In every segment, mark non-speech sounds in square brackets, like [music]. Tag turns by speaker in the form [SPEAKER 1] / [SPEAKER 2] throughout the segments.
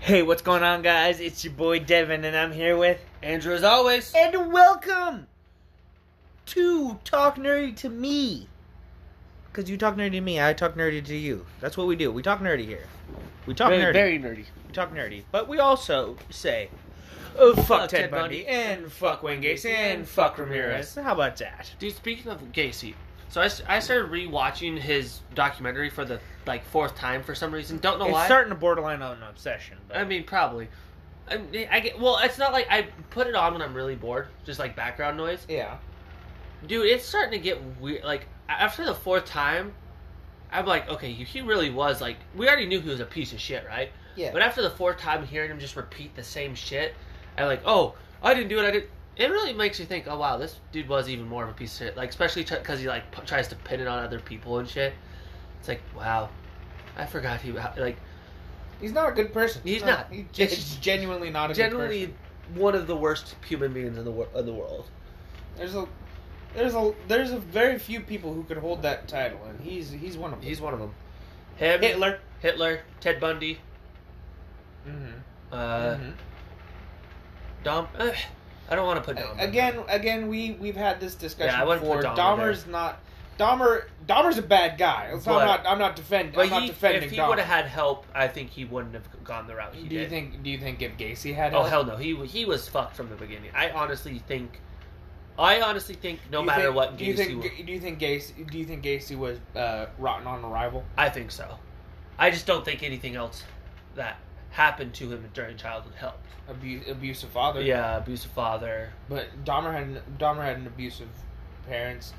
[SPEAKER 1] Hey, what's going on, guys? It's your boy Devin, and I'm here with.
[SPEAKER 2] Andrew, as always,
[SPEAKER 1] And welcome to Talk Nerdy to Me. Because you talk nerdy to me, I talk nerdy to you. That's what we do. We talk nerdy here. We talk
[SPEAKER 2] very,
[SPEAKER 1] nerdy.
[SPEAKER 2] very nerdy.
[SPEAKER 1] We talk nerdy. But we also say, oh, fuck,
[SPEAKER 2] Fuck
[SPEAKER 1] Ted,
[SPEAKER 2] Ted
[SPEAKER 1] Bundy,
[SPEAKER 2] Bundy,
[SPEAKER 1] and fuck Wayne Gacy, and fuck Ramirez. How about that?
[SPEAKER 3] Dude, speaking of Gacy, so I, s- I started rewatching his documentary for the like fourth time for some reason. Don't know
[SPEAKER 1] it's
[SPEAKER 3] why.
[SPEAKER 1] starting to borderline on an obsession. But
[SPEAKER 3] I mean, probably. I, mean, I get well. It's not like I put it on when I'm really bored, just like background noise.
[SPEAKER 1] yeah.
[SPEAKER 3] Dude, it's starting to get weird. Like a- after the fourth time, I'm like, okay, he- he really was like. We already knew he was a piece of shit, right?
[SPEAKER 1] Yeah.
[SPEAKER 3] But after the fourth time hearing him just repeat the same shit, I'm like, oh, I didn't do it. I did. It really makes you think. Oh wow, this dude was even more of a piece of shit. Like especially because he like p- tries to pin it on other people and shit. It's like wow, I forgot he how- like
[SPEAKER 2] He's not a good person.
[SPEAKER 3] He's
[SPEAKER 2] No,
[SPEAKER 3] not.
[SPEAKER 2] He's
[SPEAKER 3] It's-
[SPEAKER 2] just genuinely not a good
[SPEAKER 3] generally one of the worst human beings in the wor- in the world.
[SPEAKER 2] person. There's a, there's a, there's a very few people who could hold that title, and he's he's one of them.
[SPEAKER 3] He's one of them. Him,
[SPEAKER 2] Hitler.
[SPEAKER 3] Hitler, Ted Bundy,
[SPEAKER 2] Mm-hmm.
[SPEAKER 3] uh, Dom. Ugh, I don't want to put Dom. in there.
[SPEAKER 2] Again, again, we we've had this discussion
[SPEAKER 3] Yeah, I wouldn't
[SPEAKER 2] before.
[SPEAKER 3] put Dahmer
[SPEAKER 2] Dahmer's not. Dahmer, Dahmer's a bad guy. It's not- I'm
[SPEAKER 3] But-
[SPEAKER 2] not. I'm not defending.
[SPEAKER 3] But
[SPEAKER 2] I'm not
[SPEAKER 3] he,
[SPEAKER 2] defending
[SPEAKER 3] if he
[SPEAKER 2] Dahmer.
[SPEAKER 3] would have had help, I think he wouldn't have gone the route he
[SPEAKER 2] do
[SPEAKER 3] did.
[SPEAKER 2] you think? Do you think if Gacy had?
[SPEAKER 3] Oh
[SPEAKER 2] help?
[SPEAKER 3] hell no, he he was fucked from the beginning. I honestly think, I honestly think no
[SPEAKER 2] Do you
[SPEAKER 3] matter
[SPEAKER 2] think-
[SPEAKER 3] what
[SPEAKER 2] Do you
[SPEAKER 3] Gacy
[SPEAKER 2] think?
[SPEAKER 3] was,
[SPEAKER 2] Do you think Gacy? Do you think Gacy was uh, rotten on arrival?
[SPEAKER 3] I think so. I just don't think anything else that happened to him during childhood helped.
[SPEAKER 2] Abu- abusive father.
[SPEAKER 3] yeah, abusive father.
[SPEAKER 2] But Dahmer had Dahmer had an abusive parents,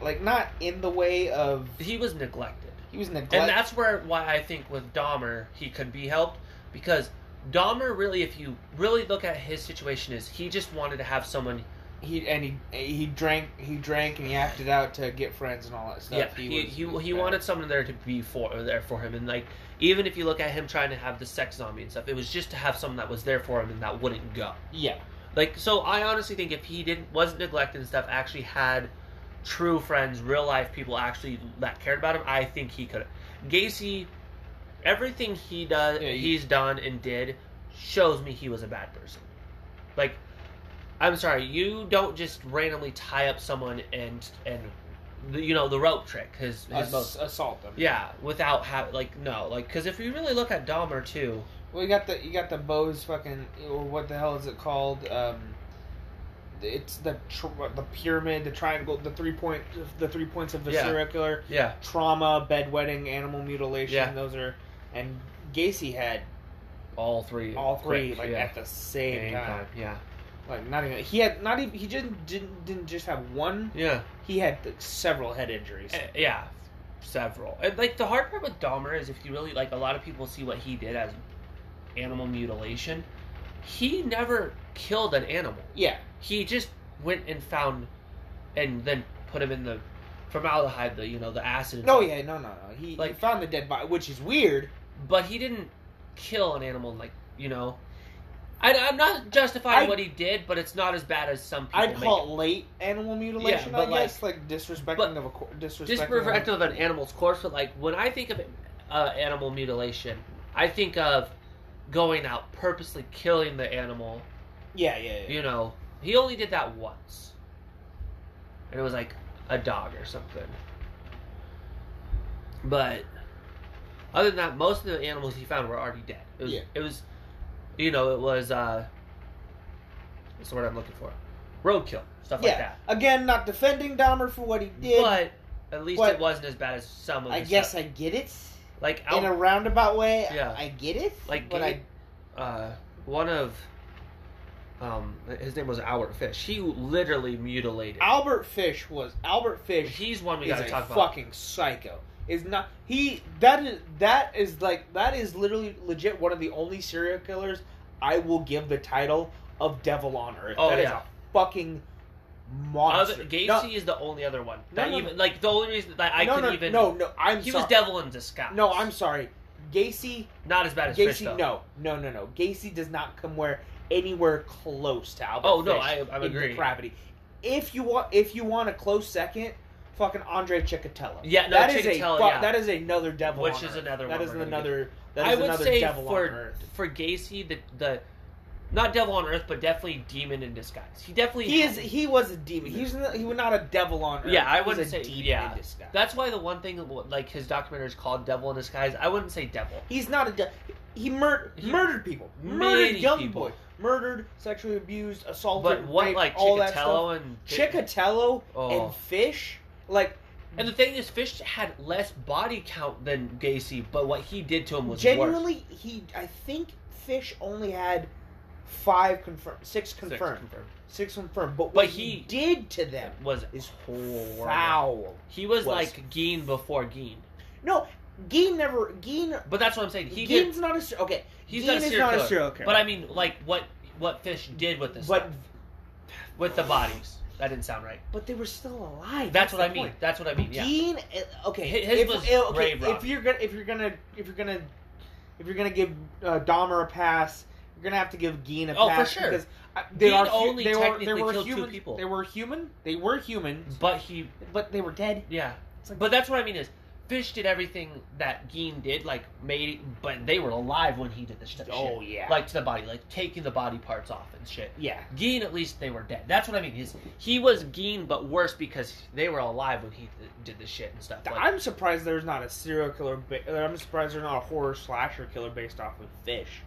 [SPEAKER 2] like not in the way of
[SPEAKER 3] He was neglected,
[SPEAKER 2] he was neglected.
[SPEAKER 3] and that's where why I think with Dahmer he could be helped because Dahmer really, if you really look at his situation, is he just wanted to have someone.
[SPEAKER 2] he and he he drank he drank and he acted out to get friends and all that stuff.
[SPEAKER 3] yeah, he
[SPEAKER 2] was-
[SPEAKER 3] he,
[SPEAKER 2] was
[SPEAKER 3] he,
[SPEAKER 2] bad.
[SPEAKER 3] wanted someone there to be for there for him, and like even if you look at him trying to have the sex zombie and stuff, it was just to have someone that was there for him and that wouldn't go.
[SPEAKER 2] yeah
[SPEAKER 3] Like so, I honestly think if he didn't wasn't neglected and stuff, actually had true friends, real life people actually that cared about him, I think he could. Gacy, everything he does,
[SPEAKER 2] Yeah, you-
[SPEAKER 3] he's done and did, shows me he was a bad person. Like, I'm sorry, you don't just randomly tie up someone and and you know the rope trick. His his
[SPEAKER 2] ass-
[SPEAKER 3] most.
[SPEAKER 2] assault them.
[SPEAKER 3] Yeah, without having like no, like because if you really look at Dahmer too,
[SPEAKER 2] Well, you got the you got the Bose fucking or what the hell is it called? Um, it's the tr- the pyramid, the triangle, the three point, the three points of the
[SPEAKER 3] Yeah.
[SPEAKER 2] circular.
[SPEAKER 3] yeah,
[SPEAKER 2] trauma, bedwetting, animal mutilation.
[SPEAKER 3] Yeah.
[SPEAKER 2] Those are, and Gacy had
[SPEAKER 3] all three,
[SPEAKER 2] all three
[SPEAKER 3] quick,
[SPEAKER 2] like
[SPEAKER 3] yeah.
[SPEAKER 2] at the same
[SPEAKER 3] Same
[SPEAKER 2] time.
[SPEAKER 3] time, yeah,
[SPEAKER 2] Like not even he had not even he didn't didn't, didn't just have one.
[SPEAKER 3] yeah.
[SPEAKER 2] He had several head injuries.
[SPEAKER 3] Uh, yeah, several. And like the hard part with Dahmer is if you really like a lot of people see what he did as animal mutilation. He never killed an animal.
[SPEAKER 2] Yeah,
[SPEAKER 3] He just went and found and then put him in the formaldehyde, the you know the acid. and
[SPEAKER 2] no,
[SPEAKER 3] stuff.
[SPEAKER 2] Oh, yeah, no, no, no. He, he
[SPEAKER 3] Like-
[SPEAKER 2] found the dead body, which is weird.
[SPEAKER 3] But he didn't kill an animal like you know. I, I'm not justifying
[SPEAKER 2] I-
[SPEAKER 3] what he did, but it's not as bad as some people.
[SPEAKER 2] I'd
[SPEAKER 3] make
[SPEAKER 2] call it late animal mutilation.
[SPEAKER 3] but,
[SPEAKER 2] I guess like, disrespecting
[SPEAKER 3] but
[SPEAKER 2] of a cor- disrespecting.
[SPEAKER 3] Just
[SPEAKER 2] of a-
[SPEAKER 3] perspective of an animal's course, but like when I think of uh, animal mutilation, I think of going out purposely killing the animal.
[SPEAKER 2] yeah, yeah, yeah.
[SPEAKER 3] You know, he only did that once, and it was like a dog or something. But other than that, most of the animals he found were already dead. It was,
[SPEAKER 2] Yeah.
[SPEAKER 3] it was you know, it was uh, what's the word I'm looking for? Roadkill stuff like
[SPEAKER 2] Yeah.
[SPEAKER 3] that.
[SPEAKER 2] Again, not defending Dahmer for what he did.
[SPEAKER 3] but at least
[SPEAKER 2] but-
[SPEAKER 3] it wasn't as bad as some of. The
[SPEAKER 2] I guess
[SPEAKER 3] stuff.
[SPEAKER 2] I get it
[SPEAKER 3] like
[SPEAKER 2] in a roundabout way.
[SPEAKER 3] Yeah.
[SPEAKER 2] I get it.
[SPEAKER 3] like
[SPEAKER 2] but I
[SPEAKER 3] Gabe- uh, one of um, his name was Albert Fish. He literally mutilated.
[SPEAKER 2] Albert Fish was Albert Fish
[SPEAKER 3] He's one we
[SPEAKER 2] is
[SPEAKER 3] gotta
[SPEAKER 2] a
[SPEAKER 3] talk about.
[SPEAKER 2] fucking psycho. Is not he that is that is like that is literally legit one of the only serial killers I will give the title of Devil on Earth.
[SPEAKER 3] Oh,
[SPEAKER 2] That is
[SPEAKER 3] yeah.
[SPEAKER 2] a fucking monster.
[SPEAKER 3] Other, Gacy
[SPEAKER 2] no,
[SPEAKER 3] is the only other one.
[SPEAKER 2] No,
[SPEAKER 3] that
[SPEAKER 2] no,
[SPEAKER 3] even like the only reason that I
[SPEAKER 2] no,
[SPEAKER 3] could
[SPEAKER 2] no,
[SPEAKER 3] even
[SPEAKER 2] no, no, I'm
[SPEAKER 3] he
[SPEAKER 2] sorry.
[SPEAKER 3] was devil in disguise.
[SPEAKER 2] no, I'm sorry. Gacy
[SPEAKER 3] not as bad as Fish
[SPEAKER 2] Gacy
[SPEAKER 3] though.
[SPEAKER 2] no. No, no, no. Gacy does not come where anywhere close to Albert
[SPEAKER 3] Oh no,
[SPEAKER 2] Fish
[SPEAKER 3] I I'm
[SPEAKER 2] in
[SPEAKER 3] agreeing.
[SPEAKER 2] depravity. If you want, if you want a close second, fucking Andre Chikatilo.
[SPEAKER 3] Yeah, no,
[SPEAKER 2] that is a
[SPEAKER 3] Chikatilo,
[SPEAKER 2] fu-
[SPEAKER 3] yeah.
[SPEAKER 2] that is another devil,
[SPEAKER 3] Which
[SPEAKER 2] on
[SPEAKER 3] is
[SPEAKER 2] Earth.
[SPEAKER 3] another
[SPEAKER 2] That
[SPEAKER 3] one
[SPEAKER 2] is
[SPEAKER 3] we're gonna
[SPEAKER 2] another That
[SPEAKER 3] I
[SPEAKER 2] is
[SPEAKER 3] would
[SPEAKER 2] another
[SPEAKER 3] say
[SPEAKER 2] devil
[SPEAKER 3] for
[SPEAKER 2] on earth.
[SPEAKER 3] for Gacy, the the not devil on earth, but definitely demon in disguise. He definitely
[SPEAKER 2] He
[SPEAKER 3] had-
[SPEAKER 2] is. He was a demon. He's not, he was not a devil on earth.
[SPEAKER 3] Yeah, I
[SPEAKER 2] He was
[SPEAKER 3] wouldn't
[SPEAKER 2] a
[SPEAKER 3] say-
[SPEAKER 2] demon
[SPEAKER 3] yeah.
[SPEAKER 2] in disguise.
[SPEAKER 3] That's why the one thing like his documentary is called "Devil in Disguise." I wouldn't say devil.
[SPEAKER 2] He's not a. De- he, mur-
[SPEAKER 3] He-
[SPEAKER 2] murdered people.
[SPEAKER 3] Many
[SPEAKER 2] Murdered young
[SPEAKER 3] people.
[SPEAKER 2] boy. Murdered, sexually abused, assaulted.
[SPEAKER 3] But what
[SPEAKER 2] raped,
[SPEAKER 3] like
[SPEAKER 2] all that stuff.
[SPEAKER 3] Chicatello and
[SPEAKER 2] Chicatello
[SPEAKER 3] Oh.
[SPEAKER 2] and Fish, like
[SPEAKER 3] and the thing is, Fish had less body count than Gacy, but what he did to him was worse.
[SPEAKER 2] genuinely, he. I think Fish only had five confirmed, six
[SPEAKER 3] Six
[SPEAKER 2] confirmed, six confirmed. But what
[SPEAKER 3] But
[SPEAKER 2] he,
[SPEAKER 3] he-
[SPEAKER 2] did to them
[SPEAKER 3] Was
[SPEAKER 2] is
[SPEAKER 3] horrible.
[SPEAKER 2] foul.
[SPEAKER 3] he was,
[SPEAKER 2] was-
[SPEAKER 3] like Geen before Geen?
[SPEAKER 2] No, Geen never. Geen.
[SPEAKER 3] But that's what I'm saying. He did.
[SPEAKER 2] Geen's not a ser- okay.
[SPEAKER 3] He's
[SPEAKER 2] Geen
[SPEAKER 3] not a
[SPEAKER 2] is
[SPEAKER 3] serial
[SPEAKER 2] not
[SPEAKER 3] killer.
[SPEAKER 2] a serial killer.
[SPEAKER 3] But I mean, like what what Fish did with this,
[SPEAKER 2] But
[SPEAKER 3] with the bodies. That didn't sound right.
[SPEAKER 2] but they were still alive.
[SPEAKER 3] That's what
[SPEAKER 2] the
[SPEAKER 3] I mean.
[SPEAKER 2] point.
[SPEAKER 3] That's what I mean. Yeah.
[SPEAKER 2] Dean, uh, okay,
[SPEAKER 3] Hi- his
[SPEAKER 2] if,
[SPEAKER 3] was
[SPEAKER 2] uh, okay,
[SPEAKER 3] grave
[SPEAKER 2] if
[SPEAKER 3] robbing.
[SPEAKER 2] you're gonna, if you're gonna, if you're gonna, if you're gonna give uh, Dahmer a pass, you're gonna have to give Geen a
[SPEAKER 3] Oh, for
[SPEAKER 2] pass
[SPEAKER 3] sure.
[SPEAKER 2] because uh, they
[SPEAKER 3] Geen
[SPEAKER 2] are hu-
[SPEAKER 3] only
[SPEAKER 2] they were, they
[SPEAKER 3] technically
[SPEAKER 2] were
[SPEAKER 3] killed two
[SPEAKER 2] human,
[SPEAKER 3] people.
[SPEAKER 2] They were human. They were humans,
[SPEAKER 3] But he,
[SPEAKER 2] but they were dead.
[SPEAKER 3] yeah.
[SPEAKER 2] It's like-
[SPEAKER 3] But that's what I mean is, Fish did everything that Geen did, like made, but they were alive when he did this shit.
[SPEAKER 2] oh yeah,
[SPEAKER 3] Like to the body, like taking the body parts off and shit.
[SPEAKER 2] yeah,
[SPEAKER 3] Geen, at least they were dead. That's what I mean. Is he was Geen, but worse because they were alive when he th- did this shit and stuff. Like,
[SPEAKER 2] I'm surprised there's not a serial killer. Ba- uh, I'm surprised there's not a horror slasher killer based off of Fish,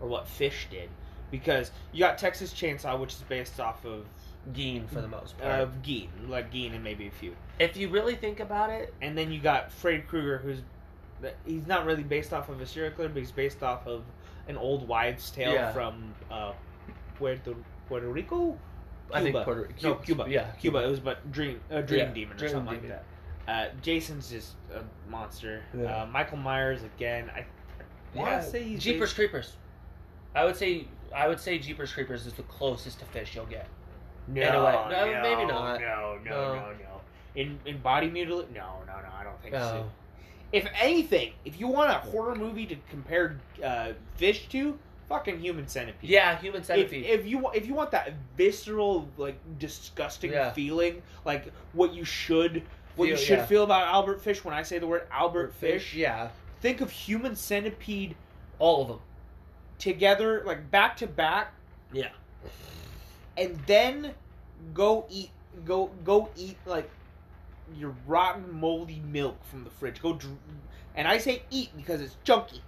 [SPEAKER 2] or what Fish did, because you got Texas Chainsaw, which is based off of
[SPEAKER 3] Geen for the most part.
[SPEAKER 2] of Geen, like Geen and maybe a few.
[SPEAKER 3] if you really think about it,
[SPEAKER 2] and then you got Freddy Krueger, who's that- he's not really based off of a serial killer, but he's based off of an old wives' tale
[SPEAKER 3] Yeah.
[SPEAKER 2] from uh, Puerto Puerto Rico.
[SPEAKER 3] I think
[SPEAKER 2] Cuba.
[SPEAKER 3] Puerto
[SPEAKER 2] No, Cuba.
[SPEAKER 3] Yeah,
[SPEAKER 2] Cuba. It was but dream uh, dream
[SPEAKER 3] Yeah,
[SPEAKER 2] demon or
[SPEAKER 3] Dream
[SPEAKER 2] something
[SPEAKER 3] Demon.
[SPEAKER 2] like that. Uh, Jason's just a monster.
[SPEAKER 3] Yeah.
[SPEAKER 2] Uh, Michael Myers again. I, I want to say he's
[SPEAKER 3] Jeepers
[SPEAKER 2] based-
[SPEAKER 3] Creepers. I would say I would say Jeepers Creepers is the closest to fish you'll get.
[SPEAKER 2] No,
[SPEAKER 3] in a way. No,
[SPEAKER 2] no,
[SPEAKER 3] maybe not.
[SPEAKER 2] No, no,
[SPEAKER 3] No.
[SPEAKER 2] no, no. In in body mutilation? No, no, no. I don't think so.
[SPEAKER 3] Oh.
[SPEAKER 2] If anything, if you want a horror movie to compare uh, Fish to, fucking Human Centipede.
[SPEAKER 3] Yeah, human
[SPEAKER 2] If,
[SPEAKER 3] centipede.
[SPEAKER 2] if you wa- if you want that visceral like disgusting
[SPEAKER 3] Yeah.
[SPEAKER 2] feeling, like what you should what you
[SPEAKER 3] Feel,
[SPEAKER 2] should
[SPEAKER 3] yeah.
[SPEAKER 2] feel about Albert Fish when I say the word Albert Fish,
[SPEAKER 3] Yeah,
[SPEAKER 2] think of Human Centipede
[SPEAKER 3] all of them.
[SPEAKER 2] together, like back to back,
[SPEAKER 3] Yeah.
[SPEAKER 2] and then go eat go go eat like your rotten moldy milk from the fridge go dr- and i say eat because it's chunky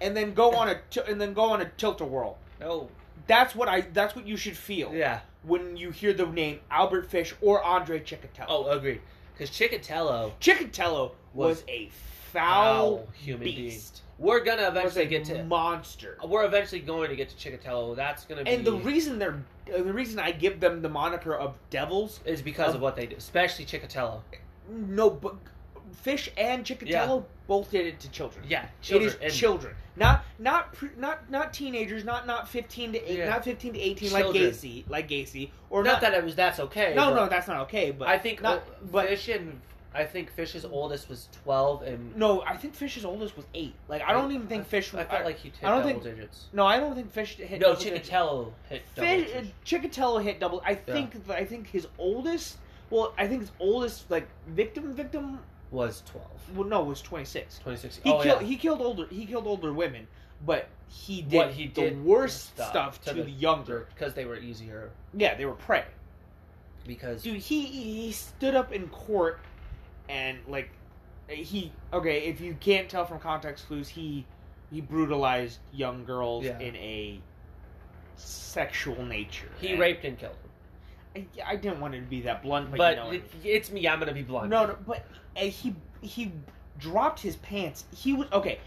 [SPEAKER 2] and then go on a t- and then go on a tilt a whirl
[SPEAKER 3] Oh.
[SPEAKER 2] that's what i that's what you should feel
[SPEAKER 3] Yeah.
[SPEAKER 2] when you hear the name albert fish or andre chikatilo
[SPEAKER 3] Oh, agree. Because Chicatello,
[SPEAKER 2] chikatilo was,
[SPEAKER 3] Was
[SPEAKER 2] a foul,
[SPEAKER 3] foul human
[SPEAKER 2] beast
[SPEAKER 3] we're gonna
[SPEAKER 2] was a
[SPEAKER 3] eventually get to.
[SPEAKER 2] monster
[SPEAKER 3] We're eventually going to get to Chicatello. That's gonna be.
[SPEAKER 2] and the reason they're uh, the reason i give them the moniker of devils
[SPEAKER 3] is because of what they do, especially Chicatello.
[SPEAKER 2] No, but fish and Chikatilo
[SPEAKER 3] Yeah.
[SPEAKER 2] both did it to children.
[SPEAKER 3] Yeah, children.
[SPEAKER 2] it
[SPEAKER 3] and
[SPEAKER 2] is children, not not pre, not not teenagers, not not fifteen to eight,
[SPEAKER 3] Yeah.
[SPEAKER 2] not fifteen to eighteen, like
[SPEAKER 3] Children.
[SPEAKER 2] Gacy, like Gacy, or
[SPEAKER 3] Not,
[SPEAKER 2] not,
[SPEAKER 3] that it was. That's okay.
[SPEAKER 2] No,
[SPEAKER 3] but
[SPEAKER 2] no, that's not okay. But
[SPEAKER 3] I think
[SPEAKER 2] not,
[SPEAKER 3] o-
[SPEAKER 2] but
[SPEAKER 3] fish and I think fish's oldest was twelve, and
[SPEAKER 2] no, I think Fish's oldest was eight. Like I don't even think Fish.
[SPEAKER 3] I felt like he hit
[SPEAKER 2] I don't
[SPEAKER 3] double
[SPEAKER 2] think-
[SPEAKER 3] digits.
[SPEAKER 2] no, I don't think Fish hit.
[SPEAKER 3] No,
[SPEAKER 2] double digits.
[SPEAKER 3] Chicatello hit double
[SPEAKER 2] Fish,
[SPEAKER 3] digits.
[SPEAKER 2] Chikatilo hit double. I think I think his oldest. Well, I think his oldest like victim victim.
[SPEAKER 3] was 12.
[SPEAKER 2] Well, no, was twenty six.
[SPEAKER 3] 26.
[SPEAKER 2] He
[SPEAKER 3] oh,
[SPEAKER 2] killed
[SPEAKER 3] yeah.
[SPEAKER 2] he killed older he killed older women, but he did
[SPEAKER 3] What he
[SPEAKER 2] the
[SPEAKER 3] did
[SPEAKER 2] worst
[SPEAKER 3] was
[SPEAKER 2] stuff to, the, younger.
[SPEAKER 3] because they were easier.
[SPEAKER 2] Yeah, they were prey.
[SPEAKER 3] Because
[SPEAKER 2] Dude, he he stood up in court and like he okay, if you can't tell from context clues, he he brutalized young girls
[SPEAKER 3] Yeah.
[SPEAKER 2] in a sexual nature.
[SPEAKER 3] he
[SPEAKER 2] And
[SPEAKER 3] raped and killed them.
[SPEAKER 2] I, I didn't want it to be that blunt, but,
[SPEAKER 3] But,
[SPEAKER 2] you know what I
[SPEAKER 3] it, it's me. I'm gonna be
[SPEAKER 2] mean.
[SPEAKER 3] blunt.
[SPEAKER 2] no, no, but uh, he he dropped his pants. He was okay.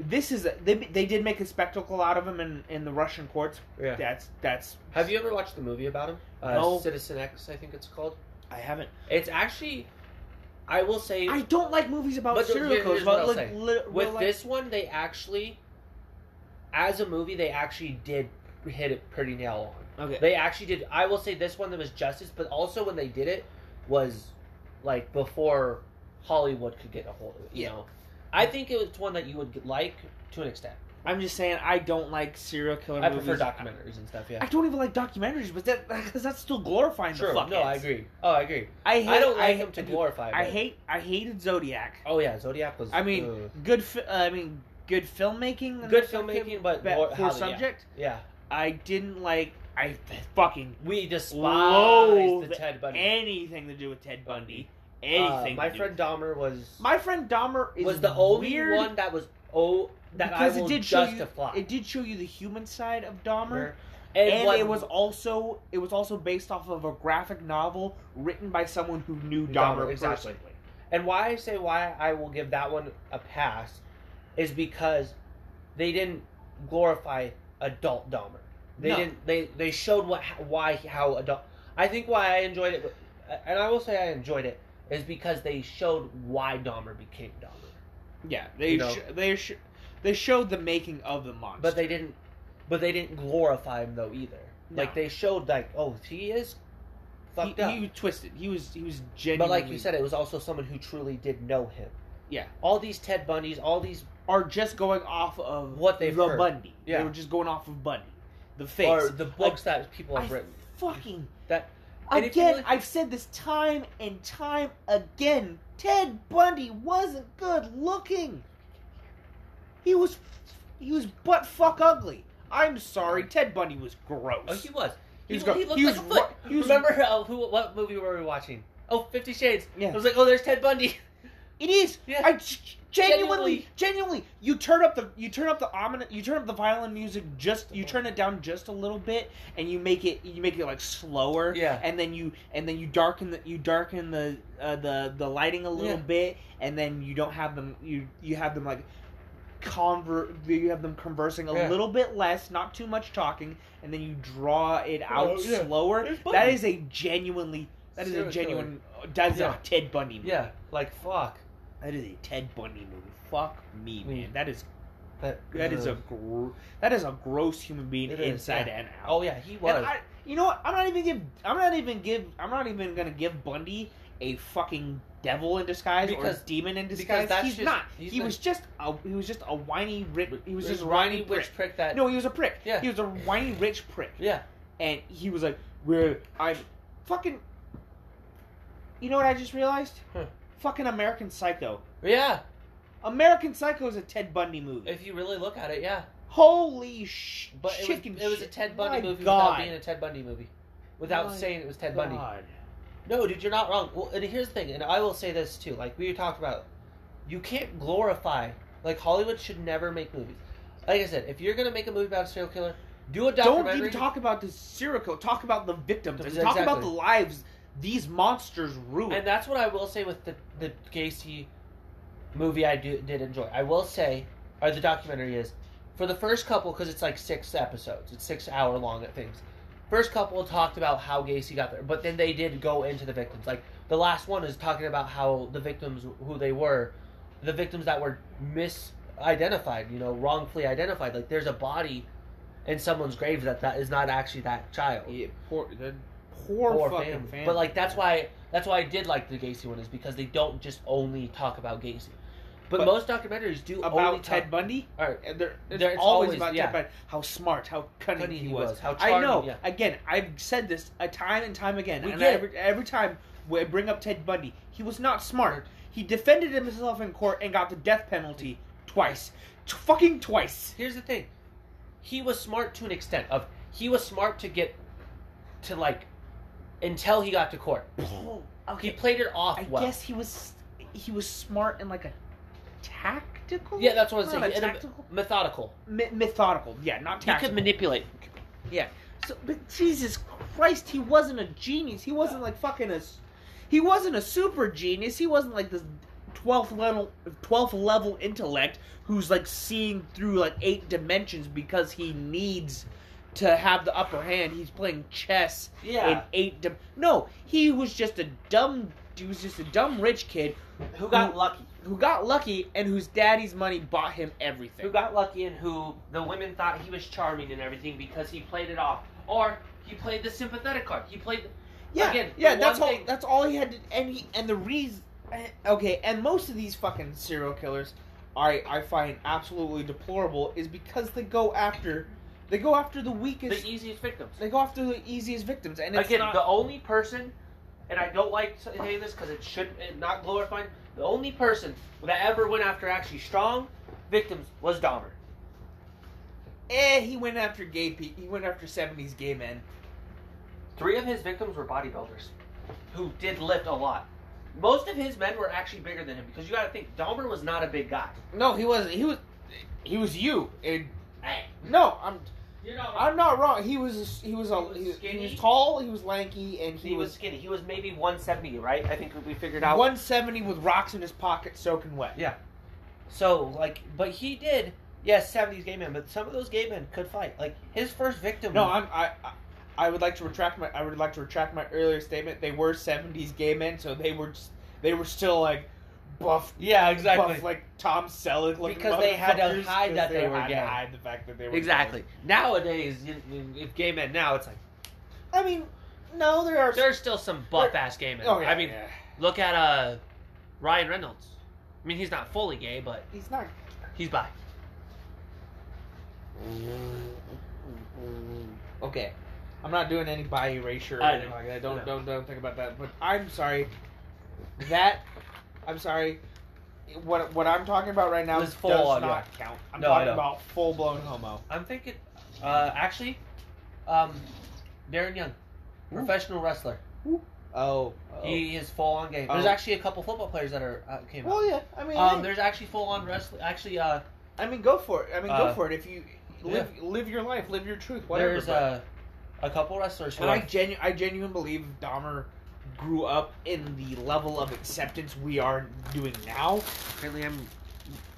[SPEAKER 2] This is a, they they did make a spectacle out of him in, in the Russian courts.
[SPEAKER 3] Yeah.
[SPEAKER 2] That's that's
[SPEAKER 3] Have you ever watched the movie about him? Uh,
[SPEAKER 2] No.
[SPEAKER 3] Citizen X, I think it's called.
[SPEAKER 2] I haven't.
[SPEAKER 3] It's actually, I will say,
[SPEAKER 2] I don't like movies about
[SPEAKER 3] But
[SPEAKER 2] serial
[SPEAKER 3] here-
[SPEAKER 2] killers.
[SPEAKER 3] here's what
[SPEAKER 2] But
[SPEAKER 3] I'll
[SPEAKER 2] like
[SPEAKER 3] say.
[SPEAKER 2] li-
[SPEAKER 3] with
[SPEAKER 2] real life-
[SPEAKER 3] this one, they actually, as a movie, they actually did hit it pretty nail on.
[SPEAKER 2] okay,
[SPEAKER 3] They actually did. I will say this one that was justice, but also when they did it was like before Hollywood could get a hold of it. You
[SPEAKER 2] Yeah.
[SPEAKER 3] know, I think it's one that you would like to an extent.
[SPEAKER 2] I'm just saying I don't like serial killer
[SPEAKER 3] I
[SPEAKER 2] movies.
[SPEAKER 3] prefer documentaries and stuff.
[SPEAKER 2] I
[SPEAKER 3] Yeah.
[SPEAKER 2] don't even like documentaries, but that because that's still glorifying
[SPEAKER 3] True.
[SPEAKER 2] the fuckheads.
[SPEAKER 3] No, I agree. Oh, I agree.
[SPEAKER 2] I, hate,
[SPEAKER 3] I don't like
[SPEAKER 2] I,
[SPEAKER 3] them to
[SPEAKER 2] dude,
[SPEAKER 3] glorify.
[SPEAKER 2] I
[SPEAKER 3] but-
[SPEAKER 2] hate. I hated Zodiac.
[SPEAKER 3] Oh yeah, Zodiac was.
[SPEAKER 2] I mean,
[SPEAKER 3] ugh.
[SPEAKER 2] good. Fi- uh, I mean, good filmmaking. and
[SPEAKER 3] Good
[SPEAKER 2] effective,
[SPEAKER 3] filmmaking, but
[SPEAKER 2] ba-
[SPEAKER 3] more-
[SPEAKER 2] poor
[SPEAKER 3] how- yeah.
[SPEAKER 2] subject.
[SPEAKER 3] yeah,
[SPEAKER 2] I didn't like. I fucking
[SPEAKER 3] we despise
[SPEAKER 2] Loathe
[SPEAKER 3] the Ted Bundy.
[SPEAKER 2] anything to do with Ted Bundy.
[SPEAKER 3] Uh,
[SPEAKER 2] Anything.
[SPEAKER 3] my
[SPEAKER 2] to do
[SPEAKER 3] friend
[SPEAKER 2] with-
[SPEAKER 3] Dahmer was
[SPEAKER 2] my friend Dahmer is
[SPEAKER 3] was the only
[SPEAKER 2] weird
[SPEAKER 3] one that was oh that
[SPEAKER 2] because
[SPEAKER 3] I will
[SPEAKER 2] it did show
[SPEAKER 3] justify.
[SPEAKER 2] You, it did show you the human side of Dahmer.
[SPEAKER 3] Where-
[SPEAKER 2] and,
[SPEAKER 3] what-
[SPEAKER 2] it was also it was also based off of a graphic novel written by someone who knew
[SPEAKER 3] Dahmer,
[SPEAKER 2] Dahmer,
[SPEAKER 3] exactly.
[SPEAKER 2] personally.
[SPEAKER 3] And why I say why I will give that one a pass is because they didn't glorify adult Dahmer. They
[SPEAKER 2] No.
[SPEAKER 3] didn't. They they showed what why how adult. I think why I enjoyed it, and I will say I enjoyed it is because they showed why Dahmer became Dahmer,
[SPEAKER 2] Yeah, they
[SPEAKER 3] You know.
[SPEAKER 2] sh- they sh- they showed the making of the monster.
[SPEAKER 3] but they didn't. But they didn't glorify him though either.
[SPEAKER 2] No.
[SPEAKER 3] Like they showed like oh he is fucked
[SPEAKER 2] he,
[SPEAKER 3] up.
[SPEAKER 2] he was twisted. He was he was
[SPEAKER 3] but
[SPEAKER 2] genuinely.
[SPEAKER 3] like you said, it was also someone who truly did know him.
[SPEAKER 2] Yeah.
[SPEAKER 3] All these Ted Bundys, all these
[SPEAKER 2] are just going off of
[SPEAKER 3] What they've
[SPEAKER 2] the
[SPEAKER 3] heard.
[SPEAKER 2] Bundy.
[SPEAKER 3] Yeah.
[SPEAKER 2] They were just going off of Bundy, the face.
[SPEAKER 3] are the books that people have
[SPEAKER 2] I
[SPEAKER 3] written.
[SPEAKER 2] fucking
[SPEAKER 3] That- and if you
[SPEAKER 2] again.
[SPEAKER 3] really-
[SPEAKER 2] I've said this time and time again. Ted Bundy wasn't good looking. He was, he was butt fuck ugly. I'm sorry, Ted Bundy was gross.
[SPEAKER 3] Oh, he was. He,
[SPEAKER 2] He's
[SPEAKER 3] lo-
[SPEAKER 2] gro-
[SPEAKER 3] he looked
[SPEAKER 2] he
[SPEAKER 3] like a
[SPEAKER 2] was
[SPEAKER 3] foot.
[SPEAKER 2] ro- he was-
[SPEAKER 3] Remember uh, who? What movie were we watching? Oh, Fifty Shades.
[SPEAKER 2] Yeah.
[SPEAKER 3] I was like, oh, there's Ted Bundy.
[SPEAKER 2] It is.
[SPEAKER 3] Yeah.
[SPEAKER 2] I g- genuinely,
[SPEAKER 3] Genuinely.
[SPEAKER 2] genuinely, you turn up the you turn up the ominous you turn up the violin music just you turn it down just a little bit and you make it you make it like slower.
[SPEAKER 3] Yeah. [laughs]
[SPEAKER 2] And then you and then you darken the you darken the uh, the the lighting a little
[SPEAKER 3] Yeah.
[SPEAKER 2] bit and then you don't have them you you have them like convert you have them conversing a
[SPEAKER 3] Yeah.
[SPEAKER 2] little bit less, not too much talking, and then you draw it out
[SPEAKER 3] Oh, yeah.
[SPEAKER 2] slower.
[SPEAKER 3] It's
[SPEAKER 2] That
[SPEAKER 3] Bundy.
[SPEAKER 2] is a genuinely that is a
[SPEAKER 3] Serial killer.
[SPEAKER 2] genuine that's
[SPEAKER 3] Yeah.
[SPEAKER 2] a Ted Bundy movie.
[SPEAKER 3] Yeah. Like fuck.
[SPEAKER 2] That is a Ted Bundy movie. Fuck me,
[SPEAKER 3] Mm.
[SPEAKER 2] man. That is
[SPEAKER 3] That uh,
[SPEAKER 2] that is a gr- that is a gross human being
[SPEAKER 3] It is,
[SPEAKER 2] inside
[SPEAKER 3] yeah.
[SPEAKER 2] and out.
[SPEAKER 3] Oh yeah, he was.
[SPEAKER 2] and I, you know what? I'm not even give. I'm not even give. I'm not even gonna give Bundy a fucking devil in disguise
[SPEAKER 3] Because-
[SPEAKER 2] or a demon in
[SPEAKER 3] because
[SPEAKER 2] disguise.
[SPEAKER 3] that's
[SPEAKER 2] he's
[SPEAKER 3] just-
[SPEAKER 2] not.
[SPEAKER 3] he's
[SPEAKER 2] he
[SPEAKER 3] not-
[SPEAKER 2] was just a. He was just a whiny rich. He was
[SPEAKER 3] This
[SPEAKER 2] just a whiny
[SPEAKER 3] whiny witch
[SPEAKER 2] prick.
[SPEAKER 3] prick that.
[SPEAKER 2] No, he was a prick.
[SPEAKER 3] Yeah.
[SPEAKER 2] He was a whiny rich prick.
[SPEAKER 3] Yeah.
[SPEAKER 2] And he was like, "Where I'm fucking." You know what I just realized?
[SPEAKER 3] Huh.
[SPEAKER 2] Fucking American Psycho.
[SPEAKER 3] Yeah.
[SPEAKER 2] American Psycho is a Ted Bundy movie.
[SPEAKER 3] If you really look at it, yeah.
[SPEAKER 2] Holy sh!
[SPEAKER 3] But it was,
[SPEAKER 2] chicken
[SPEAKER 3] it was a
[SPEAKER 2] shit.
[SPEAKER 3] Ted Bundy
[SPEAKER 2] My
[SPEAKER 3] movie
[SPEAKER 2] God.
[SPEAKER 3] without being a Ted Bundy movie. Without
[SPEAKER 2] My
[SPEAKER 3] saying it was Ted Bundy.
[SPEAKER 2] God.
[SPEAKER 3] No, dude, you're not wrong. Well, and here's the thing, and I will say this too. Like we talked about, you can't glorify. Like Hollywood should never make movies. Like I said, if you're gonna make a movie about a serial killer, do a
[SPEAKER 2] Don't
[SPEAKER 3] documentary.
[SPEAKER 2] even talk about the serial killer. Talk about the victims. And Talk
[SPEAKER 3] Exactly.
[SPEAKER 2] about the lives these monsters ruin.
[SPEAKER 3] And that's what I will say with the the Gacy movie. I do, did enjoy. I will say, or the documentary is for the first couple because it's like six episodes. It's six hour long things. First couple talked about how Gacy got there, but then they did go into the victims. Like the last one is talking about how the victims who they were, the victims that were misidentified, you know, wrongfully identified. Like there's a body in someone's grave that that is not actually that child
[SPEAKER 2] Yeah, poor, the poor,
[SPEAKER 3] or
[SPEAKER 2] fucking
[SPEAKER 3] family.
[SPEAKER 2] family.
[SPEAKER 3] But like that's why that's why I did like the Gacy one is because they don't just only talk about Gacy. But,
[SPEAKER 2] But-
[SPEAKER 3] most documentaries do only
[SPEAKER 2] about
[SPEAKER 3] talk,
[SPEAKER 2] Ted Bundy.
[SPEAKER 3] All right.
[SPEAKER 2] And they're, it's
[SPEAKER 3] There- it's
[SPEAKER 2] always,
[SPEAKER 3] always-
[SPEAKER 2] about
[SPEAKER 3] yeah.
[SPEAKER 2] Ted Bundy. How smart, how cunning,
[SPEAKER 3] Cunning
[SPEAKER 2] he
[SPEAKER 3] he
[SPEAKER 2] was.
[SPEAKER 3] was, how
[SPEAKER 2] I know.
[SPEAKER 3] charming, yeah.
[SPEAKER 2] Again, I've said this a time and time again,
[SPEAKER 3] We
[SPEAKER 2] and
[SPEAKER 3] get it.
[SPEAKER 2] every every time we bring up Ted Bundy, he was not smart.
[SPEAKER 3] Right.
[SPEAKER 2] He defended himself in court and got the death penalty twice, T- fucking twice.
[SPEAKER 3] Here's the thing, he was smart to an extent. Of he was smart to get to like until he got to court. He
[SPEAKER 2] Okay,
[SPEAKER 3] played it off
[SPEAKER 2] I
[SPEAKER 3] Oh, well.
[SPEAKER 2] guess he was he was smart in like a tactical.
[SPEAKER 3] Yeah, that's what I'm
[SPEAKER 2] Not
[SPEAKER 3] saying.
[SPEAKER 2] a
[SPEAKER 3] In a-
[SPEAKER 2] tactical-
[SPEAKER 3] methodical.
[SPEAKER 2] me- methodical. Yeah, not
[SPEAKER 3] He
[SPEAKER 2] tactical.
[SPEAKER 3] could manipulate.
[SPEAKER 2] So, but Jesus Christ, he wasn't a genius. He wasn't like fucking a. s- He wasn't a super genius. He wasn't like this twelfth level, twelfth level intellect who's like seeing through like eight dimensions because he needs to have the upper hand. He's playing chess in eight. Dim- no, he was just a dumb. He was just a dumb rich kid
[SPEAKER 3] Who got lucky?
[SPEAKER 2] who got lucky and whose daddy's money bought him everything.
[SPEAKER 3] who got lucky and who the women thought he was charming and everything because he played it off, or he played the sympathetic card. He played.
[SPEAKER 2] Yeah,
[SPEAKER 3] Again,
[SPEAKER 2] yeah,
[SPEAKER 3] the
[SPEAKER 2] that's
[SPEAKER 3] one
[SPEAKER 2] all.
[SPEAKER 3] thing-
[SPEAKER 2] eh, That's all he had to, and he, and the reason. Okay, and most of these fucking serial killers I I find absolutely deplorable is because they go after they go after the e- weakest
[SPEAKER 3] the easiest victims.
[SPEAKER 2] they go after the easiest victims and it's
[SPEAKER 3] Again,
[SPEAKER 2] not,
[SPEAKER 3] the only person, and I don't like saying this because it should it not glorifying. The only person that ever went after actually strong victims was Dahmer.
[SPEAKER 2] eh he went after gay pe- he went after 70s gay men
[SPEAKER 3] Three of his victims were bodybuilders who did lift a lot. Most of his men were actually bigger than him because you got to think Dahmer was not a big guy.
[SPEAKER 2] no he wasn't he was he was you and
[SPEAKER 3] Hey,
[SPEAKER 2] no I'm
[SPEAKER 3] you know,
[SPEAKER 2] I'm not wrong he was he was a
[SPEAKER 3] He was
[SPEAKER 2] he was, he was
[SPEAKER 3] skinny.
[SPEAKER 2] tall he was lanky and
[SPEAKER 3] [laughs] he was skinny. He was maybe 170, right? I think we figured out.
[SPEAKER 2] 170 with rocks in his pocket soaking wet
[SPEAKER 3] So like, but he did. Yes, seventies gay men, but some of those gay men could fight. Like his first victim.
[SPEAKER 2] No, I'm, I, I, I would like to retract my. I would like to retract my earlier statement. They were '70s gay men, so they were, just, they were still like, buff,
[SPEAKER 3] yeah,
[SPEAKER 2] buff like Tom Selleck, looking
[SPEAKER 3] Because they had to
[SPEAKER 2] motherfuckers,
[SPEAKER 3] hide
[SPEAKER 2] 'cause
[SPEAKER 3] that they were
[SPEAKER 2] had to
[SPEAKER 3] gay.
[SPEAKER 2] hide the fact that they were
[SPEAKER 3] Exactly. Nowadays, you, you, if gay men now, it's like
[SPEAKER 2] gay. I mean, no, there are.
[SPEAKER 3] there's still some buff ass gay men.
[SPEAKER 2] oh, yeah,
[SPEAKER 3] I mean,
[SPEAKER 2] yeah.
[SPEAKER 3] look at uh Ryan Reynolds. I mean, he's not fully gay, but
[SPEAKER 2] he's not.
[SPEAKER 3] he's bi.
[SPEAKER 2] Okay, I'm not doing any bi erasure or
[SPEAKER 3] I
[SPEAKER 2] anything
[SPEAKER 3] know.
[SPEAKER 2] like that. Don't
[SPEAKER 3] No.
[SPEAKER 2] don't don't think about that. But I'm sorry, that I'm sorry. What what I'm talking about right now
[SPEAKER 3] Was full
[SPEAKER 2] does
[SPEAKER 3] on,
[SPEAKER 2] not count. I'm
[SPEAKER 3] No, I
[SPEAKER 2] talking
[SPEAKER 3] know.
[SPEAKER 2] about full blown homo.
[SPEAKER 3] I'm thinking, uh, actually, um, Darren Young, professional wrestler.
[SPEAKER 2] Oh,
[SPEAKER 3] He is full on gay. There's
[SPEAKER 2] Oh.
[SPEAKER 3] actually a couple football players that are uh, came out.
[SPEAKER 2] well, yeah. I mean,
[SPEAKER 3] Um,
[SPEAKER 2] hey,
[SPEAKER 3] there's actually full on wrestling. Actually, uh,
[SPEAKER 2] I mean, go for it. I mean, go
[SPEAKER 3] Uh,
[SPEAKER 2] for it. If you live live your life, live your truth. Whatever.
[SPEAKER 3] there's
[SPEAKER 2] but-
[SPEAKER 3] uh, a couple wrestlers who
[SPEAKER 2] and I
[SPEAKER 3] are
[SPEAKER 2] genu- I genuinely believe Dahmer grew up in the level of acceptance we are doing now.
[SPEAKER 3] Apparently, I'm.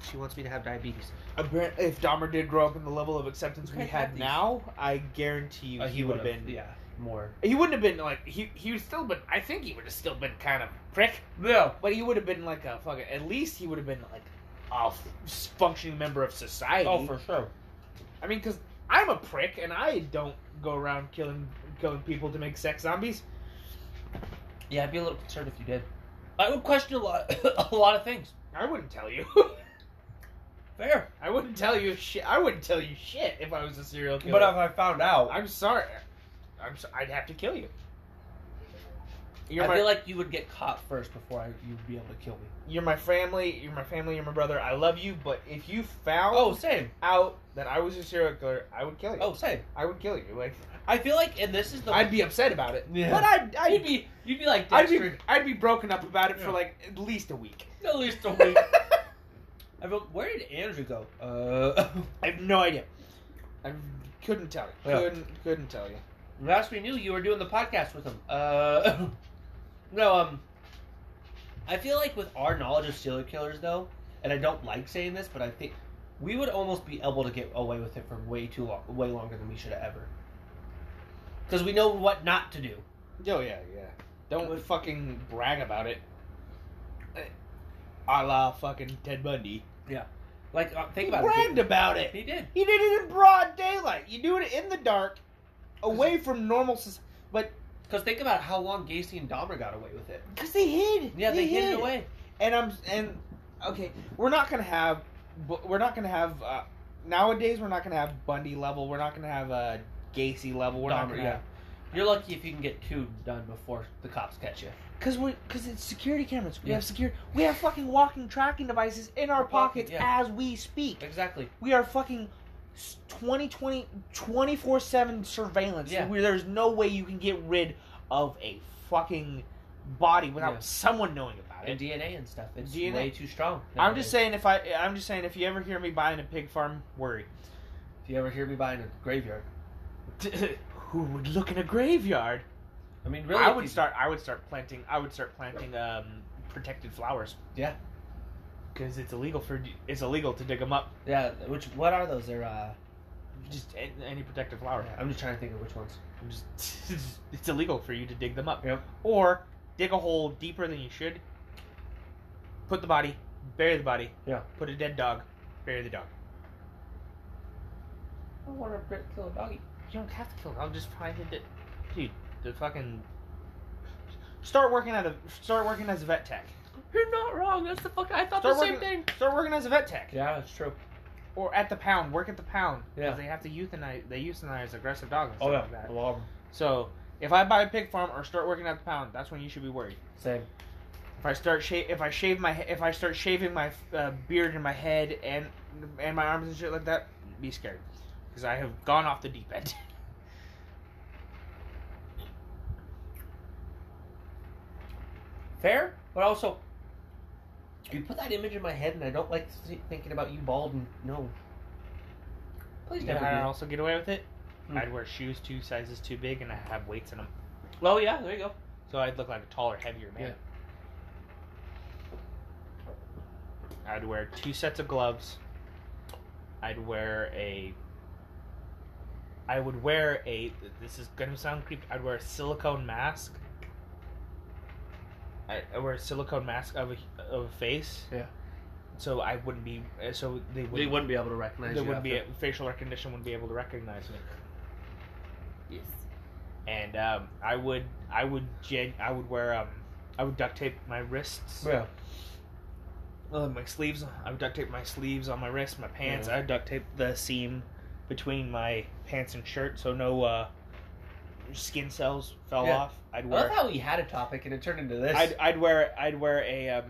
[SPEAKER 3] She wants me to have diabetes.
[SPEAKER 2] Appar- If Dahmer did grow up in the level of acceptance we
[SPEAKER 3] Okay,
[SPEAKER 2] had
[SPEAKER 3] these-
[SPEAKER 2] now, I guarantee you he, would have been.
[SPEAKER 3] Uh, yeah more.
[SPEAKER 2] He wouldn't have been like he. He would still been. I think he would have still been kind of a prick.
[SPEAKER 3] Yeah.
[SPEAKER 2] But he would have been like a fucking. At least he would have been like a f- functioning member of society.
[SPEAKER 3] Oh, for sure.
[SPEAKER 2] I mean, because I'm a prick and I don't go around killing killing people to make sex zombies.
[SPEAKER 3] Yeah, I'd be a little concerned if you did. I would question a lot, [laughs] a lot of things.
[SPEAKER 2] I wouldn't tell you. [laughs]
[SPEAKER 3] Fair,
[SPEAKER 2] I wouldn't tell you shit. I wouldn't tell you shit if I was a serial killer.
[SPEAKER 3] but uh, if I found out, I,
[SPEAKER 2] I'm sorry. I'm. So- I'd have to kill you. You're my,
[SPEAKER 3] feel like you would get caught first before I, you'd be able to kill me.
[SPEAKER 2] you're my family. You're my family. You're my brother. I love you. But if you found
[SPEAKER 3] Oh, same.
[SPEAKER 2] out that I was a serial killer, I would kill you.
[SPEAKER 3] Oh, same.
[SPEAKER 2] I would kill you. Like
[SPEAKER 3] I feel like, and this is the.
[SPEAKER 2] I'd be upset about it.
[SPEAKER 3] Yeah.
[SPEAKER 2] But I'd,
[SPEAKER 3] You'd
[SPEAKER 2] I'd be.
[SPEAKER 3] be. You'd be like.
[SPEAKER 2] I'd be.
[SPEAKER 3] Dexter,
[SPEAKER 2] I'd be broken up about it
[SPEAKER 3] Yeah.
[SPEAKER 2] for like at least a week.
[SPEAKER 3] At least a [laughs] week. I wrote, where did Andrew go? Uh,
[SPEAKER 2] [laughs]
[SPEAKER 3] [laughs]
[SPEAKER 2] I have no idea. I couldn't tell you.
[SPEAKER 3] Yeah.
[SPEAKER 2] Couldn't couldn't tell you.
[SPEAKER 3] last we knew, you were doing the podcast with him. Uh, [laughs] no, um, I feel like with our knowledge of serial killers, though, and I don't like saying this, but I think we would almost be able to get away with it for way too long, way longer than we should have ever. Because we know what not to do.
[SPEAKER 2] Oh yeah, yeah. Don't fucking brag about it. Eh, A la fucking Ted Bundy.
[SPEAKER 3] Like, uh,
[SPEAKER 2] He
[SPEAKER 3] think about
[SPEAKER 2] bragged
[SPEAKER 3] it.
[SPEAKER 2] about it.
[SPEAKER 3] He did.
[SPEAKER 2] He did it in broad daylight. You do it in the dark, away from normal society.
[SPEAKER 3] Because think about how long Gacy and Dahmer got away with it.
[SPEAKER 2] Because they hid.
[SPEAKER 3] Yeah, they, hid it away.
[SPEAKER 2] And I'm and okay, we're not gonna have, bu- we're not gonna have. Uh, nowadays, we're not gonna have Bundy level. We're not gonna have uh, Gacy level. We're not
[SPEAKER 3] Dahmer,
[SPEAKER 2] gonna.
[SPEAKER 3] yeah. You're lucky if you can get two done before the cops catch you.
[SPEAKER 2] Cause we, cause it's security cameras. We
[SPEAKER 3] Yeah.
[SPEAKER 2] have secure. We have fucking walking tracking devices in our
[SPEAKER 3] Our pocket,
[SPEAKER 2] pockets
[SPEAKER 3] yeah.
[SPEAKER 2] as we speak.
[SPEAKER 3] Exactly.
[SPEAKER 2] We are fucking 20, 24 7 surveillance.
[SPEAKER 3] Yeah.
[SPEAKER 2] Where there's no way you can get rid of a fucking body without
[SPEAKER 3] Yeah.
[SPEAKER 2] someone knowing about
[SPEAKER 3] And
[SPEAKER 2] it.
[SPEAKER 3] DNA and stuff. It's
[SPEAKER 2] DNA.
[SPEAKER 3] way too strong.
[SPEAKER 2] I'm just saying if I I'm just saying if you ever hear me buying a pig farm,
[SPEAKER 3] [laughs]
[SPEAKER 2] worry.
[SPEAKER 3] If you ever hear me buying a graveyard,
[SPEAKER 2] Who would look in a graveyard?
[SPEAKER 3] I mean, really,
[SPEAKER 2] I
[SPEAKER 3] if
[SPEAKER 2] would
[SPEAKER 3] you-
[SPEAKER 2] start I would start planting I would start planting um protected flowers.
[SPEAKER 3] Yeah.
[SPEAKER 2] Cuz it's illegal for it's illegal to dig them up.
[SPEAKER 3] Yeah, which what are those? They're uh,
[SPEAKER 2] Just a- any protected flower.
[SPEAKER 3] I'm just trying to think of which ones.
[SPEAKER 2] Just, [laughs] it's illegal for you to dig them up.
[SPEAKER 3] Yep.
[SPEAKER 2] Or dig a hole deeper than you should. Put the body, bury the body.
[SPEAKER 3] Yeah.
[SPEAKER 2] Put a dead dog, bury the dog.
[SPEAKER 3] I want to kill a doggy.
[SPEAKER 2] You don't have to kill it. I'll just find it. Dude, the fucking start working at a start working as a vet tech.
[SPEAKER 3] You're not wrong. That's the fuck. I thought
[SPEAKER 2] Start
[SPEAKER 3] the same
[SPEAKER 2] working-
[SPEAKER 3] thing.
[SPEAKER 2] Start working as a vet tech.
[SPEAKER 3] Yeah, that's true.
[SPEAKER 2] Or at the pound. Work at the pound.
[SPEAKER 3] Yeah.
[SPEAKER 2] Because they have to euthanize. They euthanize aggressive dogs. And
[SPEAKER 3] Oh
[SPEAKER 2] stuff
[SPEAKER 3] yeah,
[SPEAKER 2] Like that.
[SPEAKER 3] I love 'em.
[SPEAKER 2] So if I buy a pig farm or start working at the pound, that's when you should be worried.
[SPEAKER 3] Same.
[SPEAKER 2] If I start sha- if I shave my he- if I start shaving my uh, beard and my head and and my arms and shit like that, be scared, because I have gone off the deep end.
[SPEAKER 3] Fair, but also, you put that image in my head, and I don't like see- thinking about you bald. And no, please
[SPEAKER 2] You know
[SPEAKER 3] never.
[SPEAKER 2] how I
[SPEAKER 3] do
[SPEAKER 2] also get away with it.
[SPEAKER 3] Hmm.
[SPEAKER 2] I'd wear shoes two sizes too big and I have weights in them,
[SPEAKER 3] that. Oh yeah, there you go.
[SPEAKER 2] so I'd look like a taller, heavier man. I'd wear two sets of gloves. I'd wear a. I would wear a. This is gonna sound creepy. I'd wear a silicone mask. I, I wear a silicone mask of a of a face.
[SPEAKER 3] Yeah.
[SPEAKER 2] So I wouldn't be. So they wouldn't.
[SPEAKER 3] They wouldn't be able to
[SPEAKER 2] They
[SPEAKER 3] recognize you.
[SPEAKER 2] wouldn't be
[SPEAKER 3] after.
[SPEAKER 2] facial recognition wouldn't be able to recognize me.
[SPEAKER 3] Yes.
[SPEAKER 2] And um, I would. I would. Gen, I would wear. Um, I would duct tape my wrists.
[SPEAKER 3] Yeah.
[SPEAKER 2] Uh, my sleeves. I would duct tape my sleeves on my wrist, my pants.
[SPEAKER 3] Yeah.
[SPEAKER 2] I would duct tape the seam between my pants and shirt so no uh, skin cells fell
[SPEAKER 3] Yeah.
[SPEAKER 2] off. I'd
[SPEAKER 3] I
[SPEAKER 2] wear.
[SPEAKER 3] love how we had a topic and it turned into this.
[SPEAKER 2] I'd, I'd wear. I'd wear a. Um,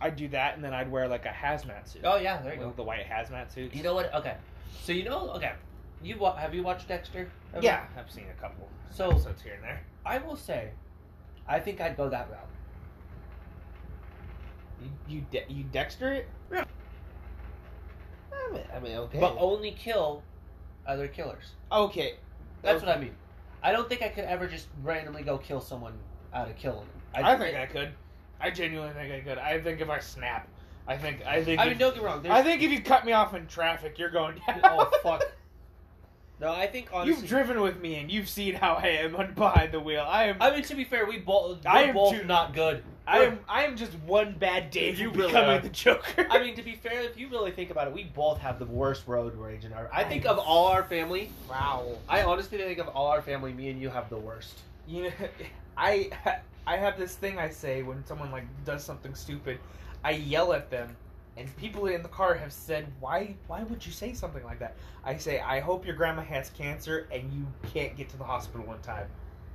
[SPEAKER 2] I'd do that, and then I'd wear like a hazmat suit.
[SPEAKER 3] oh yeah, there you
[SPEAKER 2] Like
[SPEAKER 3] go.
[SPEAKER 2] the white hazmat suit.
[SPEAKER 3] You know what? Okay. So you know, okay. You wa- have you watched Dexter? Ever?
[SPEAKER 2] yeah, I've seen a couple
[SPEAKER 3] So-
[SPEAKER 2] episodes here and there.
[SPEAKER 3] I will say, I think I'd go that route.
[SPEAKER 2] You you, de- you Dexter it?
[SPEAKER 3] Yeah.
[SPEAKER 2] I mean, I mean, okay.
[SPEAKER 3] but only kill other killers.
[SPEAKER 2] okay.
[SPEAKER 3] That's what I mean. I don't think I could ever just randomly go kill someone out of killing them.
[SPEAKER 2] I think I could. I genuinely think I could. I think if I snap, I think I think
[SPEAKER 3] I
[SPEAKER 2] if-
[SPEAKER 3] mean, don't get me wrong.
[SPEAKER 2] I
[SPEAKER 3] There's,
[SPEAKER 2] think if you cut me off in traffic, you're going [laughs] down.
[SPEAKER 3] [laughs] oh fuck. No, I think honestly.
[SPEAKER 2] You've driven with me and you've seen how I am [laughs] on behind the wheel. I am.
[SPEAKER 3] I mean, to be fair, we both.
[SPEAKER 2] I
[SPEAKER 3] We're
[SPEAKER 2] am
[SPEAKER 3] both
[SPEAKER 2] too-
[SPEAKER 3] not good.
[SPEAKER 2] I am. I am just one bad day
[SPEAKER 3] You
[SPEAKER 2] from
[SPEAKER 3] really
[SPEAKER 2] becoming
[SPEAKER 3] are.
[SPEAKER 2] the Joker.
[SPEAKER 3] I mean, to be fair, if you really think about it, we both have the worst road rage in our. I think
[SPEAKER 2] I-
[SPEAKER 3] of all our family.
[SPEAKER 2] [laughs] wow.
[SPEAKER 3] I honestly think of all our family, me and you have the worst.
[SPEAKER 2] You know, [laughs] I I have this thing I say when someone like does something stupid. I yell at them, and people in the car have said, "Why? Why would you say something like that?" I say, "I hope your grandma has cancer and you can't get to the hospital one time."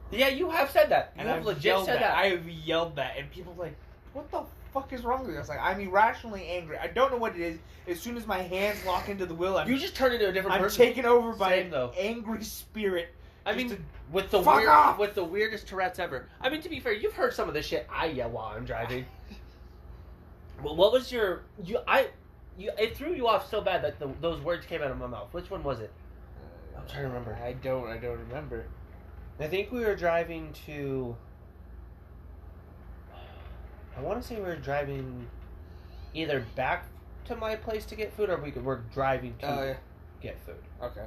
[SPEAKER 3] Yeah, you have said that. You
[SPEAKER 2] And
[SPEAKER 3] have
[SPEAKER 2] I've
[SPEAKER 3] legit
[SPEAKER 2] yelled
[SPEAKER 3] said that.
[SPEAKER 2] I have yelled that, and people are like, "What the fuck is wrong with you?" I was like, "I'm irrationally angry. I don't know what it is. As soon as my hands lock into the wheel, I'm,
[SPEAKER 3] you just turned into a different
[SPEAKER 2] I'm
[SPEAKER 3] person.
[SPEAKER 2] taken over by
[SPEAKER 3] Same,
[SPEAKER 2] an
[SPEAKER 3] though.
[SPEAKER 2] angry spirit."
[SPEAKER 3] I
[SPEAKER 2] Just
[SPEAKER 3] mean,
[SPEAKER 2] to-
[SPEAKER 3] with the
[SPEAKER 2] Fuck
[SPEAKER 3] weird,
[SPEAKER 2] off!
[SPEAKER 3] with the weirdest Tourette's ever. I mean, to be fair, you've heard some of this shit I yell while I'm driving. [laughs] well, what was your you I you it threw you off so bad that the, those words came out of my mouth. Which one was it? I'm trying to remember.
[SPEAKER 2] I don't. I don't remember.
[SPEAKER 3] I think we were driving to. I want to say we were driving either back to my place to get food, or we were driving to
[SPEAKER 2] Oh, yeah.
[SPEAKER 3] get food.
[SPEAKER 2] Okay.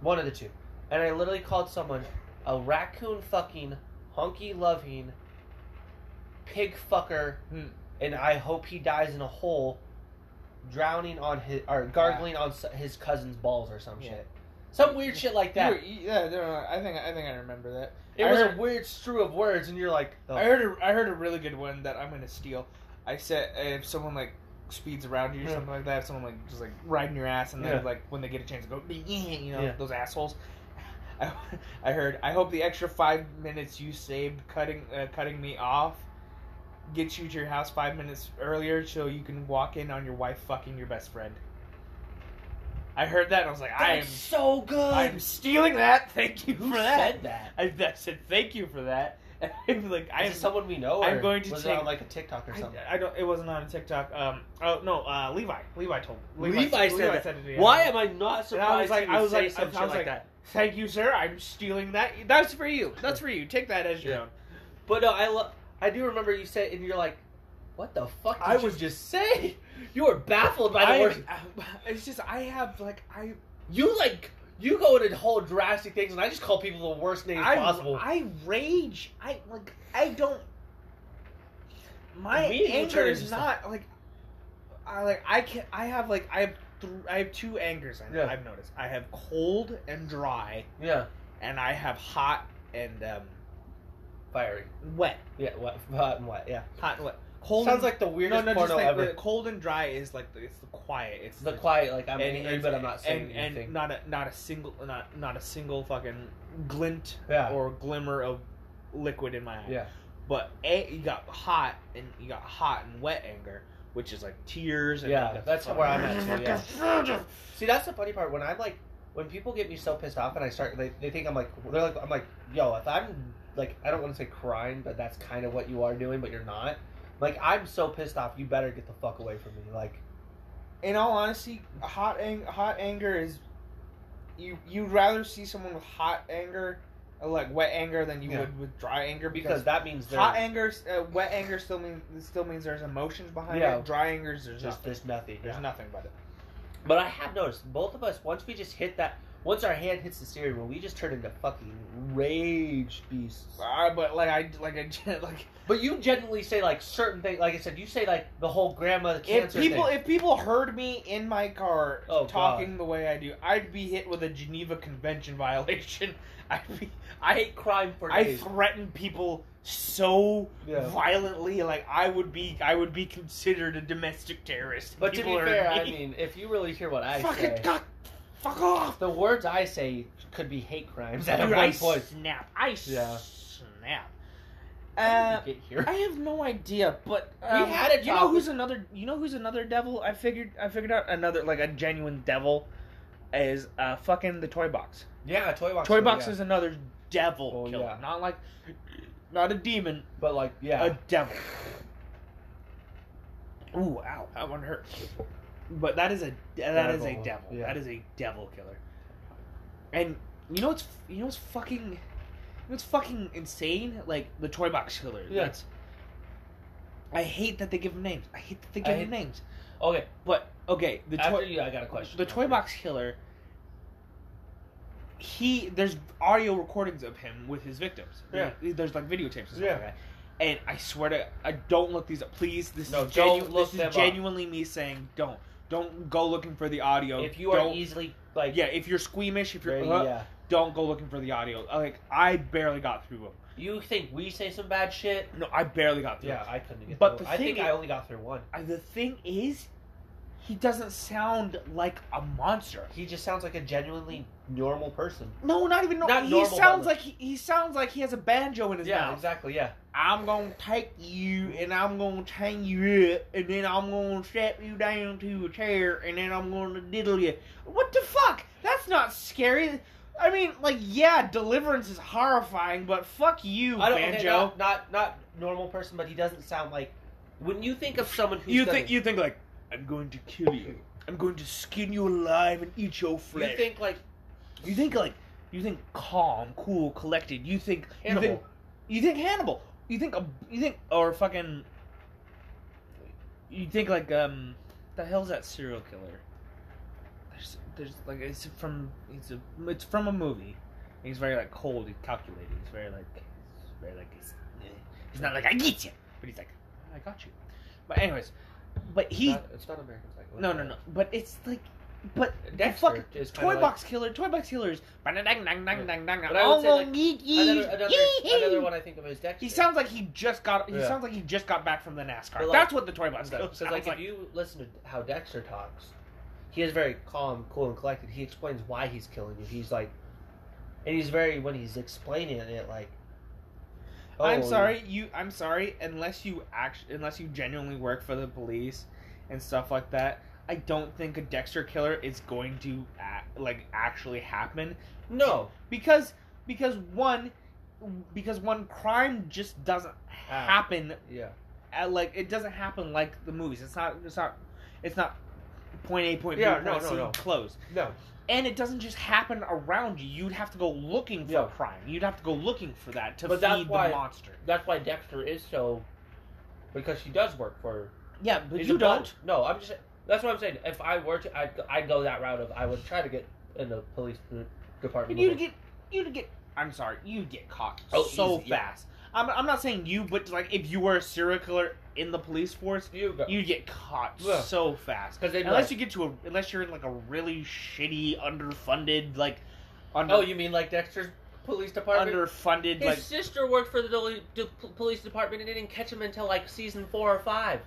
[SPEAKER 3] One of the two. And I literally called someone a raccoon fucking, hunky loving, pig fucker,
[SPEAKER 2] Hmm.
[SPEAKER 3] and I hope he dies in a hole, drowning on his, or gargling on s- his cousin's balls or some
[SPEAKER 2] Yeah.
[SPEAKER 3] shit. Some weird shit like that.
[SPEAKER 2] Oh, You were- you- yeah, no, no, I think I think I remember that.
[SPEAKER 3] It
[SPEAKER 2] I
[SPEAKER 3] was
[SPEAKER 2] heard-
[SPEAKER 3] a weird strew of words, and you're like, "Oh, the
[SPEAKER 2] I heard a, I heard a really good one that I'm gonna steal. I said if someone like speeds around you or
[SPEAKER 3] Yeah.
[SPEAKER 2] something like that, if someone like just like riding your ass, and
[SPEAKER 3] Hmm. Yeah.
[SPEAKER 2] then like when they get a chance to go, you know,
[SPEAKER 3] Yeah.
[SPEAKER 2] those assholes. [laughs] I, I heard. I hope the extra five minutes you saved cutting uh, cutting me off gets you to your house five minutes earlier, so you can walk in on your wife fucking your best friend. I heard that and I was like, I am
[SPEAKER 3] That's so good. [laughs]
[SPEAKER 2] I'm stealing that. Thank you
[SPEAKER 3] Who
[SPEAKER 2] for that.
[SPEAKER 3] said that?
[SPEAKER 2] I, I said thank you for that. [laughs] And I'm like, I
[SPEAKER 3] Is
[SPEAKER 2] am.
[SPEAKER 3] it someone we know? Or
[SPEAKER 2] I'm going to
[SPEAKER 3] was it
[SPEAKER 2] take-
[SPEAKER 3] on like a TikTok or
[SPEAKER 2] I,
[SPEAKER 3] something?
[SPEAKER 2] I don't. It wasn't on TikTok. Um. Oh no. Uh. Levi. Levi told.
[SPEAKER 3] Levi said that.
[SPEAKER 2] it, yeah.
[SPEAKER 3] Why am I not
[SPEAKER 2] And I was
[SPEAKER 3] surprised?
[SPEAKER 2] like-
[SPEAKER 3] he would
[SPEAKER 2] I was
[SPEAKER 3] say
[SPEAKER 2] like-
[SPEAKER 3] some
[SPEAKER 2] I
[SPEAKER 3] shit
[SPEAKER 2] was
[SPEAKER 3] like
[SPEAKER 2] like-
[SPEAKER 3] that.
[SPEAKER 2] Thank you, sir. I'm stealing that. That's for you. That's for you. Take that as your
[SPEAKER 3] Yeah.
[SPEAKER 2] own.
[SPEAKER 3] But no, I lo- I do remember you said, and you're like, "What the fuck?" Did
[SPEAKER 2] I
[SPEAKER 3] you
[SPEAKER 2] was-
[SPEAKER 3] just say [laughs] you were baffled by the
[SPEAKER 2] I,
[SPEAKER 3] word.
[SPEAKER 2] [laughs] it's just I have like I
[SPEAKER 3] You like you go into whole drastic things, and I just call people the worst names
[SPEAKER 2] I,
[SPEAKER 3] possible.
[SPEAKER 2] I rage. I like I don't. My
[SPEAKER 3] We need to
[SPEAKER 2] anger
[SPEAKER 3] turn
[SPEAKER 2] is
[SPEAKER 3] into
[SPEAKER 2] not like I like I can I have like I have th- I have two angers. I,
[SPEAKER 3] Yeah.
[SPEAKER 2] I've noticed. I have cold and dry,
[SPEAKER 3] yeah,
[SPEAKER 2] and I have hot and um,
[SPEAKER 3] fiery.
[SPEAKER 2] wet.
[SPEAKER 3] Yeah, what, hot and what? Yeah,
[SPEAKER 2] Hot and wet. cold
[SPEAKER 3] Sounds like the weirdest
[SPEAKER 2] no, no,
[SPEAKER 3] porno
[SPEAKER 2] just like
[SPEAKER 3] ever.
[SPEAKER 2] the cold and dry is like the, it's the quiet. It's
[SPEAKER 3] The quiet, like I'm
[SPEAKER 2] and-
[SPEAKER 3] angry,
[SPEAKER 2] and-
[SPEAKER 3] but I'm not saying
[SPEAKER 2] and,
[SPEAKER 3] anything.
[SPEAKER 2] And not a not a single not not a single fucking glint
[SPEAKER 3] yeah,
[SPEAKER 2] or glimmer of liquid in my eye.
[SPEAKER 3] yeah,
[SPEAKER 2] But a, you got hot and you got hot and wet anger, which is like tears. And
[SPEAKER 3] yeah.
[SPEAKER 2] like
[SPEAKER 3] That's
[SPEAKER 2] fucking-
[SPEAKER 3] where I'm at. Too, yeah. See, that's the funny part. When I'm like, when people get me so pissed off, and I start, they, they think I'm like, they're like, I'm like, yo, if I'm like, I don't want to say crying, but that's kind of what you are doing, but you're not. Like, I'm so pissed off. You better get the fuck away from me. Like,
[SPEAKER 2] [laughs] In all honesty, hot ang- hot anger is you you'd rather see someone with hot anger, uh, like wet anger, than you
[SPEAKER 3] Yeah.
[SPEAKER 2] would with dry anger
[SPEAKER 3] because that means
[SPEAKER 2] Hot
[SPEAKER 3] there's
[SPEAKER 2] anger, uh, wet anger still means still means there's emotions behind
[SPEAKER 3] Yeah.
[SPEAKER 2] it. Dry anger is there's
[SPEAKER 3] just
[SPEAKER 2] nothing.
[SPEAKER 3] there's nothing.
[SPEAKER 2] There's
[SPEAKER 3] yeah.
[SPEAKER 2] nothing but it.
[SPEAKER 3] But I have noticed both of us once we just hit that, once our hand hits the steering wheel, we just turn into fucking rage beasts.
[SPEAKER 2] Uh, but like I like I [laughs] like
[SPEAKER 3] But you generally say like certain things. Like I said, you say like the whole grandma
[SPEAKER 2] if
[SPEAKER 3] cancer
[SPEAKER 2] people
[SPEAKER 3] thing.
[SPEAKER 2] if people heard me in my car
[SPEAKER 3] Oh, God.
[SPEAKER 2] talking the way I do, I'd be hit with a Geneva Convention [laughs] violation. I'd be I
[SPEAKER 3] crime for
[SPEAKER 2] I
[SPEAKER 3] days.
[SPEAKER 2] threaten people so
[SPEAKER 3] Yeah.
[SPEAKER 2] violently, like I would be I would be considered a domestic terrorist.
[SPEAKER 3] But to be
[SPEAKER 2] People are-
[SPEAKER 3] fair, I
[SPEAKER 2] [laughs]
[SPEAKER 3] mean, if you really hear what I
[SPEAKER 2] fucking
[SPEAKER 3] say,
[SPEAKER 2] God, fuck off.
[SPEAKER 3] the words I say could be hate crimes at
[SPEAKER 2] Dude,
[SPEAKER 3] one
[SPEAKER 2] I
[SPEAKER 3] point.
[SPEAKER 2] snap. I
[SPEAKER 3] Yeah.
[SPEAKER 2] snap.
[SPEAKER 3] How
[SPEAKER 2] Uh,
[SPEAKER 3] did we get here.
[SPEAKER 2] I have no idea, but um,
[SPEAKER 3] We had a
[SPEAKER 2] You know
[SPEAKER 3] topic.
[SPEAKER 2] who's another? You know who's another devil? I figured. I figured out another like a genuine devil is uh fucking the toy box.
[SPEAKER 3] [laughs] yeah, toy box.
[SPEAKER 2] toy box
[SPEAKER 3] yeah.
[SPEAKER 2] is another devil
[SPEAKER 3] Oh,
[SPEAKER 2] killer,
[SPEAKER 3] yeah.
[SPEAKER 2] not like not a demon,
[SPEAKER 3] but like yeah,
[SPEAKER 2] a devil. Ooh, ow! That one hurt. But that is a that is
[SPEAKER 3] Devil,
[SPEAKER 2] a devil.
[SPEAKER 3] yeah.
[SPEAKER 2] That is a devil killer. And you know what's you know what's fucking you know what's fucking insane? Like the toy box killer.
[SPEAKER 3] Yeah.
[SPEAKER 2] That's- I hate that they give them names. I hate that they
[SPEAKER 3] I
[SPEAKER 2] give
[SPEAKER 3] hate-
[SPEAKER 2] them names.
[SPEAKER 3] okay.
[SPEAKER 2] But okay, the
[SPEAKER 3] after
[SPEAKER 2] toy
[SPEAKER 3] you, I got a question.
[SPEAKER 2] the toy box killer. He there's audio recordings of him with his victims.
[SPEAKER 3] Yeah.
[SPEAKER 2] There's like videotapes. And
[SPEAKER 3] Yeah.
[SPEAKER 2] yeah. Like that. And I swear to I don't look these up, please. This
[SPEAKER 3] No,
[SPEAKER 2] is
[SPEAKER 3] don't
[SPEAKER 2] genu-
[SPEAKER 3] look
[SPEAKER 2] This
[SPEAKER 3] them up.
[SPEAKER 2] is genuinely me saying don't. Don't go looking for the audio.
[SPEAKER 3] If you are
[SPEAKER 2] Don't-
[SPEAKER 3] easily like
[SPEAKER 2] yeah, if you're squeamish, if you're
[SPEAKER 3] very-
[SPEAKER 2] uh,
[SPEAKER 3] yeah,
[SPEAKER 2] don't go looking for the audio. Uh, Like I barely got through them.
[SPEAKER 3] you think we say some bad shit.
[SPEAKER 2] No, I barely got through.
[SPEAKER 3] Yeah,
[SPEAKER 2] 'em.
[SPEAKER 3] I couldn't get.
[SPEAKER 2] But
[SPEAKER 3] through.
[SPEAKER 2] the
[SPEAKER 3] I think
[SPEAKER 2] thing
[SPEAKER 3] I
[SPEAKER 2] is-
[SPEAKER 3] only got through one.
[SPEAKER 2] I- the thing is, he doesn't sound like a monster.
[SPEAKER 3] He just sounds like a genuinely normal person.
[SPEAKER 2] No, not even. No,
[SPEAKER 3] Not
[SPEAKER 2] he
[SPEAKER 3] normal, but
[SPEAKER 2] sounds
[SPEAKER 3] like-
[SPEAKER 2] like he, he sounds like he has a banjo in his
[SPEAKER 3] Yeah,
[SPEAKER 2] mouth.
[SPEAKER 3] exactly. Yeah,
[SPEAKER 2] I'm gonna take you and I'm gonna tang you up and then I'm gonna strap you down to a chair and then I'm gonna diddle you. What the fuck? That's not scary. I mean, like, yeah, deliverance is horrifying, but fuck you,
[SPEAKER 3] I don't.
[SPEAKER 2] banjo.
[SPEAKER 3] Okay, not, not not normal person, but he doesn't sound like. When you think of someone who's
[SPEAKER 2] you
[SPEAKER 3] gonna-
[SPEAKER 2] think you think like I'm going to kill you. I'm going to skin you alive and eat your flesh.
[SPEAKER 3] you think like
[SPEAKER 2] You think like you think calm, cool, collected. You think You
[SPEAKER 3] Hannibal.
[SPEAKER 2] think, you think Hannibal. You think a, you think or fucking. You think like um, the hell's that serial killer? There's there's like it's from it's a it's from a movie. He's very like cold. He's calculated. He's very like he's very like he's, eh, he's not like I get you, but he's like I got you. But anyways, but he
[SPEAKER 3] Not- it's not American Psycho.
[SPEAKER 2] no no no. But it's like but
[SPEAKER 3] Dexter
[SPEAKER 2] fuck
[SPEAKER 3] is kinda
[SPEAKER 2] Toy
[SPEAKER 3] like-
[SPEAKER 2] box killer, toy box killers. Dang, dang, dang, dang, dang, dang.
[SPEAKER 3] But I would say, like,
[SPEAKER 2] Oh, yeet,
[SPEAKER 3] Another,
[SPEAKER 2] yeet.
[SPEAKER 3] another,
[SPEAKER 2] Hee, hee.
[SPEAKER 3] another one I think of is Dexter.
[SPEAKER 2] He sounds like he just got. He
[SPEAKER 3] Yeah.
[SPEAKER 2] sounds like he just got back from the NASCAR.
[SPEAKER 3] But, like-
[SPEAKER 2] That's what the toy
[SPEAKER 3] [laughs]
[SPEAKER 2] box [laughs]
[SPEAKER 3] Because
[SPEAKER 2] killer
[SPEAKER 3] like,
[SPEAKER 2] sounds like.
[SPEAKER 3] if you listen to how Dexter talks, he is very calm, cool, and collected. He explains why he's killing you. He's like, and he's very when he's explaining it, like,
[SPEAKER 2] I'm
[SPEAKER 3] oh,
[SPEAKER 2] sorry, you. I'm sorry. Unless you act, unless you genuinely work for the police and stuff like that, I don't think a Dexter killer is going to act, like actually happen
[SPEAKER 3] No,
[SPEAKER 2] because because one because one crime just doesn't
[SPEAKER 3] Ah.
[SPEAKER 2] happen
[SPEAKER 3] yeah,
[SPEAKER 2] uh, like it doesn't happen like the movies. It's not. It's not. It's not point A, point B,
[SPEAKER 3] Yeah,
[SPEAKER 2] point
[SPEAKER 3] no, no,
[SPEAKER 2] C,
[SPEAKER 3] no.
[SPEAKER 2] close.
[SPEAKER 3] no,
[SPEAKER 2] And it doesn't just happen around you. You'd have to go looking for
[SPEAKER 3] Yeah.
[SPEAKER 2] crime. You'd have to go looking for that to
[SPEAKER 3] But that's
[SPEAKER 2] feed
[SPEAKER 3] why-
[SPEAKER 2] the monster.
[SPEAKER 3] that's why Dexter is so, because she does work for.
[SPEAKER 2] Yeah, but
[SPEAKER 3] he's
[SPEAKER 2] you
[SPEAKER 3] a bum.
[SPEAKER 2] don't.
[SPEAKER 3] No, I'm just. That's what I'm saying. If I were to, I'd, I'd go that route of I would try to get in the police
[SPEAKER 2] But
[SPEAKER 3] department.
[SPEAKER 2] you'd get. You'd get. I'm sorry. You'd get caught
[SPEAKER 3] Oh,
[SPEAKER 2] so
[SPEAKER 3] easy, yeah.
[SPEAKER 2] fast. I'm, I'm not saying you, but like if you were a serial killer in the police force,
[SPEAKER 3] you go.
[SPEAKER 2] you'd get caught
[SPEAKER 3] Yeah.
[SPEAKER 2] so fast.
[SPEAKER 3] 'Cause they'd be
[SPEAKER 2] unless
[SPEAKER 3] like-
[SPEAKER 2] you get to a, unless you're in "Oh, like a really shitty, underfunded, like. Under,
[SPEAKER 3] Oh, you mean like Dexter's police department.
[SPEAKER 4] underfunded.
[SPEAKER 5] His
[SPEAKER 4] Like
[SPEAKER 5] sister worked for the Dol- d- p- police department and they didn't catch him until like season four or five.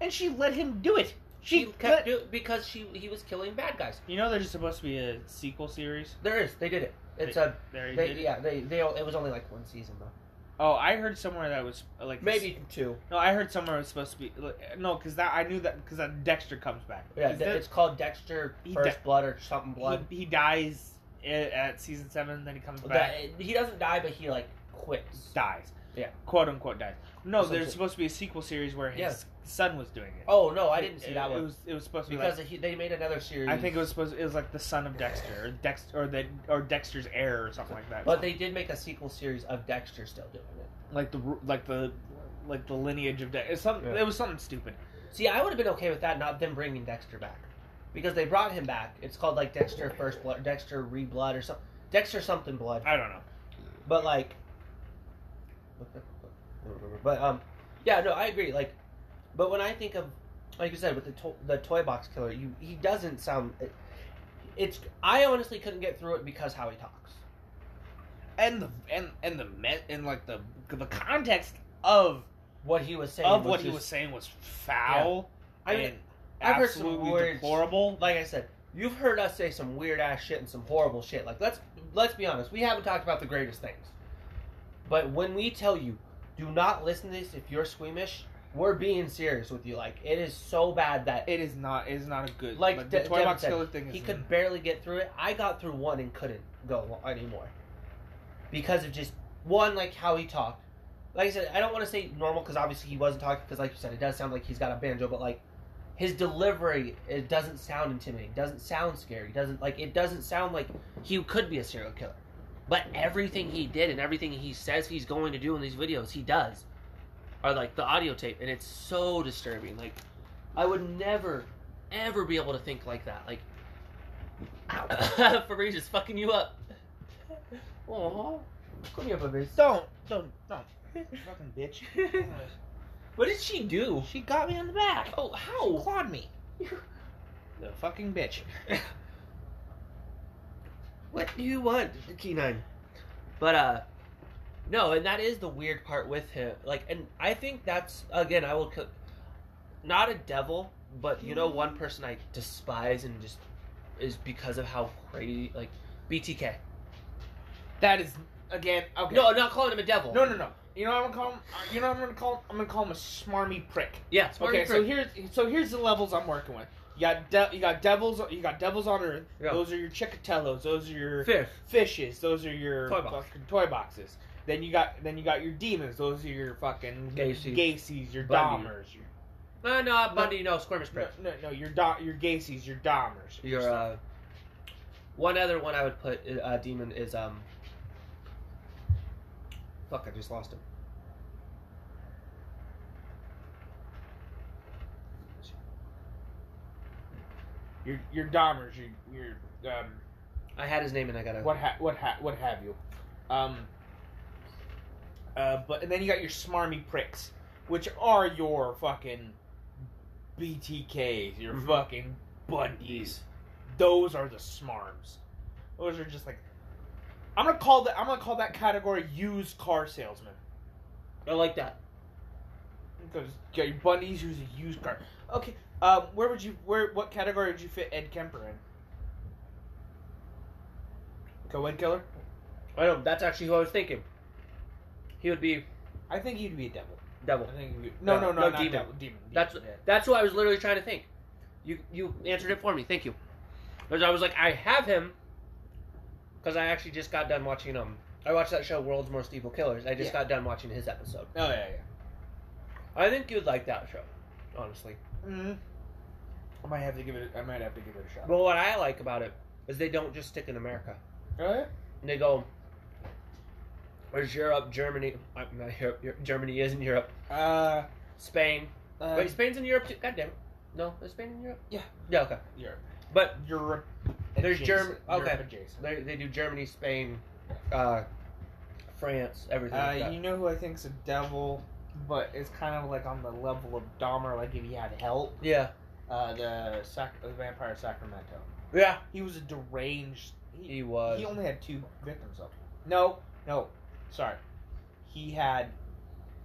[SPEAKER 4] and she let him do it.
[SPEAKER 5] She,
[SPEAKER 4] She,
[SPEAKER 5] kept
[SPEAKER 4] let,
[SPEAKER 5] do- because she he was killing bad guys.
[SPEAKER 2] You know, there's supposed to be a sequel series.
[SPEAKER 3] there is. They did it. It's
[SPEAKER 2] They-
[SPEAKER 3] a.
[SPEAKER 2] There you
[SPEAKER 3] They,
[SPEAKER 2] did it?
[SPEAKER 3] yeah. They. They. It was only like one season though.
[SPEAKER 2] Oh, I heard somewhere that was uh, like
[SPEAKER 3] Maybe two.
[SPEAKER 2] No, I heard somewhere it was supposed to be like, no, because that I knew that because that Dexter comes back.
[SPEAKER 3] Yeah.
[SPEAKER 2] Is
[SPEAKER 3] de-
[SPEAKER 2] that-
[SPEAKER 3] it's called Dexter
[SPEAKER 2] He
[SPEAKER 3] First
[SPEAKER 2] de-
[SPEAKER 3] Blood or something Blood.
[SPEAKER 2] He, he dies at, at season seven, then he comes
[SPEAKER 3] That-
[SPEAKER 2] back,
[SPEAKER 3] he doesn't die, but he like quits.
[SPEAKER 2] dies.
[SPEAKER 3] Yeah.
[SPEAKER 2] quote unquote dies. No,
[SPEAKER 3] Some
[SPEAKER 2] there's
[SPEAKER 3] shit.
[SPEAKER 2] supposed to be a sequel series where his
[SPEAKER 3] Yes.
[SPEAKER 2] son was doing it.
[SPEAKER 3] Oh no, I didn't see
[SPEAKER 2] It-
[SPEAKER 3] that
[SPEAKER 2] It
[SPEAKER 3] one
[SPEAKER 2] was it was supposed to be
[SPEAKER 3] because
[SPEAKER 2] like,
[SPEAKER 3] he, they made another series.
[SPEAKER 2] I think it was supposed it was like the son of Dexter or Dexter or the or Dexter's heir or something like that.
[SPEAKER 3] But they did make a sequel series of Dexter still doing it.
[SPEAKER 2] like the ru- like the like the lineage of Dexter. Some
[SPEAKER 3] Yeah.
[SPEAKER 2] it was something stupid.
[SPEAKER 3] See, I would have been okay with that, not them bringing Dexter back, because they brought him back. It's called like Dexter First Blood, Dexter Reblood, or something. Dexter something Blood.
[SPEAKER 2] I don't know.
[SPEAKER 3] But like, but um, yeah, no, I agree. Like, but when I think of, like you said, with the to- the toy box killer, you he doesn't sound. It, it's I honestly couldn't get through it because how he talks.
[SPEAKER 2] And the and and the met and like the the context of
[SPEAKER 3] What he was saying.
[SPEAKER 2] of what he
[SPEAKER 3] just-
[SPEAKER 2] was saying was foul.
[SPEAKER 3] I mean,
[SPEAKER 2] and
[SPEAKER 3] I've heard some
[SPEAKER 2] absolutely
[SPEAKER 3] words-
[SPEAKER 2] deplorable.
[SPEAKER 3] like I said, you've heard us say some weird ass shit and some horrible shit. Like let's let's be honest, we haven't talked about the greatest things. But when we tell you, do not listen to this if you're squeamish, we're being serious with you. Like it is so bad that
[SPEAKER 2] It is not. It is not a good.
[SPEAKER 3] like,
[SPEAKER 2] Like, the
[SPEAKER 3] De-
[SPEAKER 2] toy
[SPEAKER 3] Devin
[SPEAKER 2] box
[SPEAKER 3] said,
[SPEAKER 2] killer thing. Is
[SPEAKER 3] he could barely get through it. I got through one and couldn't go lo- anymore because of just one, like how he talked. Like I said, I don't want to say normal because obviously he wasn't talking because, like you said, it does sound like he's got a banjo, but like his delivery, it doesn't sound intimidating, doesn't sound scary, doesn't like it doesn't sound like he could be a serial killer.
[SPEAKER 5] But everything he did and everything he says he's going to do in these videos, he does. Or like the audio tape, and it's so disturbing. Like, I would never, ever be able to think like that. Like, [coughs] ow, Fabrice is fucking you up. Aww.
[SPEAKER 3] Come here, baby.
[SPEAKER 2] Don't don't don't. [laughs] Fucking bitch. [laughs]
[SPEAKER 5] What did she do?
[SPEAKER 2] She got me on the back.
[SPEAKER 5] Oh, how?
[SPEAKER 2] clawed me. [laughs] the fucking [laughs] bitch.
[SPEAKER 5] What do you want, Kenine? But uh, no, and that is the weird part with him. Like, and I think that's again, I will, co- not a devil, but you know, one person I despise and just is because of how crazy, like BTK.
[SPEAKER 2] That is again. Okay.
[SPEAKER 5] No, I'm not calling him a devil.
[SPEAKER 2] no, no, no. You know what I'm gonna call him. You know what I'm gonna call him. I'm gonna call him a smarmy prick.
[SPEAKER 5] Yeah, smart
[SPEAKER 2] okay, so
[SPEAKER 5] prick.
[SPEAKER 2] here's so here's the levels I'm working with. You got de- you got devils you got devils on earth.
[SPEAKER 5] Yeah.
[SPEAKER 2] Those are your chicatellos. Those are your
[SPEAKER 5] fifth.
[SPEAKER 2] fishes. Those are your
[SPEAKER 5] Toy box.
[SPEAKER 2] fucking toy boxes. Then you got then you got your demons. Those are your fucking
[SPEAKER 5] Gacy.
[SPEAKER 2] Gacy's, your
[SPEAKER 5] Bundy.
[SPEAKER 2] Dahmers. Your,
[SPEAKER 5] No, no, Bundy, no, squirmish prick.
[SPEAKER 2] no, no, no, your da- your Gacy's, your Dahmers.
[SPEAKER 5] Your uh,
[SPEAKER 3] One other one I would put uh, demon is um. Fuck! I just lost him.
[SPEAKER 2] your your Dahmers. Your your um
[SPEAKER 3] I had his name and I got it.
[SPEAKER 2] what ha- what ha- what have you, um. Uh, but and then you got your smarmy pricks, which are your fucking BTKs, your
[SPEAKER 5] Mhm.
[SPEAKER 2] fucking Bundys. Those are the smarms. Those are just like I'm gonna call that I'm gonna call that category used car salesman.
[SPEAKER 5] I like that.
[SPEAKER 2] Because you got your Bundys who's a used car. Okay, um, where would you where what category would you fit Ed Kemper in? Go Ed Killer.
[SPEAKER 5] I know that's actually who I was thinking. He would be
[SPEAKER 2] I think he'd be a devil.
[SPEAKER 5] devil.
[SPEAKER 2] I think he'd be, no,
[SPEAKER 5] No,
[SPEAKER 2] no, no,
[SPEAKER 5] no,
[SPEAKER 2] not
[SPEAKER 5] demon.
[SPEAKER 2] devil, demon. demon.
[SPEAKER 5] That's
[SPEAKER 2] yeah.
[SPEAKER 5] that's what I was literally trying to think. You you answered it for me. Thank you. Because I was like, I have him.
[SPEAKER 3] Because I actually just got done watching um, I watched that show World's Most Evil Killers. I just got done watching his episode.
[SPEAKER 2] Oh yeah,
[SPEAKER 3] I think you'd like that show, honestly.
[SPEAKER 2] yeah. mm I might have to give it. I might have to give it a shot.
[SPEAKER 3] But what I like about it is they don't just stick in America.
[SPEAKER 2] Alright.
[SPEAKER 3] And they go, there's Europe, Germany. uh, Not Europe. Eu- Germany is in Europe.
[SPEAKER 2] Uh,
[SPEAKER 3] Spain.
[SPEAKER 2] uh,
[SPEAKER 3] Wait, Spain's in Europe too. God damn it. No, is Spain in Europe?
[SPEAKER 2] Yeah.
[SPEAKER 3] Um, Yeah. Okay.
[SPEAKER 2] Europe.
[SPEAKER 3] But
[SPEAKER 2] Europe.
[SPEAKER 3] There's
[SPEAKER 2] adjacent,
[SPEAKER 3] Germ- okay.
[SPEAKER 2] Europe adjacent.
[SPEAKER 3] they they do Germany, Spain, uh, France, everything. like
[SPEAKER 2] Uh,
[SPEAKER 3] that.
[SPEAKER 2] you know who I think's a devil, but it's kind of like on the level of Dahmer. Like if he had help,
[SPEAKER 3] yeah.
[SPEAKER 2] uh, the sac- the vampire Sacramento.
[SPEAKER 3] Yeah.
[SPEAKER 2] He was a deranged. He,
[SPEAKER 3] He was.
[SPEAKER 2] he only had two victims of. him. No, no. Sorry. He had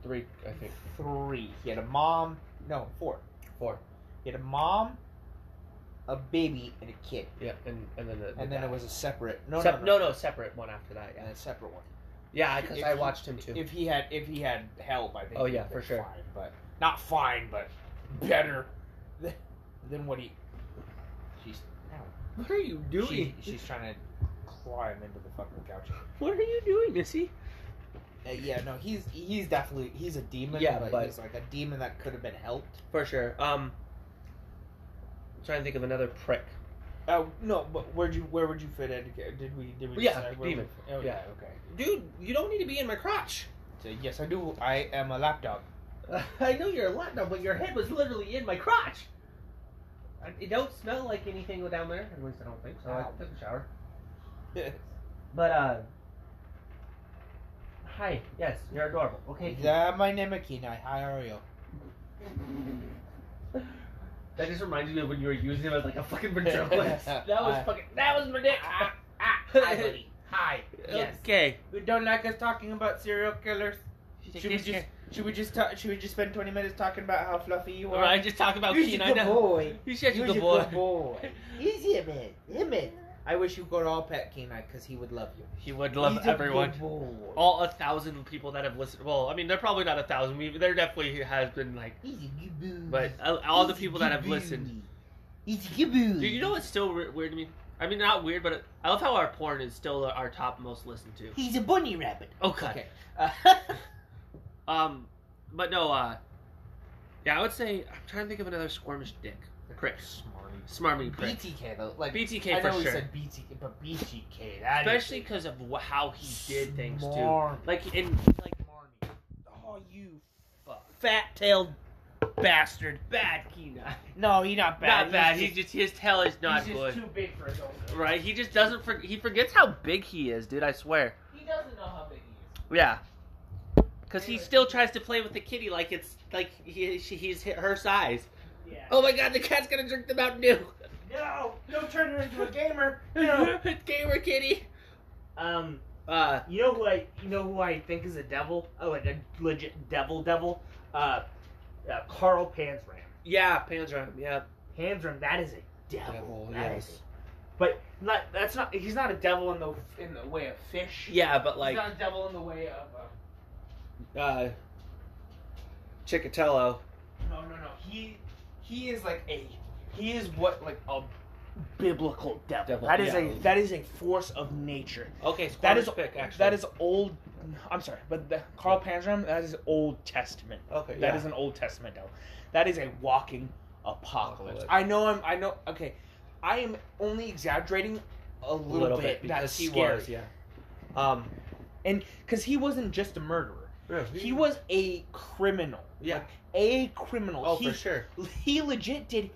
[SPEAKER 2] three, I think. Three. He had a mom. No, four.
[SPEAKER 6] Four.
[SPEAKER 2] He had a mom, a baby, and a kid.
[SPEAKER 6] Yeah, and and then the, the
[SPEAKER 2] And then
[SPEAKER 6] guy.
[SPEAKER 2] it was a separate. No,
[SPEAKER 6] Sep-
[SPEAKER 2] no, no.
[SPEAKER 6] separate one after that. Yeah,
[SPEAKER 2] And a separate one.
[SPEAKER 6] yeah, because
[SPEAKER 2] If
[SPEAKER 6] I
[SPEAKER 2] he-
[SPEAKER 6] watched him too.
[SPEAKER 2] If he had, if he had help, I think.
[SPEAKER 6] Oh,
[SPEAKER 2] he
[SPEAKER 6] yeah,
[SPEAKER 2] would've
[SPEAKER 6] for
[SPEAKER 2] been
[SPEAKER 6] sure.
[SPEAKER 2] Fine, but not fine, but better than, than what he. She's.
[SPEAKER 3] What are you
[SPEAKER 2] She, she's trying to climb into the fucking couch.
[SPEAKER 3] [laughs] what are you doing, Missy?
[SPEAKER 2] Uh, yeah, no, he's he's definitely he's a demon.
[SPEAKER 6] Yeah,
[SPEAKER 2] but,
[SPEAKER 6] but-
[SPEAKER 2] he's like a demon that could have been helped.
[SPEAKER 3] For sure. Um, I'm trying to think of another prick.
[SPEAKER 2] Uh, no, but where'd you where would you fit in? Did we did we
[SPEAKER 3] Yeah,
[SPEAKER 2] decide where
[SPEAKER 3] demon.
[SPEAKER 2] We, oh, yeah,
[SPEAKER 6] Yeah.
[SPEAKER 2] okay.
[SPEAKER 3] Dude, you don't need to be in my crotch.
[SPEAKER 2] So yes, I do. I am a lapdog.
[SPEAKER 6] [laughs] I know you're a lot now, but your head was literally in my crotch. I- It don't smell like anything down there. At least I don't think so. I
[SPEAKER 2] Ow.
[SPEAKER 6] took a shower.
[SPEAKER 2] Yes.
[SPEAKER 6] But uh, hi. Yes, you're adorable. Okay.
[SPEAKER 2] yeah, uh, my name is Kenai. Hi, how are you?
[SPEAKER 6] That just reminds me of when you were using him as like a fucking ventriloquist. that was
[SPEAKER 2] I-
[SPEAKER 6] fucking. That was ridiculous. Ah, ah,
[SPEAKER 2] [laughs]
[SPEAKER 6] hi, buddy. Hi. Yes.
[SPEAKER 3] Okay.
[SPEAKER 2] We don't like us talking about serial killers.
[SPEAKER 3] Should
[SPEAKER 2] Should we just should we just ta- should we just spend twenty minutes talking about how fluffy you
[SPEAKER 3] All
[SPEAKER 2] are?
[SPEAKER 3] right, just talk about
[SPEAKER 2] You're such a
[SPEAKER 3] Keenan.
[SPEAKER 2] good boy.
[SPEAKER 3] He's such a
[SPEAKER 2] You're
[SPEAKER 3] good
[SPEAKER 2] such
[SPEAKER 3] boy.
[SPEAKER 2] a good
[SPEAKER 3] [laughs]
[SPEAKER 2] boy. Easy, man. Him it. I wish you could all pet Kenai because he would love you.
[SPEAKER 3] He would love
[SPEAKER 2] He's a good
[SPEAKER 3] everyone.
[SPEAKER 2] boy.
[SPEAKER 3] All a thousand people that have listened. Well, I mean, they're probably not a thousand. We, there definitely has been like,
[SPEAKER 2] He's a good boy.
[SPEAKER 3] but uh, all the
[SPEAKER 2] He's a
[SPEAKER 3] people that
[SPEAKER 2] good
[SPEAKER 3] have listened.
[SPEAKER 2] boy. He's a good boy.
[SPEAKER 3] Dude, you know what's still weird, weird to me? I mean, not weird, but I love how our porn is still our top most listened to.
[SPEAKER 2] He's a bunny rabbit.
[SPEAKER 3] Oh god.
[SPEAKER 2] Okay. [laughs] Uh,
[SPEAKER 3] Um, but no. Uh, yeah, I would say I'm trying to think of another squirmish dick, prick, smarmy prick.
[SPEAKER 2] BTK though, like
[SPEAKER 3] BTK
[SPEAKER 2] I know
[SPEAKER 3] for
[SPEAKER 2] we
[SPEAKER 3] sure.
[SPEAKER 2] said BTK, but BTK that is
[SPEAKER 3] Especially because of wh- how he did things too.
[SPEAKER 2] Smarmy.
[SPEAKER 3] Like in like
[SPEAKER 2] Smarmy. Oh, you
[SPEAKER 3] fat-tailed bastard, bad Keena.
[SPEAKER 2] No, he not bad.
[SPEAKER 3] Not bad. He's just his tail is not
[SPEAKER 2] he's
[SPEAKER 3] good.
[SPEAKER 2] just too big for his own. good.
[SPEAKER 3] Right? He just doesn't. For- he forgets how big he is, dude. I swear.
[SPEAKER 2] He doesn't know how big he is.
[SPEAKER 3] Yeah. Cause he still tries to play with the kitty like it's like he, she, he's hit her size.
[SPEAKER 2] Yeah.
[SPEAKER 3] Oh my god, the cat's gonna drink the Mountain Dew.
[SPEAKER 2] No, don't turn her into a gamer.
[SPEAKER 3] [laughs]
[SPEAKER 2] No.
[SPEAKER 3] Gamer kitty.
[SPEAKER 7] Um,
[SPEAKER 3] Uh,
[SPEAKER 7] you know who I, you know who I think is a devil, oh, like a legit devil, devil. Uh, uh Carl Panzram.
[SPEAKER 3] yeah, Panzram. Yeah,
[SPEAKER 7] Panzram, that is a devil.
[SPEAKER 6] Devil,
[SPEAKER 7] That
[SPEAKER 6] yes.
[SPEAKER 7] is a- But not, that's not. He's not a devil in the in the way of fish.
[SPEAKER 3] yeah, but
[SPEAKER 7] he's
[SPEAKER 3] like
[SPEAKER 7] not a devil in the way of. Uh,
[SPEAKER 3] uh, Chicatello.
[SPEAKER 7] no, no, no. He
[SPEAKER 2] He is like a. He is what like a.
[SPEAKER 7] biblical devil.
[SPEAKER 3] Devil,
[SPEAKER 7] That is
[SPEAKER 3] yeah.
[SPEAKER 7] a that is a force of nature.
[SPEAKER 3] Okay,
[SPEAKER 7] That is
[SPEAKER 3] pick actually.
[SPEAKER 7] that is old. I'm sorry, but the, Carl Panzram that is Old Testament.
[SPEAKER 6] Okay.
[SPEAKER 7] That is an Old Testament devil. That is a walking apocalypse.
[SPEAKER 6] Apocalypse.
[SPEAKER 7] I know. I'm. I know. Okay. I am only exaggerating a
[SPEAKER 3] a
[SPEAKER 7] little, bit. That's
[SPEAKER 3] he
[SPEAKER 7] scary.
[SPEAKER 3] was. Yeah.
[SPEAKER 7] Um, and because he wasn't just a murderer, he was a criminal.
[SPEAKER 3] Yeah.
[SPEAKER 7] Like, a criminal.
[SPEAKER 3] Oh,
[SPEAKER 7] he,
[SPEAKER 3] for sure.
[SPEAKER 7] He legit did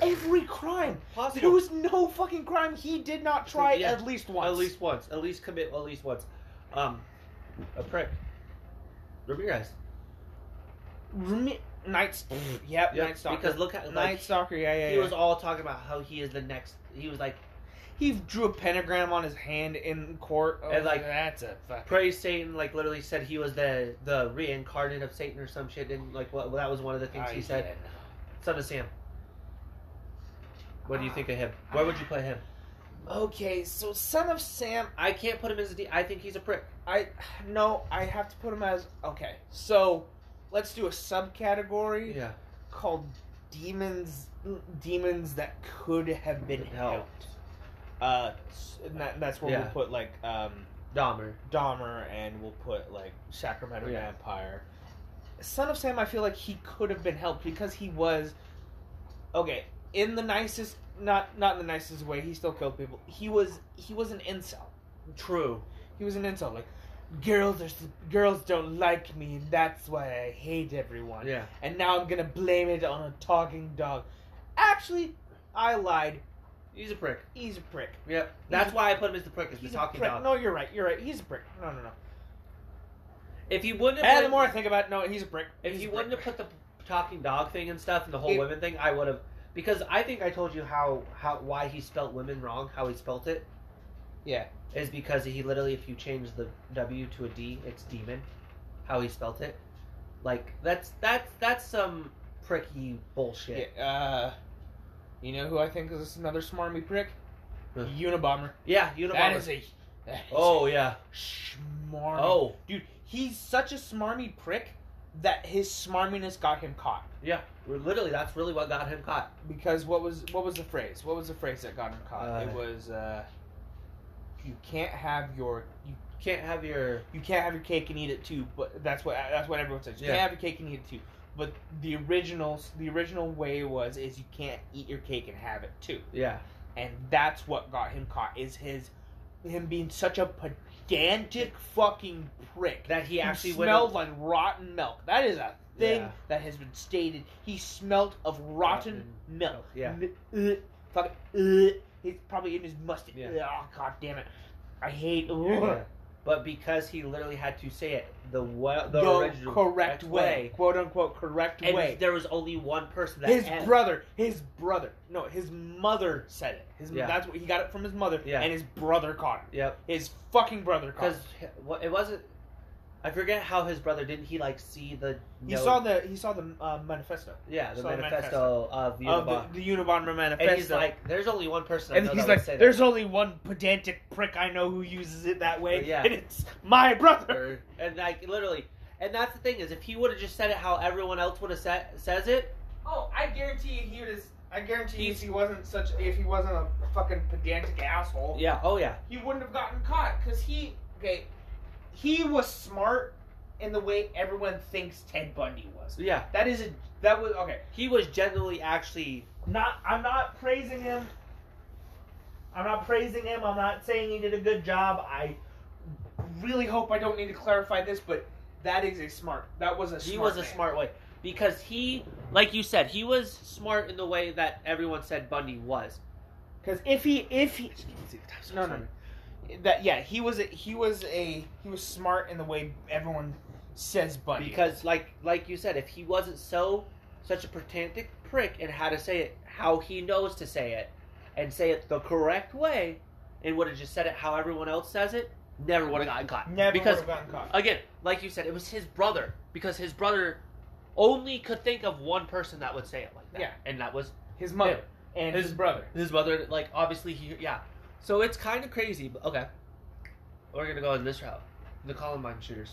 [SPEAKER 7] every crime. There
[SPEAKER 3] Possible.
[SPEAKER 7] was no fucking crime he did not try
[SPEAKER 3] Yeah.
[SPEAKER 7] at least once.
[SPEAKER 3] At least once. At least commit. At least once. Um, a prick. Ramirez.
[SPEAKER 7] Remi- Knights. Yep.
[SPEAKER 3] Yeah,
[SPEAKER 7] Night Stalker.
[SPEAKER 3] Because look at
[SPEAKER 7] Night
[SPEAKER 3] like
[SPEAKER 7] Stalker. Yeah, yeah.
[SPEAKER 3] he
[SPEAKER 7] yeah.
[SPEAKER 3] was all talking about how he is the next. He was like,
[SPEAKER 7] He drew a pentagram on his hand in court. Oh,
[SPEAKER 3] And, like,
[SPEAKER 7] that's a fucking.
[SPEAKER 3] praise Satan. Like literally said he was the the reincarnate of Satan or some shit. And like what that was one of the things he said. Son of Sam. What do you think of him? Where would you play him?
[SPEAKER 2] Okay, so son of Sam,
[SPEAKER 3] I can't put him as a D. I think he's a prick.
[SPEAKER 2] I no, I have to put him as okay. So let's do a subcategory
[SPEAKER 3] Yeah.
[SPEAKER 2] called demons, demons that could have been
[SPEAKER 3] Helped.
[SPEAKER 2] helped. Uh, s- and that, that's where
[SPEAKER 3] Yeah.
[SPEAKER 2] we'll put like um
[SPEAKER 3] Dahmer.
[SPEAKER 2] Dahmer, and we'll put like Sacramento
[SPEAKER 3] Yeah.
[SPEAKER 2] Vampire. Son of Sam, I feel like he could have been helped because he was okay in the nicest, not not in the nicest way. He still killed people. He was he was an incel.
[SPEAKER 3] True.
[SPEAKER 2] He was an insult. Like girls are s- girls don't like me, and that's why I hate everyone.
[SPEAKER 3] Yeah.
[SPEAKER 2] And now I'm gonna blame it on a talking dog. Actually, I lied.
[SPEAKER 3] He's a prick.
[SPEAKER 2] He's a prick.
[SPEAKER 3] Yep. That's why I put him as the prick. Is the
[SPEAKER 2] He's a
[SPEAKER 3] talking
[SPEAKER 2] prick.
[SPEAKER 3] dog.
[SPEAKER 2] No, you're right. You're right. He's a prick. No, no, no.
[SPEAKER 3] If you wouldn't
[SPEAKER 2] And
[SPEAKER 3] have
[SPEAKER 2] the
[SPEAKER 3] put,
[SPEAKER 2] more I think about it, no, he's a prick.
[SPEAKER 3] if
[SPEAKER 2] He's
[SPEAKER 3] you
[SPEAKER 2] a prick.
[SPEAKER 3] wouldn't have put the talking dog thing and stuff and the whole
[SPEAKER 2] It-
[SPEAKER 3] women thing, I would have because I think I told you how how why he spelt women wrong, how he spelt it.
[SPEAKER 2] Yeah.
[SPEAKER 6] Is because he literally, if you change the W to a D, it's demon. How he spelt it. Like that's that's that's some pricky bullshit.
[SPEAKER 2] Yeah, uh, you know who I think is another smarmy prick?
[SPEAKER 6] Huh.
[SPEAKER 2] Unabomber.
[SPEAKER 6] Yeah, you know.
[SPEAKER 2] That is a. that is
[SPEAKER 6] Oh yeah.
[SPEAKER 2] a smarmy.
[SPEAKER 6] Oh
[SPEAKER 2] dude, he's such a smarmy prick that his smarminess got him caught.
[SPEAKER 6] yeah. We're literally that's really what got him caught.
[SPEAKER 2] Because what was what was the phrase? What was the phrase that got him caught?
[SPEAKER 6] Uh,
[SPEAKER 2] it was uh, you can't have your you
[SPEAKER 6] Can't have your
[SPEAKER 2] you can't have your cake and eat it too. But that's what that's what everyone says. You
[SPEAKER 6] Yeah.
[SPEAKER 2] can't have your cake and eat it too. But the original the original way was is you can't eat your cake and have it too.
[SPEAKER 6] yeah.
[SPEAKER 2] and that's what got him caught is his him being such a pedantic fucking prick
[SPEAKER 6] That he
[SPEAKER 2] He
[SPEAKER 6] actually went.
[SPEAKER 2] smelled like rotten milk that is a thing
[SPEAKER 6] Yeah.
[SPEAKER 2] that has been stated he smelt of rotten,
[SPEAKER 6] Rotten
[SPEAKER 2] milk
[SPEAKER 6] Yeah.
[SPEAKER 2] Ugh, fuck, ugh. he's probably in his mustard
[SPEAKER 6] Yeah.
[SPEAKER 2] oh god damn it i hate ugh.
[SPEAKER 6] Yeah. But because he literally had to say it the wa- the,
[SPEAKER 2] the,
[SPEAKER 6] original
[SPEAKER 2] correct way, quote unquote correct
[SPEAKER 6] and
[SPEAKER 2] way
[SPEAKER 6] there was only one person that
[SPEAKER 2] his
[SPEAKER 6] ever-
[SPEAKER 2] brother, his brother, no, his mother said it. His
[SPEAKER 6] Yeah.
[SPEAKER 2] that's what he got it from his mother,
[SPEAKER 6] Yeah.
[SPEAKER 2] and his brother caught him.
[SPEAKER 6] Yep.
[SPEAKER 2] His fucking brother caught
[SPEAKER 6] Because
[SPEAKER 2] him.
[SPEAKER 6] it wasn't. I forget how his brother didn't he like see the.
[SPEAKER 2] He
[SPEAKER 6] no-
[SPEAKER 2] saw the he saw the uh, manifesto
[SPEAKER 6] Yeah, the
[SPEAKER 2] saw the
[SPEAKER 6] manifesto of the
[SPEAKER 2] of
[SPEAKER 6] Unabomber.
[SPEAKER 2] the, the Unabomber manifesto,
[SPEAKER 6] and he's like, "There's only one person." I
[SPEAKER 2] And
[SPEAKER 6] know
[SPEAKER 2] he's
[SPEAKER 6] that
[SPEAKER 2] like,
[SPEAKER 6] would say
[SPEAKER 2] "There's only one pedantic prick I know who uses it that way,
[SPEAKER 6] Yeah.
[SPEAKER 2] and it's my [laughs]
[SPEAKER 6] [laughs] that.
[SPEAKER 2] brother."
[SPEAKER 6] Or- and like literally, and that's the thing is, if he would have just said it how everyone else would have said says it,
[SPEAKER 8] Oh, I guarantee you he would. have- I guarantee you
[SPEAKER 6] He's-
[SPEAKER 8] if he wasn't such, if he wasn't a fucking pedantic asshole,
[SPEAKER 6] yeah, oh yeah,
[SPEAKER 8] he wouldn't have gotten caught. Cause he, okay, he was smart in the way everyone thinks Ted Bundy was.
[SPEAKER 6] yeah,
[SPEAKER 8] That is a that was okay.
[SPEAKER 6] he was generally actually
[SPEAKER 7] Not, I'm not praising him. I'm not praising him. I'm not saying he did a good job. I
[SPEAKER 8] Really hope I don't need to clarify this, but that is a smart. That was a smart
[SPEAKER 6] he was a
[SPEAKER 8] man.
[SPEAKER 6] smart way because he, like you said, he was smart in the way that everyone said Bundy was.
[SPEAKER 2] Because if he if he no no no. that yeah he was a, he was a he was smart in the way everyone says buddy
[SPEAKER 6] Because like like you said, if he wasn't so such a pedantic prick and how to say it how he knows to say it and say it the correct way and would have just said it how everyone else says it, never would have gotten caught.
[SPEAKER 2] never
[SPEAKER 6] because
[SPEAKER 2] would have gotten caught.
[SPEAKER 3] Again, like you said, it was his brother because his brother only could think of one person that would say it like that.
[SPEAKER 2] Yeah.
[SPEAKER 3] and that was
[SPEAKER 2] His mother and his,
[SPEAKER 3] His-
[SPEAKER 2] brother.
[SPEAKER 3] his brother. Like obviously, he yeah. So it's kind of crazy, but okay. We're gonna go on this route. The Columbine shooters.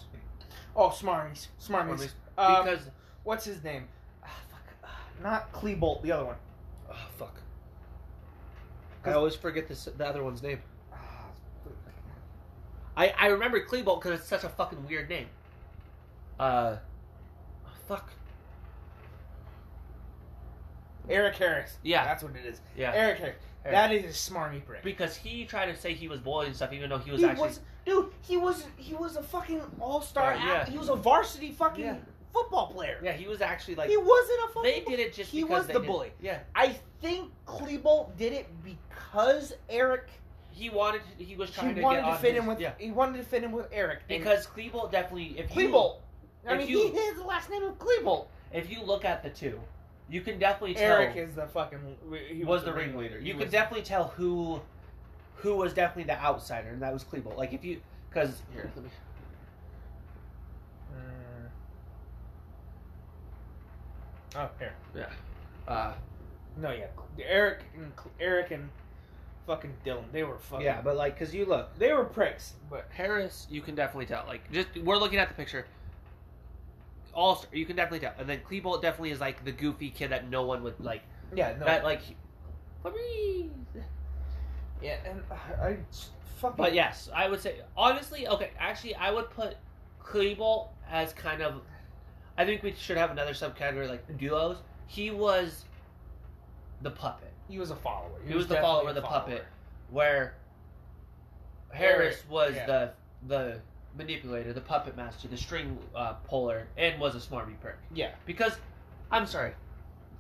[SPEAKER 2] Oh, smarmies, smarmies.
[SPEAKER 3] Because
[SPEAKER 2] Um, what's his name? Ah, fuck. Ah, Not Klebold, the other one.
[SPEAKER 3] oh fuck, I
[SPEAKER 2] Because-
[SPEAKER 3] always forget this the other one's name.
[SPEAKER 2] Ah,
[SPEAKER 3] I, I remember Klebold because it's such a fucking weird name. Uh, oh, fuck.
[SPEAKER 2] Eric Harris.
[SPEAKER 3] Yeah.
[SPEAKER 2] that's what it is.
[SPEAKER 3] Yeah.
[SPEAKER 2] Eric Harris.
[SPEAKER 3] Harris.
[SPEAKER 2] That is a smarmy prick.
[SPEAKER 3] Because he tried to say he was bullied and stuff, even though he was
[SPEAKER 2] he
[SPEAKER 3] actually. Uh,
[SPEAKER 2] was, dude. He was he was a fucking all star.
[SPEAKER 3] Yeah, yeah.
[SPEAKER 2] He was a varsity fucking
[SPEAKER 3] Yeah.
[SPEAKER 2] football player.
[SPEAKER 3] Yeah, he was actually like.
[SPEAKER 2] he wasn't a fucking.
[SPEAKER 3] they did it just
[SPEAKER 2] he
[SPEAKER 3] because
[SPEAKER 2] was
[SPEAKER 3] they
[SPEAKER 2] the
[SPEAKER 3] did-
[SPEAKER 2] bully.
[SPEAKER 3] Yeah,
[SPEAKER 2] I think Klebold did it because Eric.
[SPEAKER 3] he wanted. He was trying
[SPEAKER 2] He
[SPEAKER 3] to
[SPEAKER 2] wanted
[SPEAKER 3] get
[SPEAKER 2] to
[SPEAKER 3] on
[SPEAKER 2] fit
[SPEAKER 3] his-
[SPEAKER 2] in with.
[SPEAKER 3] Yeah,
[SPEAKER 2] He wanted to fit in with Eric and
[SPEAKER 3] because Klebold definitely. If you,
[SPEAKER 2] Klebold. I
[SPEAKER 3] if
[SPEAKER 2] mean,
[SPEAKER 3] you-
[SPEAKER 2] he has the last name of Klebold.
[SPEAKER 3] if you look at the two, you can definitely tell
[SPEAKER 2] Eric is the fucking. He
[SPEAKER 3] he was the ringleader. You could definitely tell who
[SPEAKER 6] Who was definitely the outsider and that was Klebold. Like if you because here let me
[SPEAKER 2] Mm. Oh, here.
[SPEAKER 3] uh,
[SPEAKER 2] No, yeah. Eric and Eric and fucking Dylan, they were fucking.
[SPEAKER 6] yeah, but like because you look
[SPEAKER 2] they were pricks. But
[SPEAKER 3] Harris, you can definitely tell. Like, just we're looking at the picture. All you can definitely tell, and then Klebold definitely is like the goofy kid that no one would like.
[SPEAKER 2] yeah, no.
[SPEAKER 3] That like, he-
[SPEAKER 2] yeah, and uh, I, I just fucking.
[SPEAKER 3] but yes, I would say honestly. Okay, actually, I would put Klebold as kind of. I think we should have another subcategory like duos. He was the puppet,
[SPEAKER 2] he was a follower.
[SPEAKER 3] He was the
[SPEAKER 2] definitely
[SPEAKER 3] follower,
[SPEAKER 2] a
[SPEAKER 3] the puppet. where Harris was
[SPEAKER 2] yeah.
[SPEAKER 3] the the manipulator, the puppet master, the string uh, puller, and was a smarmy prick.
[SPEAKER 2] Yeah.
[SPEAKER 3] Because, I'm sorry.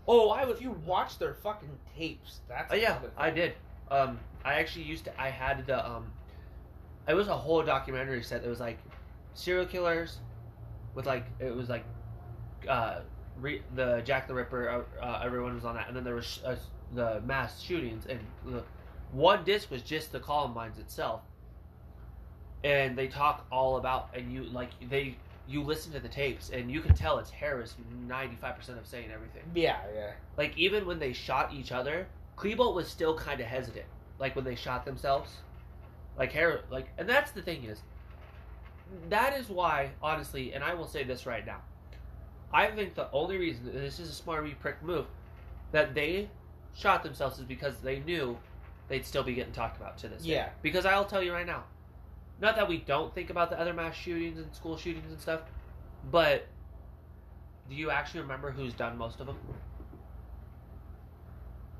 [SPEAKER 3] Oh, I was.
[SPEAKER 2] If you watch their fucking tapes, that's
[SPEAKER 3] Oh yeah,
[SPEAKER 2] another thing.
[SPEAKER 3] I did. Um, I actually used to. I had the um, it was a whole documentary set that was like serial killers, with like it was like, uh, re- the Jack the Ripper. Uh, uh, everyone was on that, and then there was uh, the mass shootings and the One disc was just the Columbines itself, and they talk all about and you like they you listen to the tapes and you can tell it's Harris ninety five percent of saying everything.
[SPEAKER 2] Yeah, yeah.
[SPEAKER 3] Like even when they shot each other, Klebold was still kind of hesitant. Like when they shot themselves, like Harris, like and that's the thing is, that is why honestly, and I will say this right now, I think the only reason and this is a smarmy prick move that they shot themselves is because they knew they'd still be getting talked about to this. day.
[SPEAKER 2] Yeah.
[SPEAKER 3] Because I'll tell you right now, not that we don't think about the other mass shootings and school shootings and stuff, but do you actually remember who's done most of them?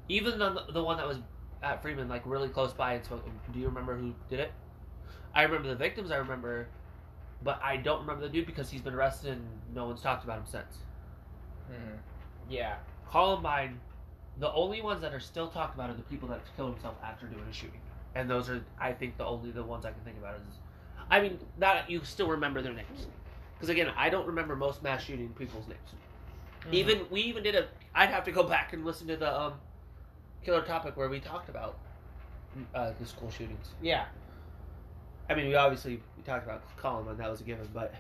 [SPEAKER 3] Even the, the one that was at Freeman, like really close by, and so, do you remember who did it? I remember the victims, I remember, but I don't remember the dude because he's been arrested and no one's talked about him since.
[SPEAKER 2] Mm-hmm. Yeah.
[SPEAKER 3] Columbine, the only ones that are still talked about are the people that killed themselves after doing a shooting, and those are, I think, the only the ones I can think about. Is, I mean, that you still remember their names, because again, I don't remember most mass shooting people's names.
[SPEAKER 2] Mm-hmm.
[SPEAKER 3] Even we even did a, I'd have to go back and listen to the um, killer topic where we talked about uh, the school shootings.
[SPEAKER 2] Mm-hmm. Yeah.
[SPEAKER 3] I mean, we obviously we talked about Columbine, that was a given, but,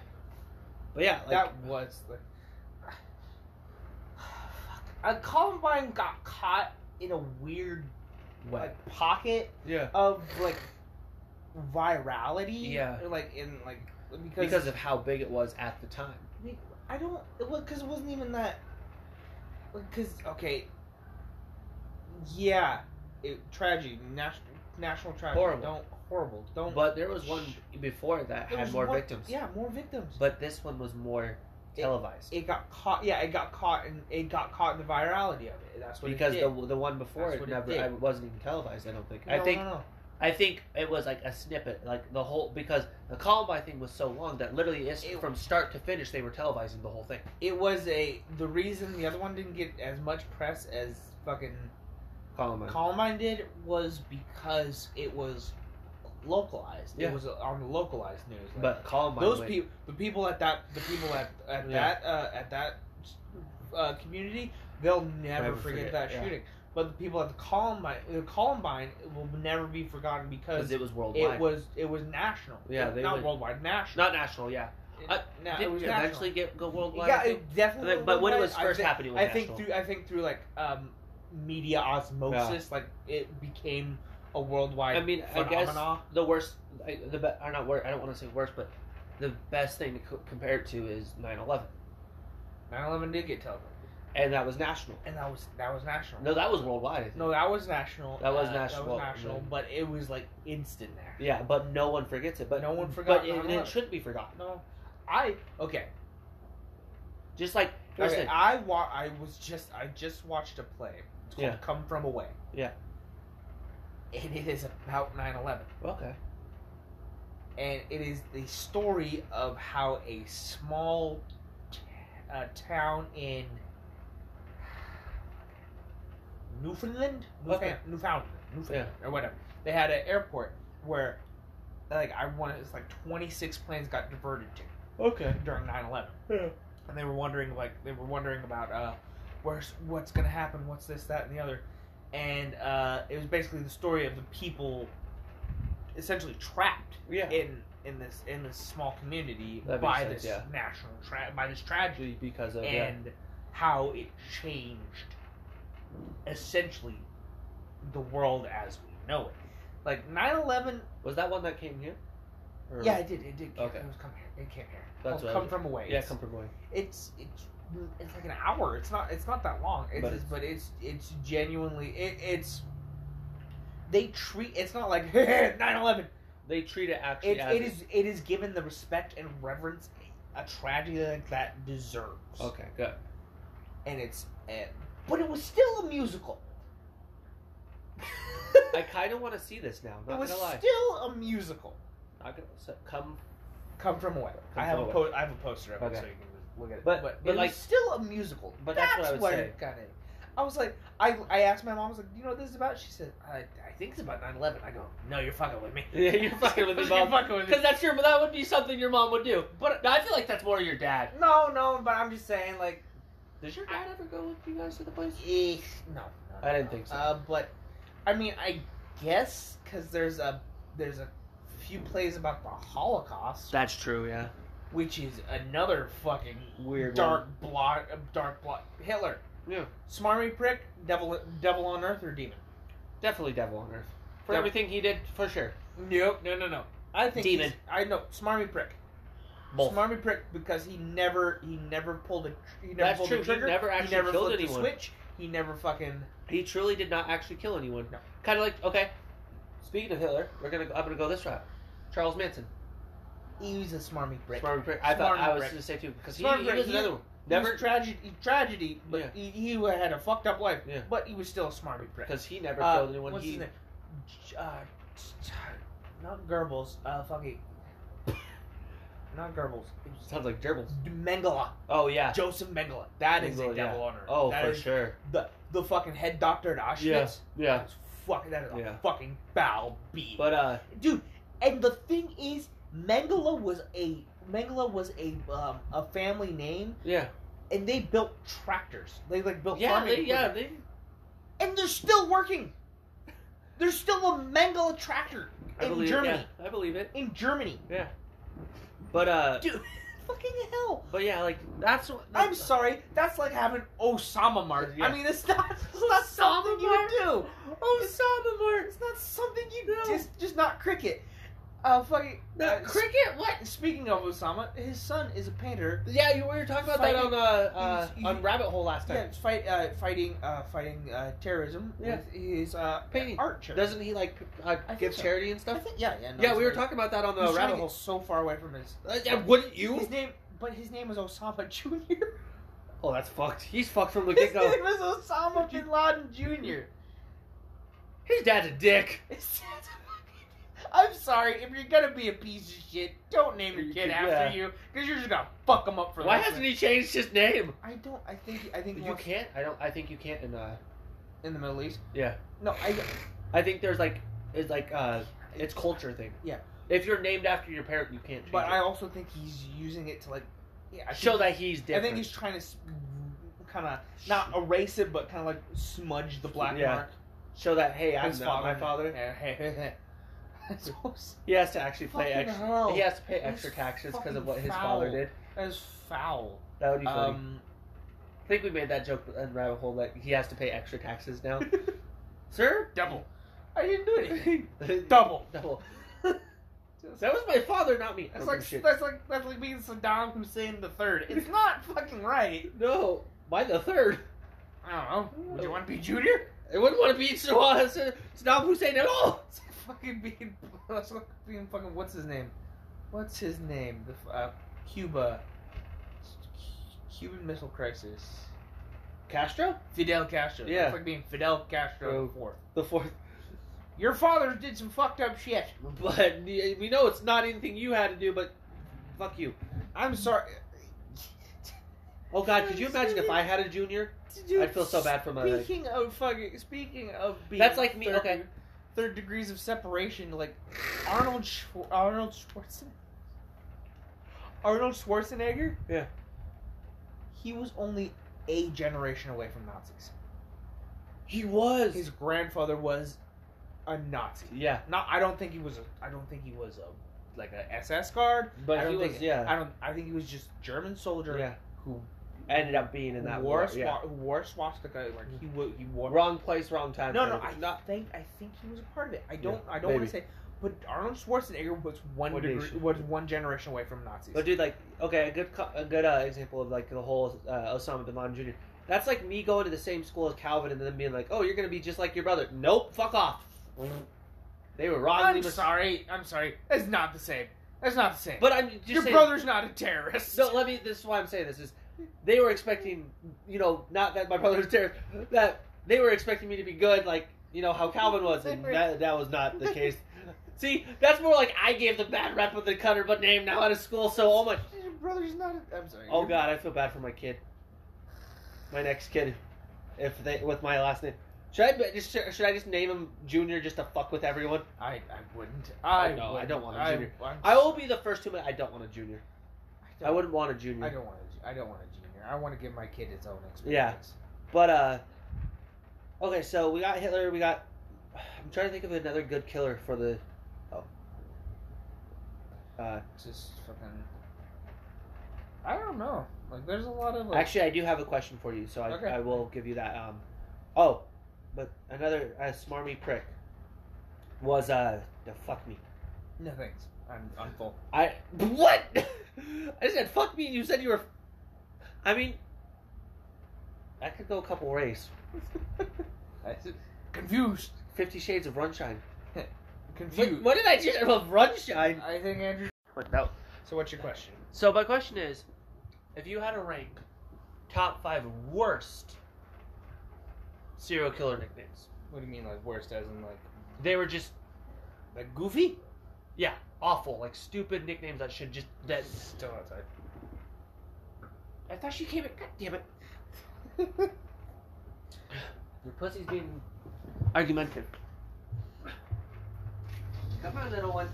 [SPEAKER 3] but yeah, like,
[SPEAKER 2] that was the. [sighs] Uh, Columbine got caught in a weird
[SPEAKER 3] what?
[SPEAKER 2] like pocket
[SPEAKER 3] Yeah.
[SPEAKER 2] of like virality.
[SPEAKER 3] Yeah.
[SPEAKER 2] Or, like in like because,
[SPEAKER 3] Because of how big it was at the time.
[SPEAKER 2] I don't it was because it wasn't even that because okay yeah it, tragedy national national tragedy
[SPEAKER 3] Horrible.
[SPEAKER 2] don't horrible don't
[SPEAKER 3] But there was one before that
[SPEAKER 2] There
[SPEAKER 3] had
[SPEAKER 2] was
[SPEAKER 3] more
[SPEAKER 2] one-
[SPEAKER 3] victims.
[SPEAKER 2] yeah more victims
[SPEAKER 3] But this one was more televised
[SPEAKER 2] it got caught yeah it got caught and it got caught in the virality of it that's what
[SPEAKER 3] because
[SPEAKER 2] it did.
[SPEAKER 3] the the one before
[SPEAKER 2] That's
[SPEAKER 3] it
[SPEAKER 2] what it
[SPEAKER 3] never
[SPEAKER 2] did.
[SPEAKER 3] I wasn't even televised. I don't think. I
[SPEAKER 2] No,
[SPEAKER 3] think
[SPEAKER 2] no, no.
[SPEAKER 3] I think it was like a snippet, like the whole because the Columbine thing was so long that literally it's
[SPEAKER 2] It-
[SPEAKER 3] from start to finish they were televising the whole thing.
[SPEAKER 2] it was a the reason the other one didn't get as much press as fucking
[SPEAKER 3] Columbine.
[SPEAKER 2] Columbine did was because it was localized.
[SPEAKER 3] Yeah.
[SPEAKER 2] It was on the localized news. Like,
[SPEAKER 3] but Columbine.
[SPEAKER 2] those
[SPEAKER 3] went-
[SPEAKER 2] people, the people at that, the people at at
[SPEAKER 3] Yeah.
[SPEAKER 2] that uh, at that uh, community, they'll never,
[SPEAKER 3] Never
[SPEAKER 2] forget,
[SPEAKER 3] forget,
[SPEAKER 2] that
[SPEAKER 3] yeah.
[SPEAKER 2] shooting. But the people at the Columbine, the Columbine will never be forgotten because
[SPEAKER 3] because
[SPEAKER 2] it,
[SPEAKER 3] it was worldwide.
[SPEAKER 2] was it was national.
[SPEAKER 3] Yeah, they
[SPEAKER 2] not
[SPEAKER 3] went-
[SPEAKER 2] worldwide, national.
[SPEAKER 3] not national. Yeah. I-
[SPEAKER 2] no,
[SPEAKER 3] Did
[SPEAKER 2] it was
[SPEAKER 3] it
[SPEAKER 2] national.
[SPEAKER 3] eventually get go worldwide? I
[SPEAKER 2] Yeah,
[SPEAKER 3] think?
[SPEAKER 2] it definitely.
[SPEAKER 3] But- but when it was
[SPEAKER 2] I
[SPEAKER 3] first
[SPEAKER 2] think-
[SPEAKER 3] happening, it was
[SPEAKER 2] I think
[SPEAKER 3] national.
[SPEAKER 2] through I think through like um, media osmosis, like it became a worldwide.
[SPEAKER 3] I mean, I guess
[SPEAKER 2] phenomena.
[SPEAKER 3] the worst, I- the be, or not worst. I don't want to say worst, but the best thing to co- compare it to is 9/11,
[SPEAKER 2] 9/11 did get televised,
[SPEAKER 3] and that was national.
[SPEAKER 2] and that was that was national.
[SPEAKER 3] No, that was worldwide. I think.
[SPEAKER 2] No, that was national. Uh,
[SPEAKER 3] That was
[SPEAKER 2] That
[SPEAKER 3] national,
[SPEAKER 2] was national,
[SPEAKER 3] yeah.
[SPEAKER 2] but it was like instant there.
[SPEAKER 3] Yeah, but no one forgets it. But
[SPEAKER 2] No one forgot
[SPEAKER 3] But it, and
[SPEAKER 2] 9/11.
[SPEAKER 3] it shouldn't be forgotten.
[SPEAKER 2] No, I okay.
[SPEAKER 3] Just like here's
[SPEAKER 2] Okay,
[SPEAKER 3] the-
[SPEAKER 2] I wa- I was just I just watched a play. It's called
[SPEAKER 3] Yeah.
[SPEAKER 2] Come From Away.
[SPEAKER 3] Yeah.
[SPEAKER 2] And it is about 9/11.
[SPEAKER 3] okay,
[SPEAKER 2] and it is the story of how a small t- uh, town in Newfoundland,
[SPEAKER 3] Okay.
[SPEAKER 2] Newfoundland, Newfoundland, Newfoundland or whatever. They had an airport where, like, I want it's like twenty six planes got diverted to
[SPEAKER 3] okay,
[SPEAKER 2] during 9-11. and they were wondering like they were wondering about uh, where's what's gonna happen, what's this, that, and the other, and uh, it was basically the story of the people essentially trapped
[SPEAKER 3] yeah.
[SPEAKER 2] in in this in this small community
[SPEAKER 3] That makes
[SPEAKER 2] by
[SPEAKER 3] sense,
[SPEAKER 2] this
[SPEAKER 3] yeah.
[SPEAKER 2] national tra- by this tragedy
[SPEAKER 3] because of yeah.
[SPEAKER 2] and how it changed essentially the world as we know it. Like 9/11,
[SPEAKER 3] was that one that came here? Or-
[SPEAKER 2] yeah, it did, it did. Came,
[SPEAKER 3] Okay.
[SPEAKER 2] It was come here. It came here.
[SPEAKER 3] That's
[SPEAKER 2] oh,
[SPEAKER 3] what I
[SPEAKER 2] come
[SPEAKER 3] was-
[SPEAKER 2] from away.
[SPEAKER 3] yeah,
[SPEAKER 2] It's-
[SPEAKER 3] come from away.
[SPEAKER 2] it's it's it's like an hour. It's not it's not that long. It's
[SPEAKER 3] But
[SPEAKER 2] but it's, but it's, it's genuinely it, it's they treat it's not like [laughs] 9/11.
[SPEAKER 3] They treat it actually
[SPEAKER 2] It,
[SPEAKER 3] as
[SPEAKER 2] it is it is given the respect and reverence a tragedy like that deserves.
[SPEAKER 3] okay, good.
[SPEAKER 2] And it's eh, but it was still a musical.
[SPEAKER 3] [laughs]
[SPEAKER 2] [laughs]
[SPEAKER 3] I kind of want to see this now.
[SPEAKER 2] it
[SPEAKER 3] Not
[SPEAKER 2] was
[SPEAKER 3] gonna lie.
[SPEAKER 2] still a musical.
[SPEAKER 3] not gonna so, come [laughs]
[SPEAKER 2] Come from away.
[SPEAKER 3] Come
[SPEAKER 2] I have a
[SPEAKER 3] From Away.
[SPEAKER 2] po- I have a poster of
[SPEAKER 3] Okay.
[SPEAKER 2] it so you can just look at it.
[SPEAKER 3] But-
[SPEAKER 2] but,
[SPEAKER 3] but
[SPEAKER 2] it
[SPEAKER 3] like-
[SPEAKER 2] was still a musical.
[SPEAKER 3] but that's what I would say.
[SPEAKER 2] it got it. I was like, I, I asked my mom, I was like, "Do you know what this is about? She said, I, I think it's about 9-11. I go, no, you're fucking with me.
[SPEAKER 3] Yeah, you're fucking with me,
[SPEAKER 2] [laughs] You're
[SPEAKER 3] mom.
[SPEAKER 2] fucking with me.
[SPEAKER 3] Because that's your that would be something your mom would do. But I feel like that's more your dad.
[SPEAKER 2] No, no, but I'm just saying, like,
[SPEAKER 3] Does your dad ever go with you guys to the place?
[SPEAKER 2] eh, no, no, no,
[SPEAKER 3] I didn't
[SPEAKER 2] no.
[SPEAKER 3] think so.
[SPEAKER 2] Uh, but I mean, I guess because there's a there's a few plays about the Holocaust,
[SPEAKER 3] That's true. Yeah.
[SPEAKER 2] which is another fucking
[SPEAKER 1] Weird.
[SPEAKER 2] dark block, uh, dark block. Hitler,
[SPEAKER 3] Yeah.
[SPEAKER 2] smarmy prick, devil, devil on earth or demon.
[SPEAKER 3] Definitely devil on earth for
[SPEAKER 2] Devil.
[SPEAKER 3] everything he did for sure.
[SPEAKER 2] Nope, no, no, no. I think
[SPEAKER 3] Demon.
[SPEAKER 2] he's- I know smarmy prick.
[SPEAKER 3] Both.
[SPEAKER 2] Smarmy prick because he never he never pulled a he never
[SPEAKER 3] That's
[SPEAKER 2] pulled
[SPEAKER 3] true,
[SPEAKER 2] a
[SPEAKER 3] he
[SPEAKER 2] trigger.
[SPEAKER 3] never actually killed
[SPEAKER 2] flipped a
[SPEAKER 3] anyone.
[SPEAKER 2] switch. He never fucking
[SPEAKER 3] He truly did not actually kill anyone.
[SPEAKER 2] No.
[SPEAKER 3] Kind of like okay. Speaking of Hitler, we're gonna I'm gonna go this route. Charles Manson.
[SPEAKER 2] he was a smarmy prick.
[SPEAKER 3] Smart prick. I thought
[SPEAKER 2] Smart
[SPEAKER 3] I was
[SPEAKER 2] prick.
[SPEAKER 3] gonna say too because he,
[SPEAKER 2] Smart
[SPEAKER 3] he
[SPEAKER 2] prick.
[SPEAKER 3] was
[SPEAKER 2] He-
[SPEAKER 3] another one.
[SPEAKER 2] Never
[SPEAKER 3] Never
[SPEAKER 2] tragedy tragedy, but
[SPEAKER 3] Yeah.
[SPEAKER 2] he, he had a fucked up life.
[SPEAKER 3] Yeah.
[SPEAKER 2] But he was still a smarmy prick.
[SPEAKER 3] because he never
[SPEAKER 2] Uh,
[SPEAKER 3] killed anyone.
[SPEAKER 2] what's
[SPEAKER 3] He
[SPEAKER 2] his name? J- Uh, t- not Goebbels. Uh, fucking. Not Goebbels. It was
[SPEAKER 3] sounds like gerbils.
[SPEAKER 2] Mengele.
[SPEAKER 3] Oh yeah.
[SPEAKER 2] Joseph Mengele. That is
[SPEAKER 3] Mengele,
[SPEAKER 2] a
[SPEAKER 3] yeah.
[SPEAKER 2] devil on earth.
[SPEAKER 3] Oh
[SPEAKER 2] That
[SPEAKER 3] for
[SPEAKER 2] is
[SPEAKER 3] sure.
[SPEAKER 2] The the fucking head doctor at Auschwitz.
[SPEAKER 3] Yeah. Yeah.
[SPEAKER 2] That's fucking. That is
[SPEAKER 3] Yeah.
[SPEAKER 2] a fucking foul beat.
[SPEAKER 3] But uh,
[SPEAKER 2] dude, and the thing is, Mengele was a Mengele was a um, a family name,
[SPEAKER 3] yeah,
[SPEAKER 2] and they built tractors. They like built
[SPEAKER 3] yeah,
[SPEAKER 2] farming
[SPEAKER 3] they, yeah,
[SPEAKER 2] equipment.
[SPEAKER 3] they,
[SPEAKER 2] and they're still working. There's still a Mengele tractor
[SPEAKER 3] I
[SPEAKER 2] in
[SPEAKER 3] believe
[SPEAKER 2] Germany.
[SPEAKER 3] It, yeah, I believe it.
[SPEAKER 2] In Germany,
[SPEAKER 3] But uh,
[SPEAKER 2] dude, [laughs] fucking hell!
[SPEAKER 3] but yeah, like that's. what-
[SPEAKER 2] I'm sorry, that's like having Osama Mart.
[SPEAKER 3] Yeah.
[SPEAKER 2] I mean, it's not, it's not something you would do. Oh, Osama Mart. It's not something you do. Just, just not cricket. Uh, fucking uh,
[SPEAKER 3] cricket. What?
[SPEAKER 2] Speaking of Osama, his son is a painter.
[SPEAKER 3] Yeah, you, we were talking about that
[SPEAKER 2] Fighting-
[SPEAKER 3] on uh,
[SPEAKER 2] he's-
[SPEAKER 3] uh
[SPEAKER 2] he's-
[SPEAKER 3] on Rabbit Hole last
[SPEAKER 2] Yeah,
[SPEAKER 3] time.
[SPEAKER 2] fight, uh, fighting, uh, fighting uh, terrorism
[SPEAKER 3] Yeah.
[SPEAKER 2] with his uh,
[SPEAKER 3] Painting.
[SPEAKER 2] art. charity.
[SPEAKER 3] Doesn't he like p- uh,
[SPEAKER 2] I think
[SPEAKER 3] give
[SPEAKER 2] so.
[SPEAKER 3] charity and
[SPEAKER 2] I
[SPEAKER 3] stuff?
[SPEAKER 2] think, yeah, yeah. no,
[SPEAKER 3] yeah,
[SPEAKER 2] he's
[SPEAKER 3] we were
[SPEAKER 2] right.
[SPEAKER 3] talking about that on
[SPEAKER 2] He's
[SPEAKER 3] uh,
[SPEAKER 2] trying
[SPEAKER 3] Rabbit
[SPEAKER 2] to
[SPEAKER 3] Hole.
[SPEAKER 2] get so far away from his.
[SPEAKER 3] Uh, yeah, wouldn't you?
[SPEAKER 2] His name, but his name is Osama Jr.
[SPEAKER 3] [laughs] Oh, that's fucked. He's fucked from the
[SPEAKER 2] His
[SPEAKER 3] get
[SPEAKER 2] [laughs]
[SPEAKER 3] go.
[SPEAKER 2] name is Osama bin Laden
[SPEAKER 3] [laughs]
[SPEAKER 2] Jr.
[SPEAKER 3] His dad's a dick.
[SPEAKER 2] It's- I'm sorry, if you're gonna be a piece of shit, don't name your kid
[SPEAKER 3] Yeah.
[SPEAKER 2] after you, because you're just gonna fuck him up for
[SPEAKER 3] Why
[SPEAKER 2] life.
[SPEAKER 3] hasn't he changed his name?
[SPEAKER 2] I don't. I think. I think he
[SPEAKER 3] You
[SPEAKER 2] wants-
[SPEAKER 3] can't. I don't. I think you can't. In uh,
[SPEAKER 2] in the Middle East.
[SPEAKER 3] Yeah.
[SPEAKER 2] No, I.
[SPEAKER 3] I think there's like, it's like uh, it's culture thing.
[SPEAKER 2] Yeah.
[SPEAKER 3] If you're named after your parent, you can't. Change
[SPEAKER 2] But
[SPEAKER 3] it.
[SPEAKER 2] I also think he's using it to like. Yeah, I
[SPEAKER 3] show
[SPEAKER 2] think,
[SPEAKER 3] that he's different.
[SPEAKER 2] I think he's trying to kind of not erase it, but kind of like smudge the black
[SPEAKER 3] Yeah.
[SPEAKER 2] mark.
[SPEAKER 3] show that hey, I'm
[SPEAKER 2] His
[SPEAKER 3] not my father.
[SPEAKER 2] father. [laughs] That's
[SPEAKER 3] He has to actually pay
[SPEAKER 2] Fucking
[SPEAKER 3] extra.
[SPEAKER 2] hell.
[SPEAKER 3] He has to pay
[SPEAKER 2] That's
[SPEAKER 3] extra taxes because of what his
[SPEAKER 2] fucking
[SPEAKER 3] father
[SPEAKER 2] foul.
[SPEAKER 3] did.
[SPEAKER 2] That is foul.
[SPEAKER 3] That would be funny.
[SPEAKER 2] Um,
[SPEAKER 3] I think we made that joke in rabbit hole that he has to pay extra
[SPEAKER 2] [laughs]
[SPEAKER 3] taxes now. Sir,
[SPEAKER 2] [laughs] double. I didn't do anything.
[SPEAKER 3] double.
[SPEAKER 2] [laughs] Double.
[SPEAKER 3] [laughs] That was my father, not me.
[SPEAKER 2] That's
[SPEAKER 3] Oh,
[SPEAKER 2] like
[SPEAKER 3] shit.
[SPEAKER 2] that's like that's like being Saddam Hussein the third. It's [laughs] not fucking right.
[SPEAKER 3] no. By the third,
[SPEAKER 2] I don't know. Would you want to be Junior?
[SPEAKER 3] I wouldn't want to be [laughs] Saddam Saddam Hussein at all.
[SPEAKER 2] [laughs] It's like fucking being [laughs] that's like being fucking what's his name? What's his name? The f- uh, Cuba. Cuban Missile Crisis.
[SPEAKER 3] Castro,
[SPEAKER 2] Fidel Castro.
[SPEAKER 3] Yeah.
[SPEAKER 2] It's like being Fidel Castro the fourth.
[SPEAKER 3] the fourth,
[SPEAKER 2] Oh.
[SPEAKER 3] [laughs]
[SPEAKER 2] Your father did some fucked up shit.
[SPEAKER 3] but we know it's not anything you had to do. But fuck you.
[SPEAKER 2] I'm sorry.
[SPEAKER 3] Oh God, could you imagine if I had a junior?
[SPEAKER 2] Dude,
[SPEAKER 3] I'd feel so bad for my. like,
[SPEAKER 2] Speaking of fucking, speaking of being
[SPEAKER 3] That's like me-
[SPEAKER 2] Third,
[SPEAKER 3] okay.
[SPEAKER 2] Third degrees of separation, like Arnold Schwar- Arnold Schwarzenegger. Arnold Schwarzenegger.
[SPEAKER 3] Yeah.
[SPEAKER 2] He was only a generation away from Nazis.
[SPEAKER 3] He was.
[SPEAKER 2] His grandfather was a Nazi.
[SPEAKER 3] yeah,
[SPEAKER 2] Not, I don't think he was. A, I don't think he was a like a SS guard. I
[SPEAKER 3] but
[SPEAKER 2] don't
[SPEAKER 3] he
[SPEAKER 2] think,
[SPEAKER 3] was. Yeah,
[SPEAKER 2] I don't. I think he was just German soldier
[SPEAKER 3] yeah.
[SPEAKER 2] who
[SPEAKER 3] Ended up being in that
[SPEAKER 2] wore
[SPEAKER 3] war.
[SPEAKER 2] a
[SPEAKER 3] yeah.
[SPEAKER 2] swa- who wore a swastika. Like he wo- he wore
[SPEAKER 3] Wrong place, wrong time.
[SPEAKER 2] No,
[SPEAKER 3] kind
[SPEAKER 2] no,
[SPEAKER 3] of
[SPEAKER 2] I
[SPEAKER 3] thing.
[SPEAKER 2] think I think he was a part of it. I don't I
[SPEAKER 3] maybe.
[SPEAKER 2] don't want to say, but Arnold Schwarzenegger was one
[SPEAKER 3] One
[SPEAKER 2] degree,
[SPEAKER 3] nation.
[SPEAKER 2] was one generation away from Nazis.
[SPEAKER 3] But dude, like, okay, a good, co- a good uh, example of like the whole uh, Osama bin Laden Jr. That's like me going to the same school as Calvin and then being like, "Oh, you're gonna be just like your brother." Nope, fuck off. They were wrong.
[SPEAKER 2] I'm sorry, I'm sorry. That's not the same. That's not the same.
[SPEAKER 3] But I'm just
[SPEAKER 2] your
[SPEAKER 3] saying-
[SPEAKER 2] brother's not a terrorist.
[SPEAKER 3] No, let me. This is why I'm saying this is, they were expecting, you know, not that my brother's terrorist, that they were expecting me to be good, like you know how Calvin was, and that, that was not the case. See, that's more like I gave the bad rep of the cutter but name now out of school. So oh my,
[SPEAKER 2] [laughs] your brother's not. A, I'm sorry.
[SPEAKER 3] oh god, I feel bad for my kid, my next kid, if they with my last name. Should I be- just should I just name him Junior just to fuck with everyone?
[SPEAKER 2] I I wouldn't. I
[SPEAKER 3] know, Oh, I
[SPEAKER 2] wouldn't.
[SPEAKER 3] don't want a
[SPEAKER 2] I-
[SPEAKER 3] junior.
[SPEAKER 2] I'm
[SPEAKER 3] I will
[SPEAKER 2] sorry.
[SPEAKER 3] be the first to admit I don't want a Junior.
[SPEAKER 2] I
[SPEAKER 3] I
[SPEAKER 2] don't-
[SPEAKER 3] wouldn't want a
[SPEAKER 2] I
[SPEAKER 3] Junior.
[SPEAKER 2] don't want a. ju- I don't want a junior. I want to give my kid its own
[SPEAKER 3] Yeah.
[SPEAKER 2] experience.
[SPEAKER 3] But uh okay, so we got Hitler, we got
[SPEAKER 6] I'm trying to think of another good killer for the. Oh. Uh,
[SPEAKER 2] Just fucking. I don't know. Like, there's a lot of like.
[SPEAKER 6] actually, I do have a question for you, so I,
[SPEAKER 2] Okay.
[SPEAKER 6] I will give you that. Um, oh, but another uh, smarmy prick was uh, the fuck me.
[SPEAKER 2] no thanks. I'm I'm full.
[SPEAKER 6] I [laughs] what? I said fuck me. and You said you were. I mean, I could go a couple
[SPEAKER 3] [laughs]
[SPEAKER 6] ways.
[SPEAKER 2] I just, confused.
[SPEAKER 6] Fifty Shades of Runshine. What,
[SPEAKER 2] Confused.
[SPEAKER 6] what did I just? Well, Runshine.
[SPEAKER 2] I think Andrew.
[SPEAKER 3] But no.
[SPEAKER 2] So what's your question?
[SPEAKER 3] So my question is, if you had to rank top five worst serial killer nicknames,
[SPEAKER 2] What do you mean like worst? As in like
[SPEAKER 3] they were just
[SPEAKER 2] like goofy?
[SPEAKER 3] awful, like stupid nicknames that should just that.
[SPEAKER 2] Still [laughs] outside.
[SPEAKER 3] I thought she came in. God damn it! Your pussy's being argumentative. Come on, little one.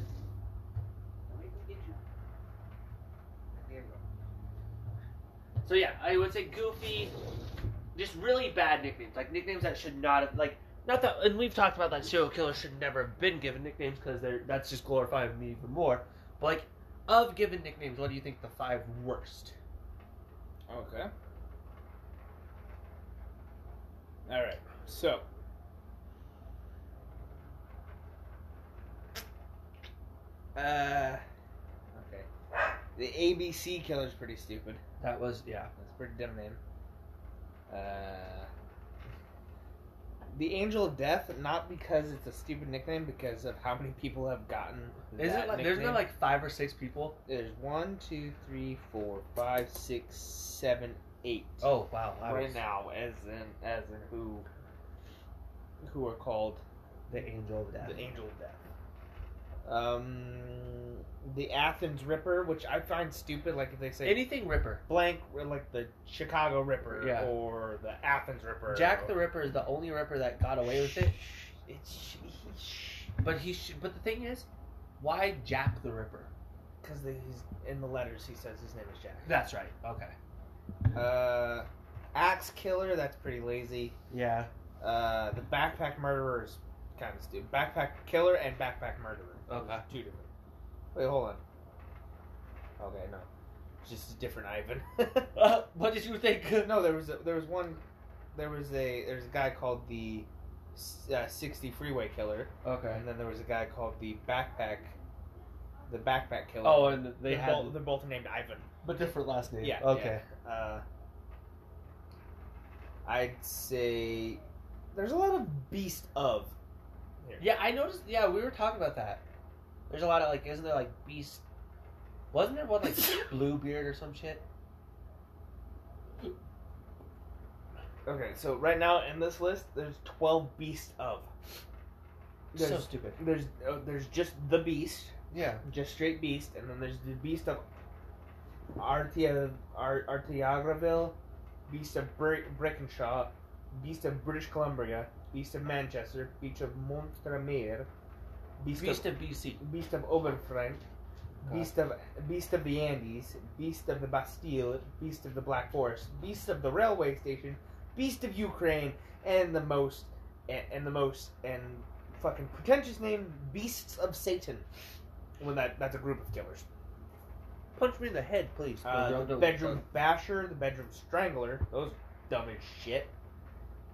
[SPEAKER 3] So yeah, I would say goofy, just really bad nicknames, like nicknames that should not have, like not that, and we've talked about that serial killers should never have been given nicknames because they're that's just glorifying me even more. But like, of given nicknames, what do you think the five worst?
[SPEAKER 2] Okay. All right. So. Uh. Okay. The ABC killer's pretty stupid.
[SPEAKER 6] That was yeah.
[SPEAKER 2] That's a pretty dumb name. Uh. The Angel of Death, not because it's a stupid nickname, because of how many people have gotten.
[SPEAKER 6] Is
[SPEAKER 2] that
[SPEAKER 6] it like there's
[SPEAKER 2] nickname.
[SPEAKER 6] not like five or six people?
[SPEAKER 2] There's one, two, three, four, five, six, seven, eight.
[SPEAKER 6] Oh wow! I
[SPEAKER 2] right
[SPEAKER 6] was
[SPEAKER 2] now, as in as in who who are called
[SPEAKER 6] the angel of death.
[SPEAKER 2] the Angel of Death. Um, the Athens Ripper, which I find stupid. Like if they say
[SPEAKER 3] Anything Ripper.
[SPEAKER 2] blank, or like the Chicago Ripper
[SPEAKER 6] Yeah.
[SPEAKER 2] or the Athens Ripper.
[SPEAKER 6] Jack
[SPEAKER 2] or-
[SPEAKER 6] the Ripper is the only Ripper that got away with it.
[SPEAKER 2] It's
[SPEAKER 3] But he should. But the thing is, why Jack the Ripper?
[SPEAKER 2] because he's in the letters. He says his name is Jack.
[SPEAKER 3] That's right. Okay.
[SPEAKER 2] Uh, Axe Killer. That's pretty lazy.
[SPEAKER 6] Yeah.
[SPEAKER 2] Uh, the backpack murderer is kind of stupid. Backpack killer and backpack murderer.
[SPEAKER 3] Okay.
[SPEAKER 2] Those are Two different. Wait, hold on. Okay, no. It's Just a different Ivan.
[SPEAKER 3] [laughs]
[SPEAKER 2] [laughs]
[SPEAKER 3] what did you think?
[SPEAKER 2] no, there was a, there was one, there was a there's a guy called the uh, sixty freeway killer,
[SPEAKER 6] Okay.
[SPEAKER 2] and then there was a guy called the backpack, the backpack killer.
[SPEAKER 6] Oh, and they
[SPEAKER 2] they're
[SPEAKER 6] had
[SPEAKER 2] both, they're both named Ivan.
[SPEAKER 6] but different last name.
[SPEAKER 2] Yeah,
[SPEAKER 6] Okay.
[SPEAKER 2] Uh, I'd say there's a lot of beast of.
[SPEAKER 6] Yeah, I noticed. Yeah, we were talking about that. There's a lot of like, isn't there like beast? Wasn't there one [laughs] like Bluebeard or some shit?
[SPEAKER 2] Okay, so right now in this list, there's twelve beasts of. There's
[SPEAKER 6] so stupid.
[SPEAKER 2] there's uh, there's just the beast,
[SPEAKER 6] Yeah.
[SPEAKER 2] just straight beast, and then there's the beast of Artia Ar- Artiagraville, beast of Br- Brickenshaw, beast of British Columbia, beast of Manchester, beast of Montremer, beast,
[SPEAKER 3] Beast of BC.
[SPEAKER 2] of beast of Oberfrank, beast of beast of the Andes, beast of the Bastille, beast of the Black Forest, beast of the railway station, beast of Ukraine, and the most and, and the most and fucking pretentious name, beasts of Satan. When that that's a group of killers.
[SPEAKER 6] Punch me in the head, please.
[SPEAKER 2] Uh,
[SPEAKER 6] No,
[SPEAKER 2] the
[SPEAKER 6] no, no.
[SPEAKER 2] bedroom basher, the bedroom strangler. Those dumb as shit.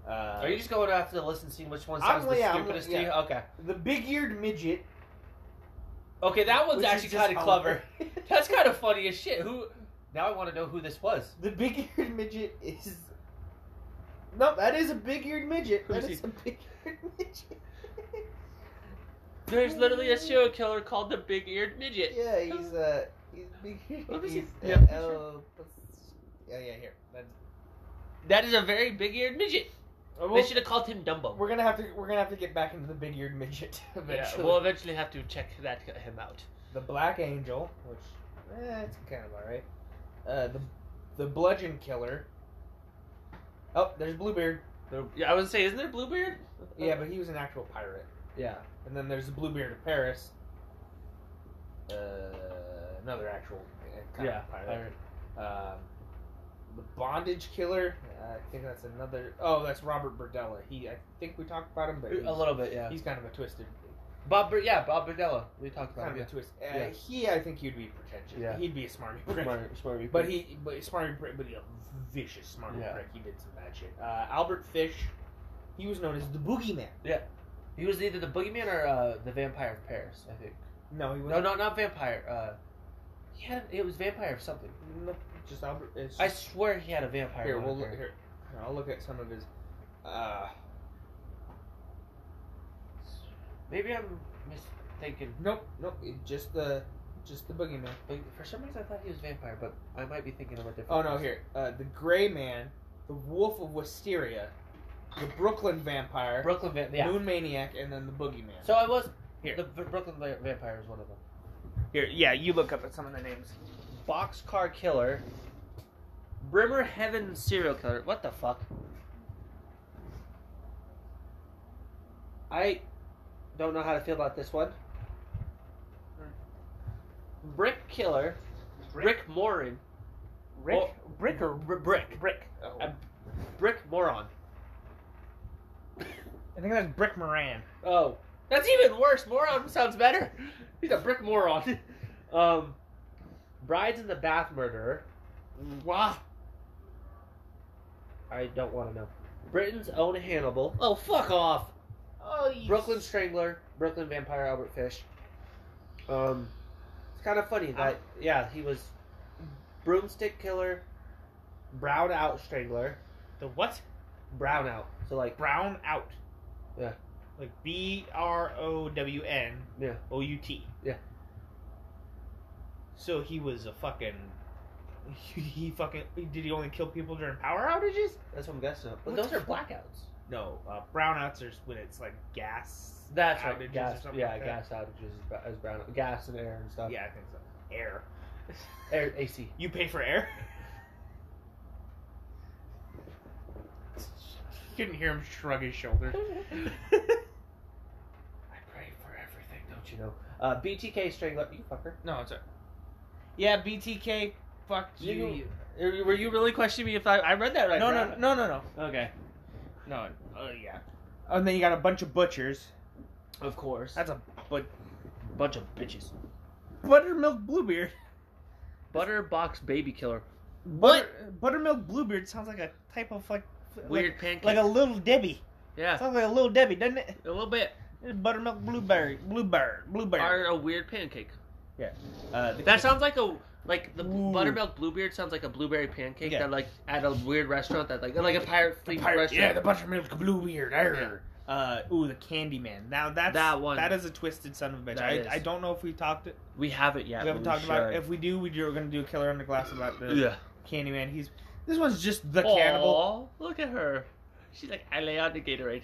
[SPEAKER 2] Uh,
[SPEAKER 3] Are you just going after the list and seeing which one
[SPEAKER 2] I'm
[SPEAKER 3] sounds the
[SPEAKER 2] li- I'm li-
[SPEAKER 3] stupidest to you?
[SPEAKER 2] yeah.
[SPEAKER 3] Okay.
[SPEAKER 2] the big-eared midget?
[SPEAKER 3] Okay, that one's
[SPEAKER 2] which is
[SPEAKER 3] actually
[SPEAKER 2] just
[SPEAKER 3] kind of
[SPEAKER 6] [laughs]
[SPEAKER 2] all- [laughs]
[SPEAKER 3] clever. That's kind of funny as shit. Who? Now I want to know who this was.
[SPEAKER 2] the big-eared midget is. No, that is a big-eared midget.
[SPEAKER 3] Who's
[SPEAKER 2] That
[SPEAKER 3] he?
[SPEAKER 2] is a big-eared midget.
[SPEAKER 3] There's literally a serial killer called the Big Eared Midget.
[SPEAKER 2] yeah, he's uh, he's big-eared.
[SPEAKER 3] Let me see.
[SPEAKER 2] he's,
[SPEAKER 3] Yeah,
[SPEAKER 2] uh,
[SPEAKER 3] picture.
[SPEAKER 2] oh, yeah, yeah. Here, That's-
[SPEAKER 3] That is a very big eared midget.
[SPEAKER 2] oh,
[SPEAKER 3] They
[SPEAKER 2] well,
[SPEAKER 3] should have called him Dumbo.
[SPEAKER 2] we're gonna have to we're gonna have to get back into the big-eared midget [laughs]
[SPEAKER 3] Yeah,
[SPEAKER 2] eventually.
[SPEAKER 3] we'll eventually have to check that him out.
[SPEAKER 2] the Black Angel, which eh, it's kind of alright. Uh, the the Bludgeon Killer. Oh, there's Bluebeard.
[SPEAKER 3] Yeah, I was saying, isn't there Bluebeard? Oh.
[SPEAKER 2] Yeah, but he was an actual pirate.
[SPEAKER 6] Yeah.
[SPEAKER 2] And then there's the Bluebeard of Paris. Uh, another actual uh, kind
[SPEAKER 6] Yeah,
[SPEAKER 2] of pirate. Um, The Bondage Killer. uh, I think that's another. Oh, that's Robert Berdella. He. I think we talked about him, but
[SPEAKER 6] A
[SPEAKER 2] he's,
[SPEAKER 6] little bit, yeah.
[SPEAKER 2] he's kind of a twisted.
[SPEAKER 6] Bob, Ber- yeah, Bob Berdella. We talked
[SPEAKER 2] Kind
[SPEAKER 6] about
[SPEAKER 2] of
[SPEAKER 6] him.
[SPEAKER 2] a twist. Uh,
[SPEAKER 6] Yeah.
[SPEAKER 2] He. I think he'd be pretentious.
[SPEAKER 6] Yeah.
[SPEAKER 2] He'd be a smarmy
[SPEAKER 6] yeah.
[SPEAKER 2] prick.
[SPEAKER 6] Smart, smart people.
[SPEAKER 2] But he. But smarmy prick. But he a vicious smarmy
[SPEAKER 6] Yeah.
[SPEAKER 2] prick. He did some bad shit. Uh, Albert Fish. He was known as the Boogeyman.
[SPEAKER 6] he was either the boogeyman or uh, the vampire of Paris, I think.
[SPEAKER 2] No, he was.
[SPEAKER 6] No, not not vampire. Uh, he had it was vampire of something.
[SPEAKER 2] no, just Albert. It's
[SPEAKER 6] I swear he had a vampire.
[SPEAKER 2] Here,
[SPEAKER 6] on
[SPEAKER 2] we'll
[SPEAKER 6] it
[SPEAKER 2] look
[SPEAKER 6] there.
[SPEAKER 2] here. Here, I'll look at some of his. Uh,
[SPEAKER 6] Maybe I'm misthinking.
[SPEAKER 2] nope, nope. it- Just the, just the boogeyman.
[SPEAKER 6] But for some reason, I thought he was vampire, but I might be thinking of a different.
[SPEAKER 2] Oh no,
[SPEAKER 6] person.
[SPEAKER 2] here. Uh, the Gray Man, the Wolf of Wisteria, the Brooklyn Vampire,
[SPEAKER 6] Brooklyn Van. Yeah.
[SPEAKER 2] Moon Maniac, and then the Boogeyman.
[SPEAKER 6] So I was
[SPEAKER 2] Here.
[SPEAKER 6] The v- Brooklyn Va- vampire is one of them.
[SPEAKER 2] Here, yeah, you look up at some of the names.
[SPEAKER 6] Boxcar killer. Brimmer Heaven serial killer. What the fuck? I don't know how to feel about this one. Brick killer. Brick, Morin.
[SPEAKER 7] Rick?
[SPEAKER 6] Oh, brick or br- brick?
[SPEAKER 7] Brick.
[SPEAKER 2] Oh.
[SPEAKER 6] A brick moron.
[SPEAKER 2] I think that's Brick Moran.
[SPEAKER 6] Oh, that's even worse. Moron sounds better. [laughs] He's a brick moron. [laughs] um, brides in the bath murderer. Wah. I don't want to know. Britain's own Hannibal. Oh, fuck off.
[SPEAKER 2] Oh, you
[SPEAKER 6] Brooklyn Strangler, Brooklyn Vampire Albert Fish. Um, it's kind of funny that yeah he was broomstick killer, brown out strangler,
[SPEAKER 2] The what?
[SPEAKER 6] brown out. So like
[SPEAKER 2] Brown out.
[SPEAKER 6] Yeah.
[SPEAKER 2] Like B R O W N.
[SPEAKER 6] Yeah.
[SPEAKER 2] O U T.
[SPEAKER 6] Yeah.
[SPEAKER 2] So he was a fucking. [laughs] He fucking did he only kill people during power outages?
[SPEAKER 6] that's what I'm guessing. But
[SPEAKER 2] What
[SPEAKER 6] those
[SPEAKER 2] the
[SPEAKER 6] are blackouts.
[SPEAKER 2] No, uh, brownouts are when it's like gas.
[SPEAKER 6] That's
[SPEAKER 2] outages or
[SPEAKER 6] right. Gas,
[SPEAKER 2] something
[SPEAKER 6] yeah,
[SPEAKER 2] like
[SPEAKER 6] gas
[SPEAKER 2] that?
[SPEAKER 6] outages is bra- is brown. Gas and air and stuff.
[SPEAKER 2] Yeah, I think so.
[SPEAKER 6] [laughs]
[SPEAKER 2] Air.
[SPEAKER 6] air AC.
[SPEAKER 2] You pay for air. [laughs] you couldn't hear him shrug
[SPEAKER 6] [laughs]
[SPEAKER 2] his shoulders.
[SPEAKER 6] I pray for everything, don't you know? Uh, BTK strangler, you fucker.
[SPEAKER 2] No, it's a. Yeah, BTK. Fuck you.
[SPEAKER 6] You, you- were you really questioning me if I, I read that right?
[SPEAKER 2] no, no,
[SPEAKER 6] Brown-
[SPEAKER 2] no, no, no.
[SPEAKER 6] Okay,
[SPEAKER 2] No. Oh yeah. And then you got a bunch of butchers.
[SPEAKER 6] of course.
[SPEAKER 2] That's a but
[SPEAKER 6] bunch of bitches.
[SPEAKER 2] buttermilk bluebeard.
[SPEAKER 6] Butterbox baby killer.
[SPEAKER 2] But buttermilk bluebeard sounds like a type of like
[SPEAKER 3] Weird pancake.
[SPEAKER 2] like, like a little Debbie.
[SPEAKER 3] yeah,
[SPEAKER 2] Sounds like a little Debbie, doesn't it?
[SPEAKER 3] a little bit.
[SPEAKER 2] It's buttermilk blueberry, blueberry, blueberry.
[SPEAKER 3] Or a weird pancake.
[SPEAKER 2] Uh,
[SPEAKER 3] That sounds like a like the
[SPEAKER 2] Ooh.
[SPEAKER 3] buttermilk bluebeard sounds like a blueberry pancake
[SPEAKER 2] Yeah.
[SPEAKER 3] that like at a weird restaurant that like like a pirate fleet restaurant.
[SPEAKER 2] yeah, the buttermilk bluebeard. Arr. Uh, ooh, the Candyman. Now that's
[SPEAKER 3] That one.
[SPEAKER 2] That is a twisted son of a bitch.
[SPEAKER 3] That is.
[SPEAKER 2] I, I don't know if we talked. It,
[SPEAKER 3] we haven't yet.
[SPEAKER 2] we haven't
[SPEAKER 3] but
[SPEAKER 2] talked about. It.
[SPEAKER 3] should.
[SPEAKER 2] If we do, we do, we're gonna do a killer under glass about the
[SPEAKER 3] yeah.
[SPEAKER 2] Candyman. He's this one's just the cannibal.
[SPEAKER 3] Aw, look at her. She's like I lay out the Gatorade.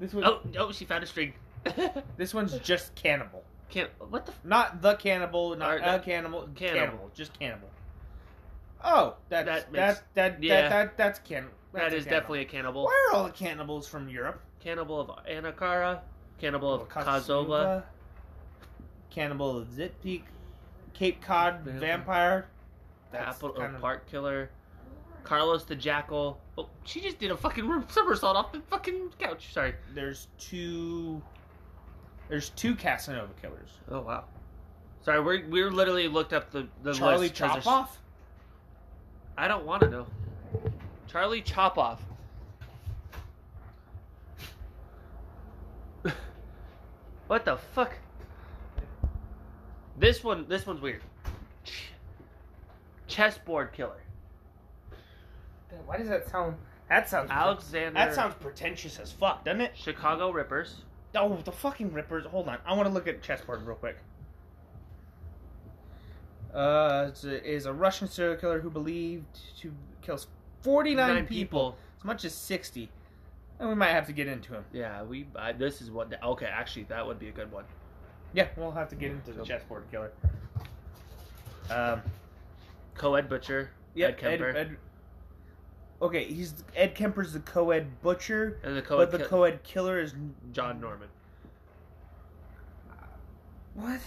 [SPEAKER 2] This one.
[SPEAKER 3] Oh, oh, she found
[SPEAKER 2] [laughs]
[SPEAKER 3] a string.
[SPEAKER 2] This one's just cannibal.
[SPEAKER 3] Can't. What the? F-
[SPEAKER 2] Not the cannibal, not
[SPEAKER 3] Or
[SPEAKER 2] a
[SPEAKER 3] the-
[SPEAKER 2] cannibal, cannibal,
[SPEAKER 3] cannibal.
[SPEAKER 2] just cannibal. Oh, that's
[SPEAKER 3] That
[SPEAKER 2] that
[SPEAKER 3] makes-
[SPEAKER 2] that that,
[SPEAKER 3] yeah.
[SPEAKER 2] that that that's can. That's
[SPEAKER 3] that
[SPEAKER 2] a
[SPEAKER 3] is
[SPEAKER 2] cannibal.
[SPEAKER 3] definitely a cannibal.
[SPEAKER 2] Where are all the cannibals from Europe?
[SPEAKER 3] Cannibal of Anakara.
[SPEAKER 2] Oh,
[SPEAKER 3] Cannibal of Kazova.
[SPEAKER 2] Kasuba, Cannibal of Zit Peak, Cape Cod
[SPEAKER 3] Vampire.
[SPEAKER 2] vampire.
[SPEAKER 3] Apple of
[SPEAKER 2] kind of-
[SPEAKER 3] Park Killer. Carlos the Jackal. Oh, she just did a fucking [laughs] somersault off the fucking couch. Sorry.
[SPEAKER 2] There's two. There's two Casanova killers.
[SPEAKER 3] Oh wow. Sorry, we're we're literally looked up the the
[SPEAKER 2] Charlie
[SPEAKER 3] list 'cause there's-
[SPEAKER 2] Chopoff.
[SPEAKER 3] I don't want to know. Charlie Chopoff. [laughs] what the fuck? This one, this one's weird. Ch- chessboard killer,
[SPEAKER 2] Why does that sound? That sounds.
[SPEAKER 3] Alexander.
[SPEAKER 2] That sounds pretentious as fuck, doesn't it?
[SPEAKER 3] Chicago Rippers.
[SPEAKER 2] Oh, the fucking rippers. Hold on. I want to look at chessboard real quick. Uh, it's a- is a Russian serial killer who believed to kills 49
[SPEAKER 3] Nine
[SPEAKER 2] people, as much as 60. And we might have to get into him.
[SPEAKER 3] Yeah, we. I, this is what. Okay, actually, that would be a good one.
[SPEAKER 2] Yeah, we'll have to get into the chessboard killer. Um,
[SPEAKER 3] Co-ed butcher.
[SPEAKER 2] yeah,
[SPEAKER 3] Ed Kemper.
[SPEAKER 2] Ed, okay, he's Ed Kemper's the co-ed butcher,
[SPEAKER 3] and the
[SPEAKER 2] but
[SPEAKER 3] co-ed.
[SPEAKER 2] the
[SPEAKER 3] ki-
[SPEAKER 2] co-ed killer is
[SPEAKER 3] John Norman.
[SPEAKER 2] what?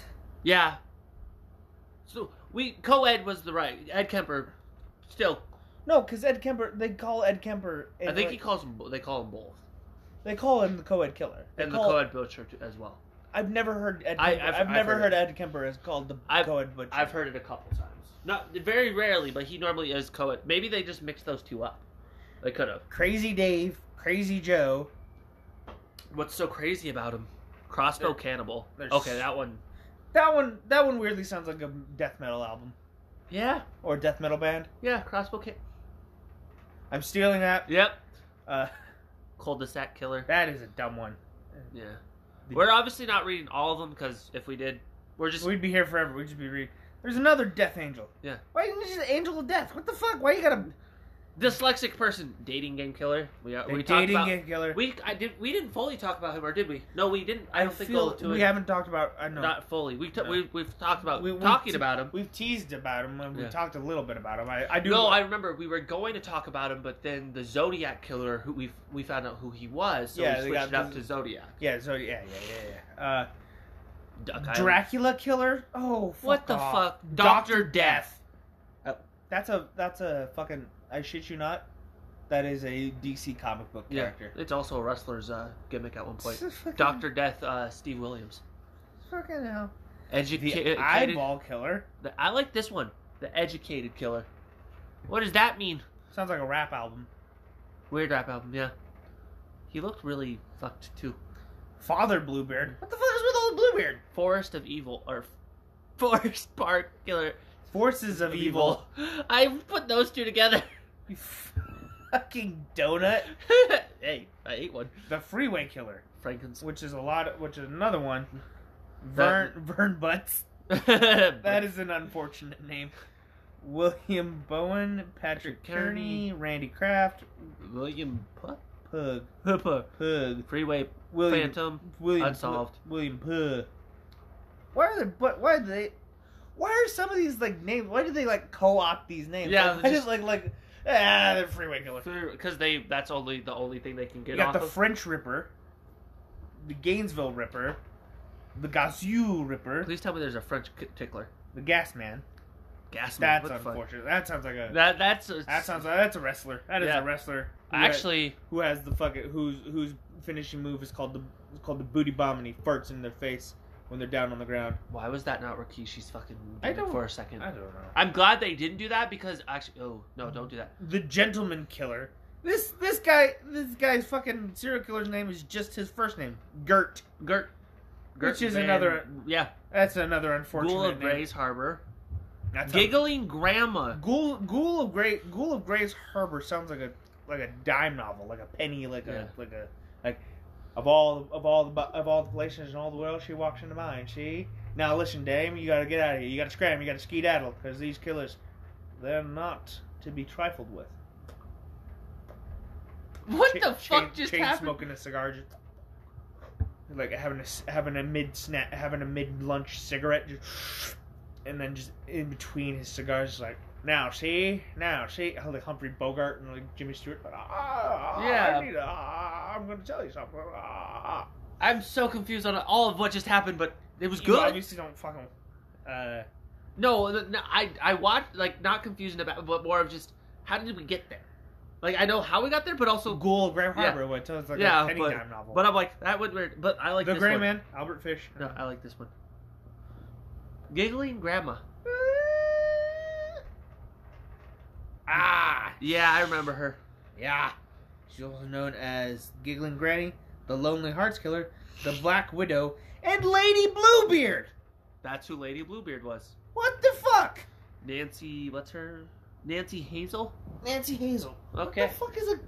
[SPEAKER 3] Yeah. So we co-ed was the right. Ed Kemper, still
[SPEAKER 2] No, because Ed Kemper, they call Ed Kemper.
[SPEAKER 3] I think
[SPEAKER 2] he,
[SPEAKER 3] he calls them. bo- They call them both,
[SPEAKER 2] they call him the co-ed killer. They
[SPEAKER 3] and the
[SPEAKER 2] call-
[SPEAKER 3] co-ed butcher too, as well.
[SPEAKER 2] I've never heard Ed.
[SPEAKER 3] I-
[SPEAKER 2] Kemper,
[SPEAKER 3] I've-
[SPEAKER 2] I've,
[SPEAKER 3] I've
[SPEAKER 2] never
[SPEAKER 3] heard
[SPEAKER 2] heard, Ed Kemper as called the
[SPEAKER 3] I've-
[SPEAKER 2] co-ed butcher.
[SPEAKER 3] I've heard it a couple times. Not very rarely, but he normally is co-ed. Maybe they just mixed those two up. They could have.
[SPEAKER 2] Crazy Dave, Crazy Joe.
[SPEAKER 3] What's so crazy about him? Crossbow Cannibal.
[SPEAKER 2] there's-
[SPEAKER 3] Okay, that one.
[SPEAKER 2] That one, that one weirdly sounds like a death metal album
[SPEAKER 3] Yeah,
[SPEAKER 2] or death metal band.
[SPEAKER 3] yeah, Crossbow Can.
[SPEAKER 2] I'm stealing that.
[SPEAKER 3] Yep,
[SPEAKER 2] Uh,
[SPEAKER 3] cul-de-sac killer.
[SPEAKER 2] that is a dumb one.
[SPEAKER 3] Yeah,
[SPEAKER 2] The-
[SPEAKER 3] we're obviously not reading all of them because if we did, we're just
[SPEAKER 2] We'd be here forever. We'd just be reading. There's another Death Angel.
[SPEAKER 3] Yeah.
[SPEAKER 2] Why isn't it just Angel of Death? What the fuck? Why you got a
[SPEAKER 3] dyslexic person dating game killer. We are, we talked
[SPEAKER 2] dating
[SPEAKER 3] about.
[SPEAKER 2] game killer?
[SPEAKER 3] We I did we didn't fully talk about him or did we? No, we didn't. I don't think
[SPEAKER 2] feel
[SPEAKER 3] we'll to
[SPEAKER 2] we
[SPEAKER 3] it.
[SPEAKER 2] haven't talked about. I know.
[SPEAKER 3] Not fully. We t-
[SPEAKER 2] No.
[SPEAKER 3] we we've talked about
[SPEAKER 2] We- we-
[SPEAKER 3] talking about him.
[SPEAKER 2] We've teased about him and we
[SPEAKER 3] Yeah.
[SPEAKER 2] talked a little bit about him. I, I do.
[SPEAKER 3] No, I remember we were going to talk about him, but then the Zodiac killer, who we we found out who he was, so
[SPEAKER 2] Yeah,
[SPEAKER 3] we
[SPEAKER 2] they
[SPEAKER 3] switched
[SPEAKER 2] got
[SPEAKER 3] it up
[SPEAKER 2] the-
[SPEAKER 3] to Zodiac.
[SPEAKER 2] Yeah. So yeah, yeah, yeah, yeah. Uh,
[SPEAKER 3] Duck Island.
[SPEAKER 2] Dracula killer. Oh, fuck
[SPEAKER 3] What the
[SPEAKER 2] off.
[SPEAKER 3] fuck? Doctor Death. Oh.
[SPEAKER 2] That's a that's a fucking. I shit you not. That is a DC comic book
[SPEAKER 3] Yeah,
[SPEAKER 2] character.
[SPEAKER 3] it's also a wrestler's uh, gimmick at one point.
[SPEAKER 2] It's a [laughs] fucking-
[SPEAKER 3] Doctor Death, uh, Steve Williams.
[SPEAKER 2] Fucking hell. The
[SPEAKER 3] Educated.
[SPEAKER 2] eyeball killer
[SPEAKER 3] the- I like this one. The educated killer. What does that mean?
[SPEAKER 2] sounds like a rap album.
[SPEAKER 3] Weird rap album. Yeah, he looked really fucked too.
[SPEAKER 2] Father Bluebeard. What the fuck is with all the Bluebeard?
[SPEAKER 3] Forest of Evil or [laughs] Forest Park Killer
[SPEAKER 2] Forces of
[SPEAKER 3] of
[SPEAKER 2] evil.
[SPEAKER 3] Evil. [laughs] I put those two together.
[SPEAKER 2] [laughs]
[SPEAKER 3] [laughs]
[SPEAKER 2] You fucking donut.
[SPEAKER 3] hey, I ate one.
[SPEAKER 2] The freeway killer,
[SPEAKER 3] [laughs] Frankenstein.
[SPEAKER 2] which is a lot. Of, which is another one. Vern [laughs] Vern Butts. That is an unfortunate name. William Bowen, Patrick Kearney, Randy Kraft,
[SPEAKER 3] William Putt?
[SPEAKER 2] Pug,
[SPEAKER 3] Hooper.
[SPEAKER 2] Pug,
[SPEAKER 3] Freeway
[SPEAKER 2] William,
[SPEAKER 3] Phantom.
[SPEAKER 2] William,
[SPEAKER 3] Unsolved.
[SPEAKER 2] William Pug. Why are they? But why are they? Why are some of these like names? Why do they like co-opt these names?
[SPEAKER 3] Yeah,
[SPEAKER 2] like,
[SPEAKER 3] they're
[SPEAKER 2] I just
[SPEAKER 3] just-
[SPEAKER 2] like like ah, they're freeway killer.
[SPEAKER 3] Because they that's only the only thing they can
[SPEAKER 2] You
[SPEAKER 3] get
[SPEAKER 2] got
[SPEAKER 3] off
[SPEAKER 2] the
[SPEAKER 3] of.
[SPEAKER 2] French Ripper, the Gainesville Ripper, the Gazoo Ripper,
[SPEAKER 3] Please tell me there's a French k- tickler.
[SPEAKER 2] the Gas Man.
[SPEAKER 3] Gas man,
[SPEAKER 2] That's
[SPEAKER 3] what the fuck?
[SPEAKER 2] unfortunate. That sounds like a
[SPEAKER 3] That that's a-
[SPEAKER 2] That sounds like that's a wrestler. That is
[SPEAKER 3] Yeah.
[SPEAKER 2] a wrestler. who has-
[SPEAKER 3] actually
[SPEAKER 2] who has the fucking whose whose finishing move is called the is called the booty bomb, and he farts in their face when they're down on the ground.
[SPEAKER 3] why was that not Rikishi's fucking
[SPEAKER 2] I
[SPEAKER 3] gimmick
[SPEAKER 2] don't-
[SPEAKER 3] for a second?
[SPEAKER 2] I don't know.
[SPEAKER 3] I'm glad they didn't do that because actually, oh no, don't do that.
[SPEAKER 2] The gentleman killer. This this guy this guy's fucking serial killer's name is just his first name, Gert.
[SPEAKER 3] Gert, Gert
[SPEAKER 2] Which is
[SPEAKER 3] Van-
[SPEAKER 2] another-
[SPEAKER 3] yeah,
[SPEAKER 2] That's another unfortunate
[SPEAKER 3] Ghoul of
[SPEAKER 2] name.
[SPEAKER 3] Grays Harbor,
[SPEAKER 2] That's a-
[SPEAKER 3] giggling grandma.
[SPEAKER 2] Ghoul Ghoul of Gray Ghoul of Gray's Harbor sounds like a like a dime novel, like a penny, like
[SPEAKER 3] Yeah.
[SPEAKER 2] a like a like of all of all the bu- of all the places in all the world she walks into mine. She now listen, Dame, you gotta get out of here. You gotta scram. You gotta skedaddle because these killers, they're not to be trifled with.
[SPEAKER 3] What
[SPEAKER 2] Cha-
[SPEAKER 3] the
[SPEAKER 2] chain-
[SPEAKER 3] fuck just
[SPEAKER 2] chain
[SPEAKER 3] happened?
[SPEAKER 2] Smoking a cigar, just like having a s- having a mid snack, having a mid lunch cigarette, just, and then just in between his cigars, just like now see, now see, Oh, like Humphrey Bogart and like Jimmy Stewart. But, ah,
[SPEAKER 3] Yeah.
[SPEAKER 2] I need a- ah, I'm gonna tell you something. Ah.
[SPEAKER 3] I'm so confused on all of what just happened, but it was
[SPEAKER 2] You
[SPEAKER 3] good.
[SPEAKER 2] obviously don't fucking. Uh,
[SPEAKER 3] No, th- no, I I watched like not confusing about, but more of just how did we get there? Like I know how we got there, but also,
[SPEAKER 2] Ghoul of Graham
[SPEAKER 3] Yeah.
[SPEAKER 2] Harbor, which is like
[SPEAKER 3] Yeah,
[SPEAKER 2] a penny
[SPEAKER 3] but-
[SPEAKER 2] dime novel.
[SPEAKER 3] but I'm like that would weird. But I like
[SPEAKER 2] the
[SPEAKER 3] this
[SPEAKER 2] Gray
[SPEAKER 3] one.
[SPEAKER 2] Man, Albert Fish.
[SPEAKER 3] No, I like this one. Giggling grandma.
[SPEAKER 2] Ah,
[SPEAKER 3] Yeah, I remember her.
[SPEAKER 2] Yeah. She's also known as Giggling Granny, the Lonely Hearts Killer, the Black Widow, and Lady Bluebeard.
[SPEAKER 3] That's who Lady Bluebeard was.
[SPEAKER 2] What the fuck?
[SPEAKER 3] Nancy, what's her? Nancy Hazel.
[SPEAKER 2] Nancy Hazel.
[SPEAKER 3] Okay.
[SPEAKER 2] What the fuck is a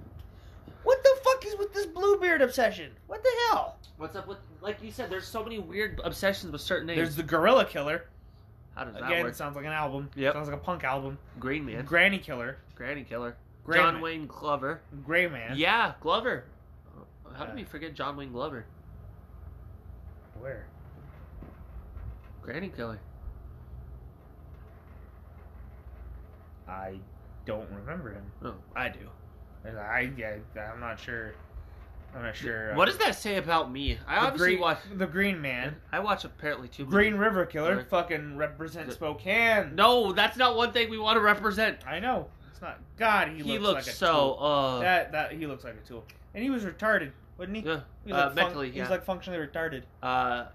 [SPEAKER 2] What the fuck is with this Bluebeard obsession? What the hell?
[SPEAKER 3] What's up with? Like you said, there's so many weird obsessions with certain names.
[SPEAKER 2] There's the Gorilla Killer.
[SPEAKER 3] how does that
[SPEAKER 2] Again,
[SPEAKER 3] work?
[SPEAKER 2] sounds like an album.
[SPEAKER 3] Yep.
[SPEAKER 2] Sounds like a punk album.
[SPEAKER 3] Green Man,
[SPEAKER 2] Granny Killer.
[SPEAKER 3] Granny Killer,
[SPEAKER 2] Gray
[SPEAKER 3] John
[SPEAKER 2] Man.
[SPEAKER 3] Wayne Glover.
[SPEAKER 2] Gray Man.
[SPEAKER 3] Yeah, Glover. How did
[SPEAKER 2] Yeah.
[SPEAKER 3] we forget John Wayne Glover?
[SPEAKER 2] Where?
[SPEAKER 3] Granny Killer.
[SPEAKER 2] I don't remember him.
[SPEAKER 3] Oh, I do.
[SPEAKER 2] I, I I'm not sure. I'm not sure. uh,
[SPEAKER 3] What does that say about me? I
[SPEAKER 2] the
[SPEAKER 3] obviously
[SPEAKER 2] Green-
[SPEAKER 3] watch.
[SPEAKER 2] the Green Man.
[SPEAKER 3] I watch apparently too. many-
[SPEAKER 2] Green River Killer
[SPEAKER 3] Sorry.
[SPEAKER 2] fucking represent
[SPEAKER 3] The-
[SPEAKER 2] Spokane.
[SPEAKER 3] No, that's not one thing we want to represent.
[SPEAKER 2] I know. It's not God. He,
[SPEAKER 3] He,
[SPEAKER 2] looks,
[SPEAKER 3] looks
[SPEAKER 2] like a
[SPEAKER 3] so.
[SPEAKER 2] tool.
[SPEAKER 3] Uh,
[SPEAKER 2] that that he looks like a tool, and he was retarded, wasn't he?
[SPEAKER 3] yeah.
[SPEAKER 2] He was
[SPEAKER 3] Uh,
[SPEAKER 2] like
[SPEAKER 3] mentally,
[SPEAKER 2] he was
[SPEAKER 3] yeah.
[SPEAKER 2] like functionally retarded.
[SPEAKER 3] uh,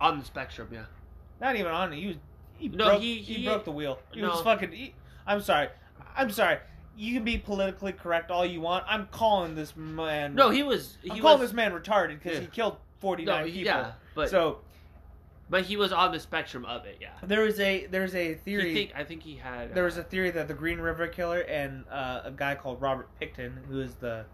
[SPEAKER 3] on the spectrum, yeah.
[SPEAKER 2] Not even on it. He was. He
[SPEAKER 3] No,
[SPEAKER 2] broke,
[SPEAKER 3] he-
[SPEAKER 2] he,
[SPEAKER 3] he-
[SPEAKER 2] broke the wheel. He
[SPEAKER 3] no.
[SPEAKER 2] was fucking. He, I'm sorry. I'm sorry. You can be politically correct all you want. I'm calling this man.
[SPEAKER 3] No, he was. He
[SPEAKER 2] I'm
[SPEAKER 3] was.
[SPEAKER 2] calling this man retarded because
[SPEAKER 3] Yeah.
[SPEAKER 2] he killed 49
[SPEAKER 3] no,
[SPEAKER 2] people.
[SPEAKER 3] yeah, but
[SPEAKER 2] so
[SPEAKER 3] but he was on the spectrum of it, yeah.
[SPEAKER 2] there is a there's a
[SPEAKER 3] He
[SPEAKER 2] theory.
[SPEAKER 3] think, I think he had. uh,
[SPEAKER 2] there was a theory that the Green River Killer and uh, a guy called Robert Picton, who is the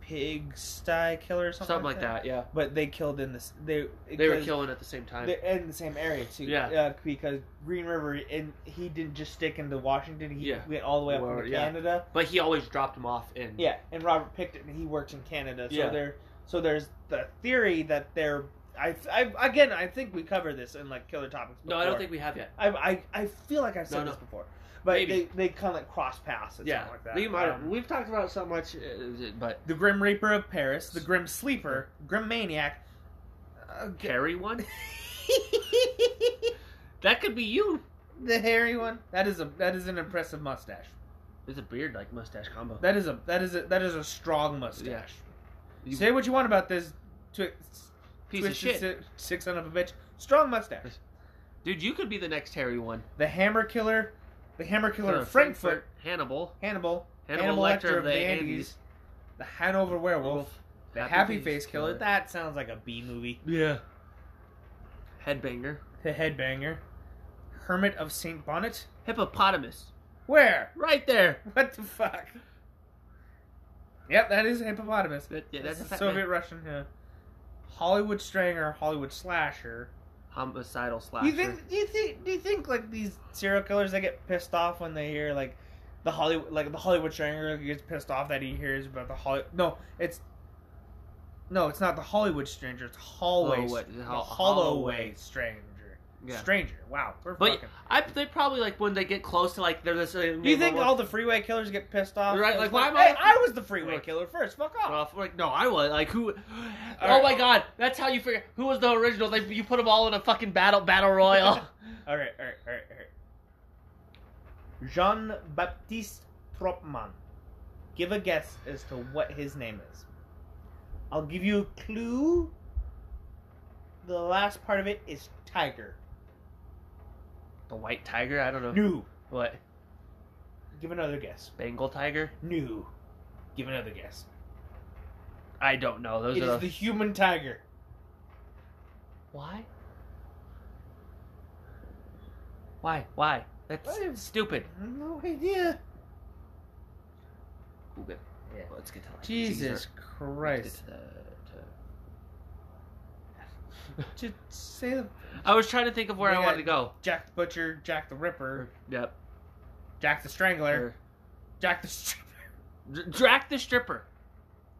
[SPEAKER 2] pigsty killer or
[SPEAKER 3] something,
[SPEAKER 2] something,
[SPEAKER 3] like that. Yeah,
[SPEAKER 2] But they killed in this. They
[SPEAKER 3] they were
[SPEAKER 2] because
[SPEAKER 3] killing at the same time.
[SPEAKER 2] they're in the same area too.
[SPEAKER 3] Yeah.
[SPEAKER 2] Uh, because Green River and he didn't just stick into Washington. He
[SPEAKER 3] Yeah.
[SPEAKER 2] went all the way up
[SPEAKER 3] Well,
[SPEAKER 2] into
[SPEAKER 3] yeah.
[SPEAKER 2] Canada.
[SPEAKER 3] but he always dropped him off in.
[SPEAKER 2] Yeah. And Robert Picton, he works in Canada. So
[SPEAKER 3] Yeah.
[SPEAKER 2] there. So there's the theory that they're. I, I again, I think we covered this in like killer topics.
[SPEAKER 3] No, I don't
[SPEAKER 2] before.
[SPEAKER 3] think we have yet.
[SPEAKER 2] I, I, I feel like I've said
[SPEAKER 3] No,
[SPEAKER 2] this
[SPEAKER 3] no.
[SPEAKER 2] before, but
[SPEAKER 3] Maybe.
[SPEAKER 2] they, they kind of like cross paths and
[SPEAKER 3] Yeah,
[SPEAKER 2] something like that.
[SPEAKER 3] we might.
[SPEAKER 2] Um,
[SPEAKER 3] we've talked about it so much, uh, but
[SPEAKER 2] the Grim Reaper of Paris, the Grim Sleeper, Grim Maniac. Uh,
[SPEAKER 3] Harry one. that could be you.
[SPEAKER 2] [laughs] the hairy one. That is a that is an impressive mustache.
[SPEAKER 3] It's a beard like mustache combo.
[SPEAKER 2] That is a that is a that is a strong mustache.
[SPEAKER 3] You-
[SPEAKER 2] Say what you want about this twi-
[SPEAKER 3] Piece of shit,
[SPEAKER 2] six son of a bitch. Strong mustache.
[SPEAKER 3] dude. You could be the next Harry one.
[SPEAKER 2] The Hammer Killer, the Hammer Killer
[SPEAKER 3] Uh,
[SPEAKER 2] of Frankfurt,
[SPEAKER 3] Hannibal,
[SPEAKER 2] Hannibal,
[SPEAKER 3] Hannibal, Lecter, of the, Andes,
[SPEAKER 2] the Hanover Werewolf,
[SPEAKER 3] Wolf,
[SPEAKER 2] The Happy, Face Killer. That sounds like a B movie.
[SPEAKER 3] Yeah. Headbanger,
[SPEAKER 2] The Headbanger. Hermit of St. Bonnet?
[SPEAKER 3] hippopotamus,
[SPEAKER 2] Where? [laughs]
[SPEAKER 3] right there.
[SPEAKER 2] What the fuck? Yep, that is a hippopotamus.
[SPEAKER 3] That- yeah, that's a fat
[SPEAKER 2] Soviet
[SPEAKER 3] man.
[SPEAKER 2] Russian. Yeah. Hollywood Stranger, Hollywood Slasher.
[SPEAKER 3] homicidal slasher.
[SPEAKER 2] Do you think? Do you think? Do you think like these serial killers they get pissed off when they hear like the Hollywood like the Hollywood Stranger gets pissed off that he hears about the Holly? No, it's no, it's not the Hollywood Stranger. It's hallway.
[SPEAKER 3] Hallway-
[SPEAKER 2] the
[SPEAKER 3] Oh, Hall-
[SPEAKER 2] Holloway
[SPEAKER 3] Holloway.
[SPEAKER 2] Stranger.
[SPEAKER 3] Yeah.
[SPEAKER 2] Stranger. Wow. We're
[SPEAKER 3] But
[SPEAKER 2] fucking.
[SPEAKER 3] I, they probably like when they get close to like they're uh, this.
[SPEAKER 2] Do you think all the freeway killers get pissed off?
[SPEAKER 3] Right, like,
[SPEAKER 2] It's
[SPEAKER 3] why am
[SPEAKER 2] hey,
[SPEAKER 3] I-
[SPEAKER 2] I was the freeway killer first. Fuck off.
[SPEAKER 3] Well, like no, I was like
[SPEAKER 2] [gasps]
[SPEAKER 3] who? oh
[SPEAKER 2] right.
[SPEAKER 3] my god, that's how you figure who was the original. Like you put them all in a fucking battle
[SPEAKER 2] [laughs]
[SPEAKER 3] battle royal.
[SPEAKER 2] All right, all right, all right, all right. Jean Baptiste Tropman. Give a guess as to what his name is. I'll give you a clue. The last part of it is tiger.
[SPEAKER 3] the white tiger. I don't know
[SPEAKER 2] New.
[SPEAKER 3] what
[SPEAKER 2] Give another guess.
[SPEAKER 3] Bengal tiger.
[SPEAKER 2] New. Give another guess.
[SPEAKER 3] I don't know. Those
[SPEAKER 2] It
[SPEAKER 3] are
[SPEAKER 2] is
[SPEAKER 3] the...
[SPEAKER 2] the human tiger.
[SPEAKER 3] why. Why? Why? That's
[SPEAKER 2] I have-
[SPEAKER 3] stupid.
[SPEAKER 2] No idea.
[SPEAKER 3] Google. Yeah. Let's get to like,
[SPEAKER 2] Jesus
[SPEAKER 3] Caesar. Let's
[SPEAKER 2] Christ.
[SPEAKER 3] get to the-
[SPEAKER 2] Just say the
[SPEAKER 3] to- I was trying to think of where
[SPEAKER 2] We
[SPEAKER 3] I
[SPEAKER 2] got-
[SPEAKER 3] wanted to go.
[SPEAKER 2] Jack the Butcher, Jack the Ripper,
[SPEAKER 3] Yep.
[SPEAKER 2] Jack the Strangler,
[SPEAKER 3] Or-
[SPEAKER 2] Jack the Stripper,
[SPEAKER 3] Dr- Drac the stripper.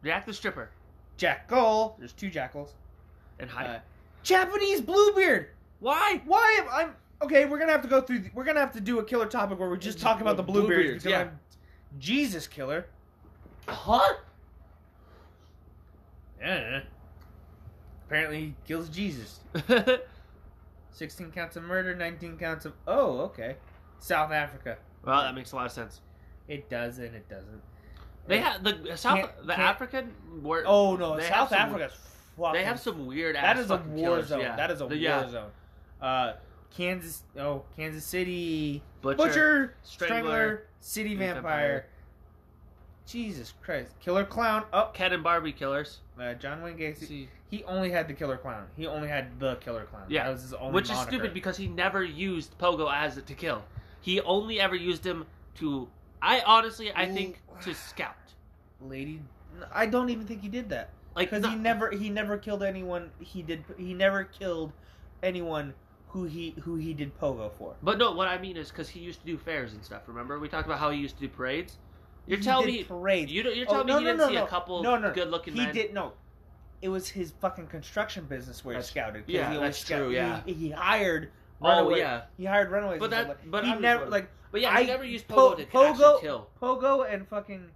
[SPEAKER 3] Drac the stripper.
[SPEAKER 2] Jack Gull. There's two jackals.
[SPEAKER 3] And hide.
[SPEAKER 2] Uh, Japanese Bluebeard.
[SPEAKER 3] why?
[SPEAKER 2] Why am I'm okay? We're gonna have to go through. The, we're gonna have to do a killer topic where we just talk about the Bluebeards.
[SPEAKER 3] Bluebeards,
[SPEAKER 2] because
[SPEAKER 3] yeah.
[SPEAKER 2] I'm Jesus killer.
[SPEAKER 3] Huh?
[SPEAKER 2] Yeah. Apparently [laughs] he kills Jesus.
[SPEAKER 3] well,
[SPEAKER 2] Sixteen counts of murder, nineteen counts of oh okay. South Africa.
[SPEAKER 3] that makes a lot of sense.
[SPEAKER 2] It does and it doesn't.
[SPEAKER 3] They
[SPEAKER 2] It-
[SPEAKER 3] have the South,
[SPEAKER 2] Can't-
[SPEAKER 3] the
[SPEAKER 2] can't-
[SPEAKER 3] African. Were,
[SPEAKER 2] Oh no,
[SPEAKER 3] they have
[SPEAKER 2] South
[SPEAKER 3] some-
[SPEAKER 2] Africa's fucking.
[SPEAKER 3] They have some weird.
[SPEAKER 2] That
[SPEAKER 3] ass
[SPEAKER 2] is a
[SPEAKER 3] fucking
[SPEAKER 2] war
[SPEAKER 3] killers,
[SPEAKER 2] zone.
[SPEAKER 3] yeah.
[SPEAKER 2] That is a
[SPEAKER 3] The- yeah.
[SPEAKER 2] war zone. Uh, Kansas. Oh, Kansas City.
[SPEAKER 3] Butcher.
[SPEAKER 2] Butcher,
[SPEAKER 3] Strangler,
[SPEAKER 2] Strangler, City
[SPEAKER 3] Vampire.
[SPEAKER 2] Vampire. Jesus Christ. Killer Clown. Up.
[SPEAKER 3] Cat and Barbie killers.
[SPEAKER 2] Uh, John Wayne Gacy.
[SPEAKER 3] See,
[SPEAKER 2] He only had the Killer Clown. He only had the Killer Clown.
[SPEAKER 3] Yeah.
[SPEAKER 2] That was his only
[SPEAKER 3] which
[SPEAKER 2] moniker.
[SPEAKER 3] is stupid because he never used Pogo as to kill. He only ever used him to. I honestly, I
[SPEAKER 2] Ooh.
[SPEAKER 3] think to scout.
[SPEAKER 2] Lady. I don't even think he did that
[SPEAKER 3] Like
[SPEAKER 2] because he
[SPEAKER 3] not-
[SPEAKER 2] never he never killed anyone. He did he never killed anyone who he who he did pogo for.
[SPEAKER 3] But no, what I mean is because he used to do fairs and stuff. Remember, we talked about how he used to do parades. You're
[SPEAKER 2] He
[SPEAKER 3] telling
[SPEAKER 2] did
[SPEAKER 3] me
[SPEAKER 2] parades.
[SPEAKER 3] you don't, you're
[SPEAKER 2] Oh,
[SPEAKER 3] telling
[SPEAKER 2] no,
[SPEAKER 3] me he
[SPEAKER 2] no,
[SPEAKER 3] didn't
[SPEAKER 2] no,
[SPEAKER 3] see a
[SPEAKER 2] no.
[SPEAKER 3] couple
[SPEAKER 2] no, no.
[SPEAKER 3] good-looking
[SPEAKER 2] he
[SPEAKER 3] men.
[SPEAKER 2] did no. It was his fucking construction business where he
[SPEAKER 3] That's-
[SPEAKER 2] scouted. 'cause
[SPEAKER 3] yeah,
[SPEAKER 2] he always
[SPEAKER 3] that's
[SPEAKER 2] scout-
[SPEAKER 3] true, yeah.
[SPEAKER 2] he, he hired.
[SPEAKER 3] Oh
[SPEAKER 2] runaway-
[SPEAKER 3] yeah,
[SPEAKER 2] he hired runaways.
[SPEAKER 3] But
[SPEAKER 2] and stuff
[SPEAKER 3] that-
[SPEAKER 2] like-
[SPEAKER 3] but
[SPEAKER 2] he
[SPEAKER 3] I'm
[SPEAKER 2] never
[SPEAKER 3] just-
[SPEAKER 2] like
[SPEAKER 3] but yeah, he
[SPEAKER 2] I-
[SPEAKER 3] never used
[SPEAKER 2] Po-
[SPEAKER 3] Pogo to actually
[SPEAKER 2] Pogo-
[SPEAKER 3] kill.
[SPEAKER 2] Pogo and fucking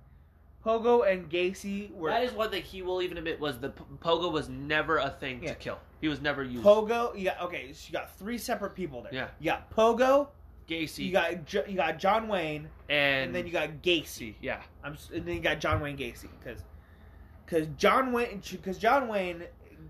[SPEAKER 2] Pogo and Gacy were
[SPEAKER 3] That is one thing he will even admit was the p- Pogo was never a thing
[SPEAKER 2] [laughs] Yeah.
[SPEAKER 3] to kill. He was never used.
[SPEAKER 2] Pogo. You got okay. So you got three separate people there.
[SPEAKER 3] Yeah.
[SPEAKER 2] You got Pogo, You
[SPEAKER 3] Gacy,
[SPEAKER 2] got Jo- you got John Wayne,
[SPEAKER 3] and,
[SPEAKER 2] and then you got Gacy.
[SPEAKER 3] yeah,
[SPEAKER 2] I'm, s- and then you got John Wayne Gacy because because John Wayne because John Wayne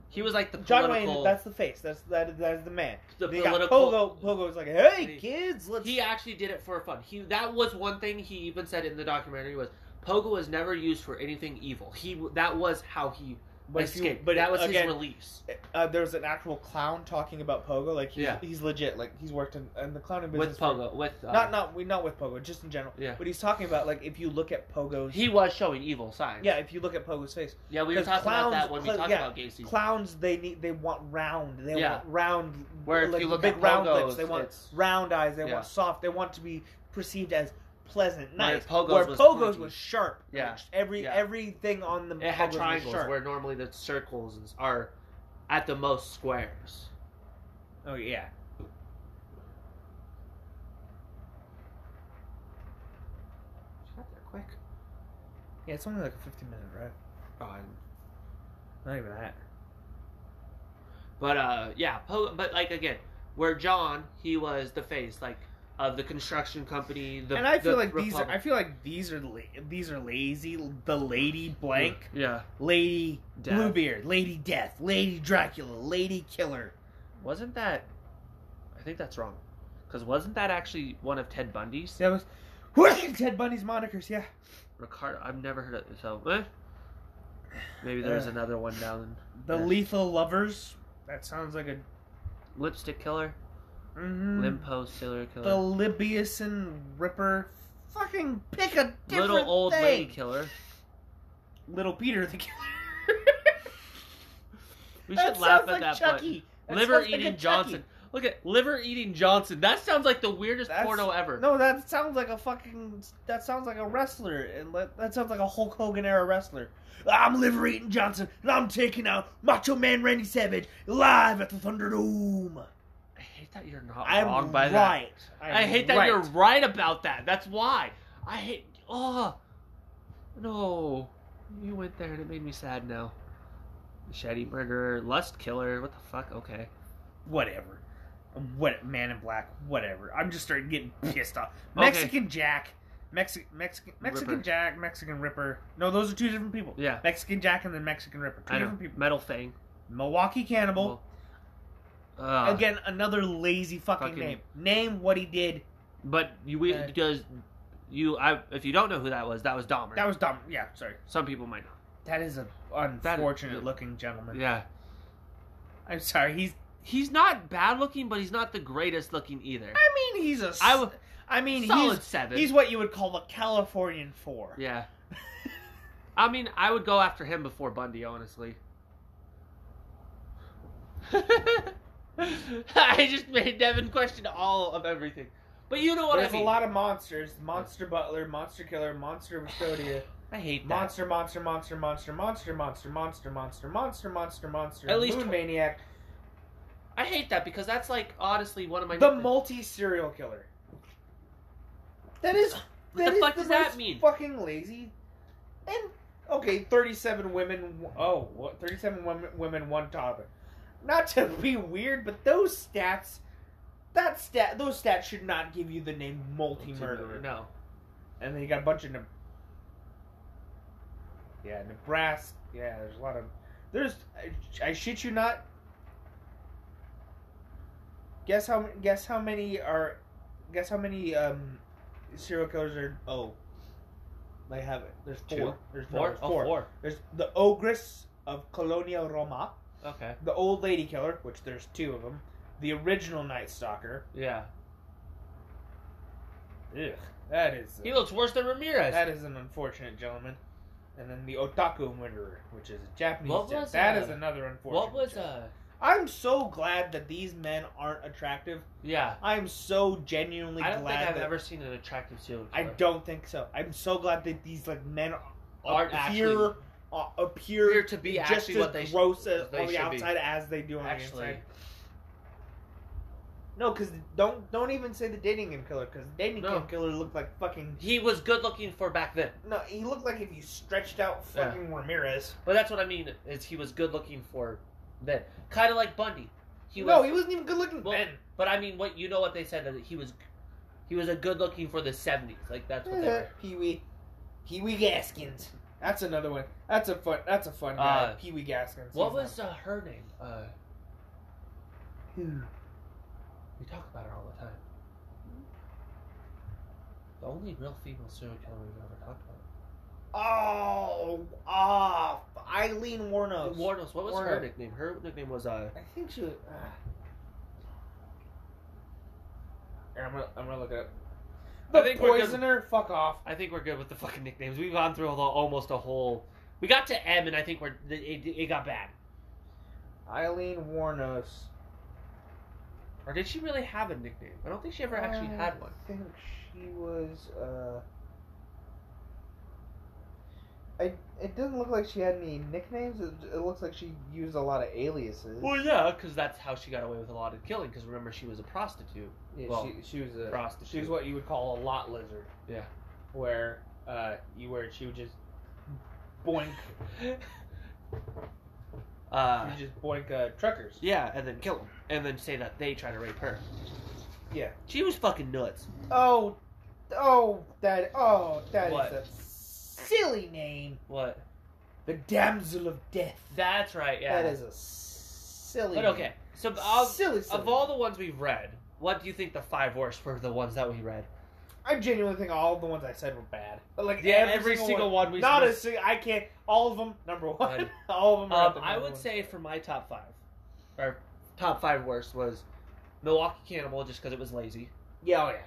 [SPEAKER 3] he was like the
[SPEAKER 2] John
[SPEAKER 3] political.
[SPEAKER 2] Wayne that's the face that's that that's the man.
[SPEAKER 3] the
[SPEAKER 2] They got
[SPEAKER 3] political.
[SPEAKER 2] Pogo Pogo's like hey
[SPEAKER 3] He-
[SPEAKER 2] kids let's
[SPEAKER 3] He actually did it for fun. He that was one thing he even said in the documentary was Pogo was never used for anything evil. He that was how he
[SPEAKER 2] but if you-
[SPEAKER 3] escaped.
[SPEAKER 2] but
[SPEAKER 3] that was
[SPEAKER 2] again,
[SPEAKER 3] his release
[SPEAKER 2] uh, there's an actual clown talking about Pogo like he's,
[SPEAKER 3] Yeah.
[SPEAKER 2] he's legit like he's worked in, in the clowning business
[SPEAKER 3] with
[SPEAKER 2] for-
[SPEAKER 3] Pogo. With uh,
[SPEAKER 2] not not we not with Pogo just in general
[SPEAKER 3] Yeah.
[SPEAKER 2] but he's talking about like if you look at Pogo's
[SPEAKER 3] he was showing evil signs.
[SPEAKER 2] yeah if you look at Pogo's face
[SPEAKER 3] yeah. We were
[SPEAKER 2] 'cause
[SPEAKER 3] talking about that
[SPEAKER 2] clowns-
[SPEAKER 3] when we
[SPEAKER 2] cl-
[SPEAKER 3] talked
[SPEAKER 2] yeah,
[SPEAKER 3] about Gacy.
[SPEAKER 2] clowns they need they want round they
[SPEAKER 3] Yeah.
[SPEAKER 2] want round
[SPEAKER 3] Where if
[SPEAKER 2] like,
[SPEAKER 3] you look
[SPEAKER 2] big
[SPEAKER 3] at
[SPEAKER 2] round
[SPEAKER 3] Pogo's,
[SPEAKER 2] lips they want
[SPEAKER 3] it's-
[SPEAKER 2] round eyes they
[SPEAKER 3] Yeah.
[SPEAKER 2] want soft they want to be perceived as pleasant
[SPEAKER 3] Where
[SPEAKER 2] nice
[SPEAKER 3] Pogo's
[SPEAKER 2] where
[SPEAKER 3] was
[SPEAKER 2] Pogo's
[SPEAKER 3] pointy.
[SPEAKER 2] was sharp
[SPEAKER 3] Yeah.
[SPEAKER 2] Like, every
[SPEAKER 3] Yeah.
[SPEAKER 2] everything on the
[SPEAKER 3] it had
[SPEAKER 2] Pogo's was
[SPEAKER 3] triangles
[SPEAKER 2] sharp.
[SPEAKER 3] where normally the circles is- are at the most squares.
[SPEAKER 2] oh yeah
[SPEAKER 3] She got there quick.
[SPEAKER 2] yeah it's only like a 15 minute right not even that
[SPEAKER 3] But uh, yeah, po- but like again, where John he was the face like of the construction company. The,
[SPEAKER 2] and I feel
[SPEAKER 3] the
[SPEAKER 2] like these are
[SPEAKER 3] Republic-
[SPEAKER 2] I feel like these are la- these are lazy the lady blank
[SPEAKER 3] yeah.
[SPEAKER 2] lady
[SPEAKER 3] Death.
[SPEAKER 2] Bluebeard lady death lady Dracula lady killer
[SPEAKER 3] Wasn't that? I think that's wrong. Because wasn't that actually one of Ted Bundy's?
[SPEAKER 2] that was Ted Bundy's monikers yeah
[SPEAKER 3] Ricardo, I've never heard of so. eh? Maybe there's
[SPEAKER 2] Uh.
[SPEAKER 3] another one down.
[SPEAKER 2] The
[SPEAKER 3] Yeah.
[SPEAKER 2] Lethal Lovers. That sounds like a.
[SPEAKER 3] Lipstick killer,
[SPEAKER 2] Mm,
[SPEAKER 3] limpo serial
[SPEAKER 2] The
[SPEAKER 3] killer,
[SPEAKER 2] Libyason Ripper. Fucking pick a different
[SPEAKER 3] little old
[SPEAKER 2] thing.
[SPEAKER 3] lady killer.
[SPEAKER 2] Little Peter the killer.
[SPEAKER 3] We
[SPEAKER 2] That
[SPEAKER 3] should laugh
[SPEAKER 2] sounds
[SPEAKER 3] at
[SPEAKER 2] like
[SPEAKER 3] that.
[SPEAKER 2] Chucky.
[SPEAKER 3] but-
[SPEAKER 2] That
[SPEAKER 3] liver
[SPEAKER 2] sounds like a
[SPEAKER 3] eating
[SPEAKER 2] Chucky.
[SPEAKER 3] Johnson. Look at liver eating Johnson. That sounds like the weirdest
[SPEAKER 2] That's-
[SPEAKER 3] porno ever.
[SPEAKER 2] No, that sounds like a fucking. That sounds like a wrestler, and that, that sounds like a Hulk Hogan era wrestler. I'm Liver Eating Johnson, and I'm taking out Macho Man Randy Savage live at the Thunderdome.
[SPEAKER 3] I hate that you're not
[SPEAKER 2] I'm
[SPEAKER 3] wrong by that.
[SPEAKER 2] right. I'm
[SPEAKER 3] I hate that
[SPEAKER 2] right.
[SPEAKER 3] you're right about that. That's why. I hate. Oh. No. You went there and it made me sad now. Machete murderer, lust killer. What the fuck? Okay.
[SPEAKER 2] whatever. What Man in Black, whatever. I'm just starting getting pissed off. Mexican Jack, Mexi- Mexican Mexican
[SPEAKER 3] Ripper.
[SPEAKER 2] Jack, Mexican Ripper. No, those are two different people.
[SPEAKER 3] Yeah.
[SPEAKER 2] Mexican Jack and then Mexican Ripper, two
[SPEAKER 3] I know.
[SPEAKER 2] different people.
[SPEAKER 3] Metal Fang.
[SPEAKER 2] Milwaukee Cannibal,
[SPEAKER 3] Uh,
[SPEAKER 2] again another lazy fucking,
[SPEAKER 3] Fucking-
[SPEAKER 2] name. Name what he did.
[SPEAKER 3] But you we,
[SPEAKER 2] Uh,
[SPEAKER 3] does you I if you don't know who that was, that was Dahmer.
[SPEAKER 2] That was dumb. Yeah, sorry.
[SPEAKER 3] Some people might know.
[SPEAKER 2] That is a unfortunate looking gentleman.
[SPEAKER 3] Yeah.
[SPEAKER 2] I'm sorry. He's.
[SPEAKER 3] He's not bad looking, but he's not the greatest looking either.
[SPEAKER 2] I mean, he's a. s-
[SPEAKER 3] I would-
[SPEAKER 2] I mean,
[SPEAKER 3] Solid
[SPEAKER 2] he's.
[SPEAKER 3] seven.
[SPEAKER 2] He's what you would call a Californian four. [laughs]
[SPEAKER 3] Yeah. I mean, I would go after him before Bundy, honestly. [laughs] I just made Devin question all of everything. But you know what
[SPEAKER 2] There's
[SPEAKER 3] I mean.
[SPEAKER 2] a lot of monsters: Monster Butler, Monster Killer, Monster
[SPEAKER 3] [laughs]
[SPEAKER 2] Custodia.
[SPEAKER 3] I hate that.
[SPEAKER 2] Monster, monster, monster, monster, monster, monster, monster, monster, monster, monster, monster.
[SPEAKER 3] At least
[SPEAKER 2] Moon
[SPEAKER 3] tw-
[SPEAKER 2] Maniac,
[SPEAKER 3] I hate that because that's like honestly one of my
[SPEAKER 2] the multi serial killer. That is.
[SPEAKER 3] What
[SPEAKER 2] that
[SPEAKER 3] the
[SPEAKER 2] is
[SPEAKER 3] fuck does that
[SPEAKER 2] most
[SPEAKER 3] mean?
[SPEAKER 2] Fucking lazy. And okay, thirty-seven women. Oh, what? Thirty-seven women. Women, one toddler. Not to be weird, but those stats. That stat. Those stats should not give you the name multi murderer.
[SPEAKER 3] No.
[SPEAKER 2] And then you got a bunch of. Neb- yeah, Nebraska. Yeah, there's a lot of. There's. I, I shit you not. Guess how guess how many are, guess how many um, serial killers are oh. They have it. There's
[SPEAKER 3] Two?
[SPEAKER 2] four. There's no,
[SPEAKER 3] Four?
[SPEAKER 2] there's
[SPEAKER 3] Oh, four.
[SPEAKER 2] There's the ogress of Colonia Roma,
[SPEAKER 3] Okay.
[SPEAKER 2] the old lady killer, which there's two of them, the original Night Stalker.
[SPEAKER 3] Yeah.
[SPEAKER 2] Ugh, that is.
[SPEAKER 3] He looks worse than Ramirez.
[SPEAKER 2] That is an unfortunate gentleman. And then the otaku murderer, which is a Japanese.
[SPEAKER 3] What
[SPEAKER 2] gen-
[SPEAKER 3] was,
[SPEAKER 2] that
[SPEAKER 3] uh,
[SPEAKER 2] is another unfortunate.
[SPEAKER 3] what was
[SPEAKER 2] gentleman.
[SPEAKER 3] uh?
[SPEAKER 2] I'm so glad that these men aren't attractive.
[SPEAKER 3] Yeah.
[SPEAKER 2] I'm so genuinely
[SPEAKER 3] I don't
[SPEAKER 2] glad
[SPEAKER 3] think I've
[SPEAKER 2] that
[SPEAKER 3] ever seen an attractive serial
[SPEAKER 2] I
[SPEAKER 3] killer.
[SPEAKER 2] don't think so. I'm so glad that these like men
[SPEAKER 3] Aren't
[SPEAKER 2] appear
[SPEAKER 3] actually-
[SPEAKER 2] uh, appear,
[SPEAKER 3] appear to be
[SPEAKER 2] just
[SPEAKER 3] actually
[SPEAKER 2] as
[SPEAKER 3] what they sh-
[SPEAKER 2] gross as-
[SPEAKER 3] they
[SPEAKER 2] on the
[SPEAKER 3] should be.
[SPEAKER 2] outside as they do on
[SPEAKER 3] Actually.
[SPEAKER 2] the inside. No, because don't don't even say the dating game killer because dating
[SPEAKER 3] No.
[SPEAKER 2] game killer looked like fucking
[SPEAKER 3] He was good looking for back then.
[SPEAKER 2] no. He looked like if you stretched out
[SPEAKER 3] Yeah.
[SPEAKER 2] fucking Ramirez.
[SPEAKER 3] But that's what I mean. Is he was good looking for then, kind of like Bundy. He was,
[SPEAKER 2] no, he wasn't even good looking
[SPEAKER 3] Well,
[SPEAKER 2] then.
[SPEAKER 3] but I mean, what you know what they said that he was He was a good looking for the '70s. Like that's what
[SPEAKER 8] [laughs]
[SPEAKER 3] they were.
[SPEAKER 2] Pee Wee, Pee Wee Gaskins.
[SPEAKER 8] That's another one. That's a fun. That's a fun guy.
[SPEAKER 3] Uh,
[SPEAKER 8] Pee Wee Gaskins.
[SPEAKER 3] What
[SPEAKER 8] He's
[SPEAKER 3] was uh, her name? Uh,
[SPEAKER 2] Who?
[SPEAKER 3] we talk about her all the time. The only real female serial killer we've ever talked about.
[SPEAKER 2] Oh, ah, Eileen Warnos.
[SPEAKER 3] Warnos. What was her
[SPEAKER 2] Warnos.
[SPEAKER 3] nickname? Her nickname was uh.
[SPEAKER 2] I think she. Was,
[SPEAKER 8] ah. Here, I'm gonna, I'm gonna look it up.
[SPEAKER 3] I
[SPEAKER 8] The
[SPEAKER 3] think we're good.
[SPEAKER 8] poisoner. Fuck off.
[SPEAKER 3] I think we're good with the fucking nicknames. We've gone through a whole, almost a whole. We got to M, and I think we're it, it, it got bad.
[SPEAKER 8] Eileen Warnos.
[SPEAKER 3] Or did she really have a nickname? I don't think she ever actually had
[SPEAKER 2] Uh,
[SPEAKER 3] one.
[SPEAKER 8] I think she was. Uh, I. It doesn't look like she had any nicknames. It, it looks like she used a lot of aliases.
[SPEAKER 3] Well, yeah, because that's how she got away with a lot of killing. Because remember, she was a prostitute.
[SPEAKER 8] Yeah,
[SPEAKER 3] well,
[SPEAKER 8] she, she was a.
[SPEAKER 3] prostitute.
[SPEAKER 8] She's what you would call a lot lizard.
[SPEAKER 3] Yeah.
[SPEAKER 8] Where uh, you where she would just
[SPEAKER 3] [laughs]
[SPEAKER 8] boink,
[SPEAKER 3] Uh,
[SPEAKER 8] she would just boink uh, truckers.
[SPEAKER 3] yeah, and then kill them, and then say that they tried to rape her.
[SPEAKER 8] Yeah.
[SPEAKER 3] She was fucking nuts.
[SPEAKER 8] Oh, oh, that, oh, that is
[SPEAKER 3] What?
[SPEAKER 8] a
[SPEAKER 2] silly name.
[SPEAKER 3] What?
[SPEAKER 8] the damsel of death.
[SPEAKER 3] That's right. Yeah.
[SPEAKER 8] That is a silly.
[SPEAKER 3] But okay. So of,
[SPEAKER 8] silly, silly.
[SPEAKER 3] of all the ones we've read, what do you think the five worst were? The ones that we read.
[SPEAKER 8] I genuinely think all the ones I said were bad. Like
[SPEAKER 3] Yeah, every single one we-
[SPEAKER 8] Not a single. I can't. All of them. Number one.
[SPEAKER 2] [laughs]
[SPEAKER 3] Good.
[SPEAKER 8] all of them. Are at
[SPEAKER 3] Um,
[SPEAKER 8] the
[SPEAKER 3] I
[SPEAKER 8] number
[SPEAKER 3] would
[SPEAKER 8] one.
[SPEAKER 3] say for my top five, or top five worst was Milwaukee Cannibal, just because it was lazy.
[SPEAKER 8] Yeah. Oh yeah.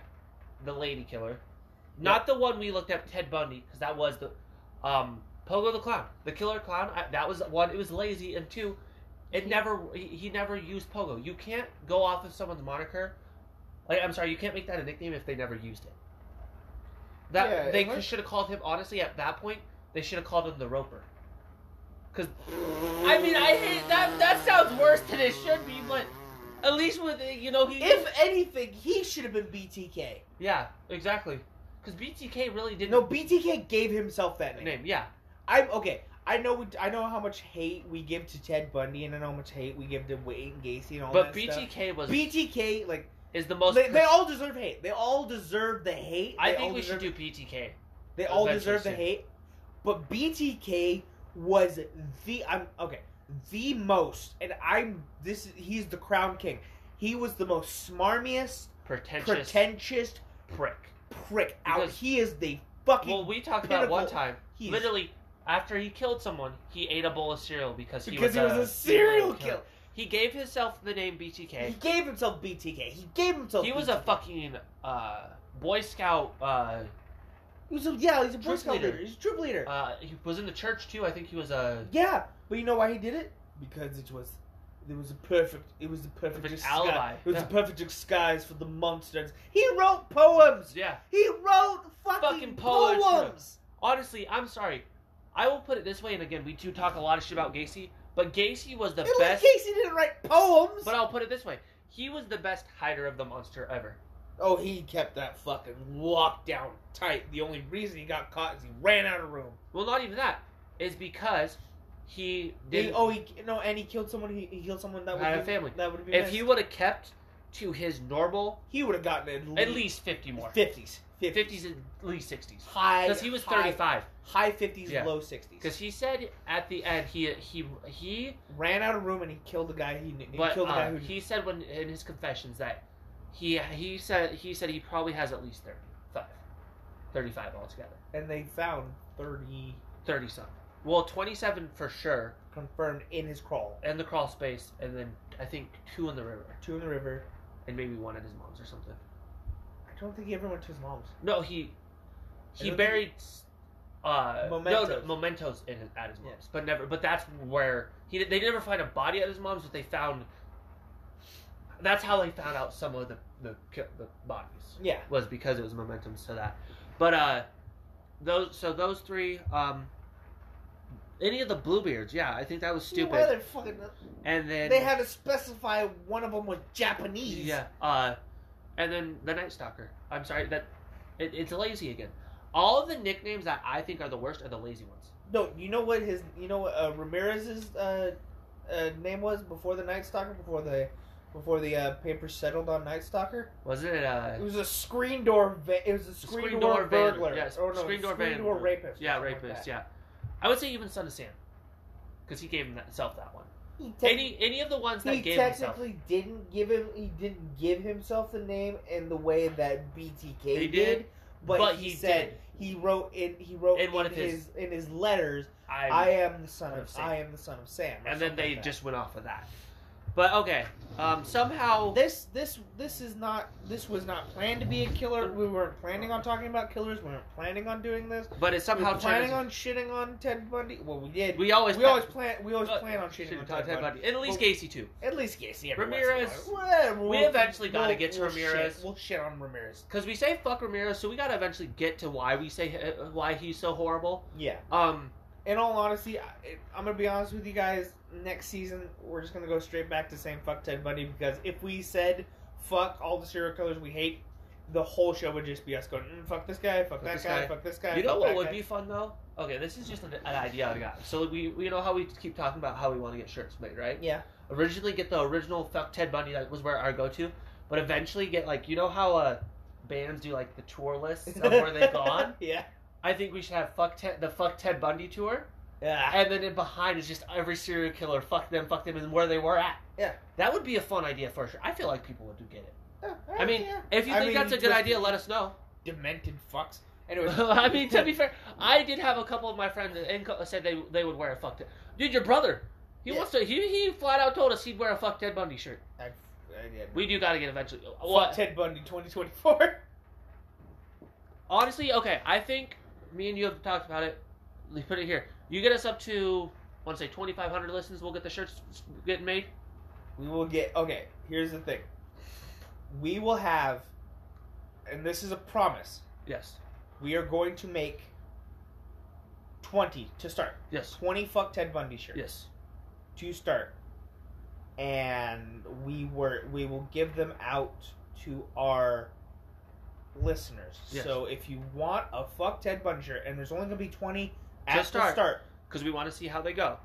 [SPEAKER 3] The Lady Killer, not the one we looked up, Ted Bundy, because that was the um, Pogo the Clown, the Killer Clown. I, that was one. It was lazy, and two, it never he, he never used Pogo. You can't go off of someone's moniker. Like I'm sorry, you can't make that a nickname if they never used it. That
[SPEAKER 8] Yeah,
[SPEAKER 3] they
[SPEAKER 8] unless-
[SPEAKER 3] should have called him. Honestly, at that point, they should have called him the Roper. Cause I mean, I hate that. That sounds worse than it should be, but at least with it, you know he.
[SPEAKER 2] If anything, he should have been BTK.
[SPEAKER 3] yeah, exactly. Because BTK really didn't.
[SPEAKER 2] No, BTK gave himself that name.
[SPEAKER 3] name. Yeah,
[SPEAKER 2] I'm okay. I know. We, I know how much hate we give to Ted Bundy, and I know how much hate we give to Wayne Gacy and all
[SPEAKER 3] but
[SPEAKER 2] that stuff.
[SPEAKER 3] BTK was
[SPEAKER 2] BTK, like
[SPEAKER 3] is the most.
[SPEAKER 2] they, they all deserve hate. They all deserve the hate.
[SPEAKER 3] I
[SPEAKER 2] They
[SPEAKER 3] think
[SPEAKER 2] all
[SPEAKER 3] we should
[SPEAKER 2] deserve-
[SPEAKER 3] do BTK.
[SPEAKER 2] They all
[SPEAKER 3] eventually
[SPEAKER 2] deserve the
[SPEAKER 3] soon.
[SPEAKER 2] hate. But BTK was the I'm okay the most, and I'm this. is- He's the crown king. He was the most smarmiest,
[SPEAKER 3] Pretentious
[SPEAKER 2] pretentious
[SPEAKER 3] prick.
[SPEAKER 2] prick out.
[SPEAKER 3] Because-
[SPEAKER 2] He is the fucking.
[SPEAKER 3] Well, we talked about it one
[SPEAKER 2] pinnacle.
[SPEAKER 3] time.
[SPEAKER 2] he is-
[SPEAKER 3] Literally, after he killed someone, he ate a bowl of cereal because he
[SPEAKER 2] because
[SPEAKER 3] was,
[SPEAKER 2] he was a serial killer.
[SPEAKER 3] He gave himself the name
[SPEAKER 2] He
[SPEAKER 3] BTK.
[SPEAKER 2] gave himself BTK. He gave himself.
[SPEAKER 3] He was a
[SPEAKER 2] BTK.
[SPEAKER 3] fucking uh, Boy Scout. Uh,
[SPEAKER 2] He was a, yeah, he's a Boy
[SPEAKER 3] Troop
[SPEAKER 2] Scout
[SPEAKER 3] leader.
[SPEAKER 2] leader. He's a troop leader.
[SPEAKER 3] uh, he was in the church too. I think he was a
[SPEAKER 2] yeah, but you know why he did it? Because it was, it was a perfect. It was the perfect,
[SPEAKER 3] Perfect
[SPEAKER 2] disguise.
[SPEAKER 3] alibi.
[SPEAKER 2] It was
[SPEAKER 3] Yeah.
[SPEAKER 2] the perfect disguise for the monsters. He wrote poems.
[SPEAKER 3] yeah.
[SPEAKER 2] He wrote fucking,
[SPEAKER 3] Fucking poetry.
[SPEAKER 2] poems.
[SPEAKER 3] Honestly, I'm sorry. I will put it this way, and again, we do talk a lot of shit about Gacy, but Gacy was the
[SPEAKER 2] At least
[SPEAKER 3] best.
[SPEAKER 2] Casey didn't write poems.
[SPEAKER 3] But I'll put it this way: he was the best hider of the monster ever.
[SPEAKER 2] oh, he kept that fucking locked down tight.
[SPEAKER 8] The only reason he got caught is he ran out of room.
[SPEAKER 3] Well, not even that is because he
[SPEAKER 2] He-
[SPEAKER 3] didn't.
[SPEAKER 2] oh, he no, and he killed someone. He, he killed someone that would
[SPEAKER 3] Had
[SPEAKER 2] be,
[SPEAKER 3] a family.
[SPEAKER 2] That would be
[SPEAKER 3] if he would have kept to his normal,
[SPEAKER 2] he would have gotten
[SPEAKER 3] at least fifty more,
[SPEAKER 2] fifties,
[SPEAKER 3] fifties at least sixties,
[SPEAKER 2] high
[SPEAKER 3] because he was
[SPEAKER 2] high-
[SPEAKER 3] thirty-five.
[SPEAKER 2] high fifties,
[SPEAKER 3] Yeah.
[SPEAKER 2] low sixties.
[SPEAKER 3] Because he said at the end, he he he,
[SPEAKER 2] ran out of room and he killed the guy he, knew- he
[SPEAKER 3] but
[SPEAKER 2] killed the
[SPEAKER 3] uh,
[SPEAKER 2] guy who
[SPEAKER 3] he said when in his confessions that he he said he said he probably has at least 35, 35 altogether,
[SPEAKER 2] and they found 30
[SPEAKER 3] thirty something. Well, twenty-seven for sure,
[SPEAKER 2] confirmed in his crawl
[SPEAKER 3] and the crawl space, and then I think two in the river,
[SPEAKER 2] two in the river
[SPEAKER 3] and maybe one at his mom's or something.
[SPEAKER 2] i don't think he ever went to his mom's
[SPEAKER 3] No, he he
[SPEAKER 2] don't think-
[SPEAKER 3] buried uh
[SPEAKER 2] Mementos.
[SPEAKER 3] no, no mementos in his, at his
[SPEAKER 2] Yeah.
[SPEAKER 3] mom's, but never. But that's where he they never find a body at his mom's, but they found. That's how they found out some of the the ki- the bodies
[SPEAKER 2] yeah
[SPEAKER 3] was because it was momentum to that, but uh, those so those three um. Any of the bluebeards, yeah, I think that was stupid.
[SPEAKER 2] Why they fucking,
[SPEAKER 3] and then
[SPEAKER 2] they had to specify one of them was japanese
[SPEAKER 3] Yeah. Uh, and then the Night Stalker. I'm sorry that it, it's lazy again. All of the nicknames that I think are the worst are the lazy ones.
[SPEAKER 2] no you know what his you know what uh, ramirez's uh, uh, name was before the night stalker before the before the uh, papers settled on Night Stalker.
[SPEAKER 3] Wasn't it? Uh,
[SPEAKER 1] It was a screen door. Va- it was a screen, door,
[SPEAKER 3] van-
[SPEAKER 1] burglar.
[SPEAKER 3] yeah,
[SPEAKER 1] or no,
[SPEAKER 3] screen door, van-
[SPEAKER 1] door rapist. or
[SPEAKER 3] Yeah,
[SPEAKER 1] something like
[SPEAKER 3] rapist.
[SPEAKER 1] that.
[SPEAKER 3] yeah, I would say even Son of Sam, because he gave himself that one.
[SPEAKER 2] He te-
[SPEAKER 3] Any any of the ones that
[SPEAKER 2] he
[SPEAKER 3] gave himself,
[SPEAKER 2] technically didn't give him. He didn't give himself the name in the way that BTK
[SPEAKER 3] They
[SPEAKER 2] did,
[SPEAKER 3] did,
[SPEAKER 2] but,
[SPEAKER 3] but
[SPEAKER 2] he,
[SPEAKER 3] he
[SPEAKER 2] said he wrote in. He wrote
[SPEAKER 3] In
[SPEAKER 2] in,
[SPEAKER 3] one of
[SPEAKER 2] his,
[SPEAKER 3] his-
[SPEAKER 2] in his letters.
[SPEAKER 3] I,
[SPEAKER 2] I am the son
[SPEAKER 3] Son
[SPEAKER 2] of.
[SPEAKER 3] of Sam."
[SPEAKER 2] I am the son of Sam. or
[SPEAKER 3] and then
[SPEAKER 2] something
[SPEAKER 3] they
[SPEAKER 2] like that.
[SPEAKER 3] just went off of that. But okay, um, somehow
[SPEAKER 2] This this this is not this was not planned to be a killer. We weren't planning on talking about killers. We weren't planning on doing this.
[SPEAKER 3] But it's somehow
[SPEAKER 2] we were
[SPEAKER 3] turning.
[SPEAKER 2] planning on shitting on Ted Bundy. Well, we did. We,
[SPEAKER 3] we always
[SPEAKER 2] always plan. We always
[SPEAKER 3] uh,
[SPEAKER 2] plan on shitting on Ted Bundy.
[SPEAKER 3] And at least
[SPEAKER 2] But-
[SPEAKER 3] Gacy too,
[SPEAKER 2] At least Gacy. every once in a
[SPEAKER 3] Ramirez,
[SPEAKER 2] while. Whatever.
[SPEAKER 3] we eventually gotta get to Ramirez.
[SPEAKER 2] Shit, we'll shit on Ramirez.
[SPEAKER 3] because we say fuck Ramirez, so we gotta eventually get to why we say uh, why he's so horrible.
[SPEAKER 2] Yeah.
[SPEAKER 3] Um,
[SPEAKER 2] In all honesty, I, I'm gonna be honest with you guys. Next season, we're just gonna go straight back to saying fuck Ted Bundy because if we said fuck all the serial killers we hate, the whole show would just be us going mm, fuck this guy, fuck, that
[SPEAKER 3] this
[SPEAKER 2] guy,
[SPEAKER 3] guy.
[SPEAKER 2] fuck this guy.
[SPEAKER 3] you know
[SPEAKER 2] fuck
[SPEAKER 3] what
[SPEAKER 2] that
[SPEAKER 3] would
[SPEAKER 2] guy.
[SPEAKER 3] be fun though? Okay, this is just an, an idea I got. So we, we you know how we keep talking about how we want to get shirts made, right?
[SPEAKER 2] Yeah.
[SPEAKER 3] Originally, get the original fuck Ted Bundy that was where our go to, but eventually get like you know how uh bands do like the tour lists
[SPEAKER 2] [laughs]
[SPEAKER 3] of where they've gone.
[SPEAKER 2] yeah.
[SPEAKER 3] I think we should have fuck Ted the fuck Ted Bundy tour.
[SPEAKER 2] Yeah.
[SPEAKER 3] And then in behind is just every serial killer. Fuck them, fuck them, and where they were at.
[SPEAKER 2] Yeah.
[SPEAKER 3] That would be a fun idea for sure. I feel like people would do get it. I mean,
[SPEAKER 2] yeah.
[SPEAKER 3] if you
[SPEAKER 2] I
[SPEAKER 3] think
[SPEAKER 2] mean,
[SPEAKER 3] that's a good
[SPEAKER 2] just-
[SPEAKER 3] idea, let us know. [laughs]
[SPEAKER 2] demented fucks. Anyway,
[SPEAKER 3] I mean, to be fair, I did have a couple of my friends that in- said they they would wear a fuck Ted. Dude, your brother. He
[SPEAKER 2] Yeah.
[SPEAKER 3] wants to. He, he flat out told us he'd wear a fuck Ted Bundy shirt.
[SPEAKER 2] I, I did.
[SPEAKER 3] We do gotta get eventually.
[SPEAKER 2] Fuck
[SPEAKER 3] What?
[SPEAKER 2] Ted Bundy 2024.
[SPEAKER 3] Honestly, okay. I think me and you have talked about it. Let's put it here. You get us up to, I want to say 2,500 listens. We'll get the shirts getting made.
[SPEAKER 2] [laughs] We will get okay. Here's the thing. We will have, and this is a promise.
[SPEAKER 3] Yes.
[SPEAKER 2] We are going to make twenty to start.
[SPEAKER 3] Yes.
[SPEAKER 2] Twenty fuck Ted Bundy shirts
[SPEAKER 3] Yes.
[SPEAKER 2] to start, and we were we will give them out to our listeners.
[SPEAKER 3] Yes.
[SPEAKER 2] So if you want a fuck Ted Bundy shirt, and there's only gonna be twenty
[SPEAKER 3] To
[SPEAKER 2] at the
[SPEAKER 3] start.
[SPEAKER 2] start,
[SPEAKER 3] Because we want to see how they go.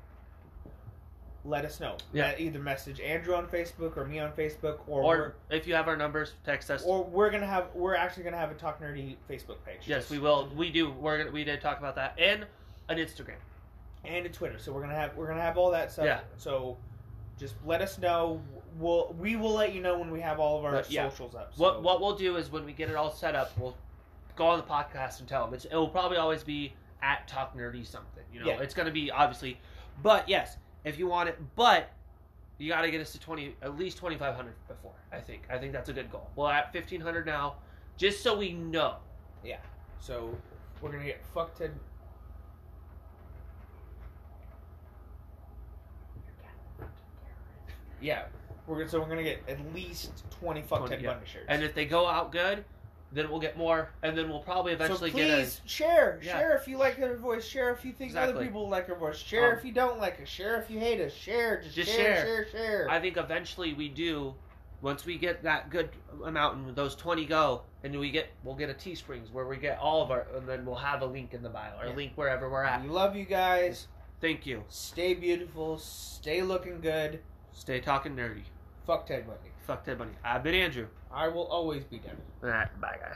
[SPEAKER 2] let us know.
[SPEAKER 3] Yeah.
[SPEAKER 2] Let- Either message Andrew on Facebook or me on Facebook, or
[SPEAKER 3] Or if you have our numbers, text us.
[SPEAKER 2] we're, or we're gonna have we're actually gonna have a talk nerdy Facebook page.
[SPEAKER 3] yes, we will. We do. We're gonna, we did talk about that and an Instagram.
[SPEAKER 2] and a Twitter. So we're gonna have we're gonna have all that stuff.
[SPEAKER 3] Yeah.
[SPEAKER 2] So just let us know. We'll we will let you know when we have all of our
[SPEAKER 3] But, yeah.
[SPEAKER 2] socials up. So.
[SPEAKER 3] What what we'll do is when we get it all set up, we'll go on the podcast and tell them. It's, it will probably always be at Talk Nerdy something. You know,
[SPEAKER 2] Yeah.
[SPEAKER 3] it's gonna be obviously. But yes, if you want it, but you got to get us to twenty, at least twenty five hundred before. I think. I think that's a good goal. We're at fifteen hundred now, just so we know.
[SPEAKER 2] So we're gonna get fucked Ted. Yeah, we're gonna, so we're gonna get at least twenty fucked
[SPEAKER 3] 20,
[SPEAKER 2] Ted
[SPEAKER 3] yeah.
[SPEAKER 2] Bundy shirts.
[SPEAKER 3] And if they go out good, then we'll get more, and then we'll probably eventually
[SPEAKER 2] so
[SPEAKER 3] get a.
[SPEAKER 2] please share,
[SPEAKER 3] Yeah.
[SPEAKER 2] share if you like her voice, share if you think other
[SPEAKER 3] Exactly.
[SPEAKER 2] people like her voice, share
[SPEAKER 3] Um,
[SPEAKER 2] if you don't like her, share if you hate us, share, just,
[SPEAKER 3] Just
[SPEAKER 2] share, share, share.
[SPEAKER 3] I think eventually we do. Once we get that good amount and those twenty go, and we get we'll get a Teesprings where we get all of our, and then we'll have a link in the bio or a
[SPEAKER 2] Yeah.
[SPEAKER 3] link wherever we're at.
[SPEAKER 2] we love you guys.
[SPEAKER 3] Thank you.
[SPEAKER 2] Stay beautiful. Stay looking good.
[SPEAKER 3] Stay talking nerdy.
[SPEAKER 2] Fuck Ted Bundy.
[SPEAKER 3] Fuck Ted Bunny. I've been Andrew.
[SPEAKER 2] I will always be down.
[SPEAKER 3] All right, bye guys.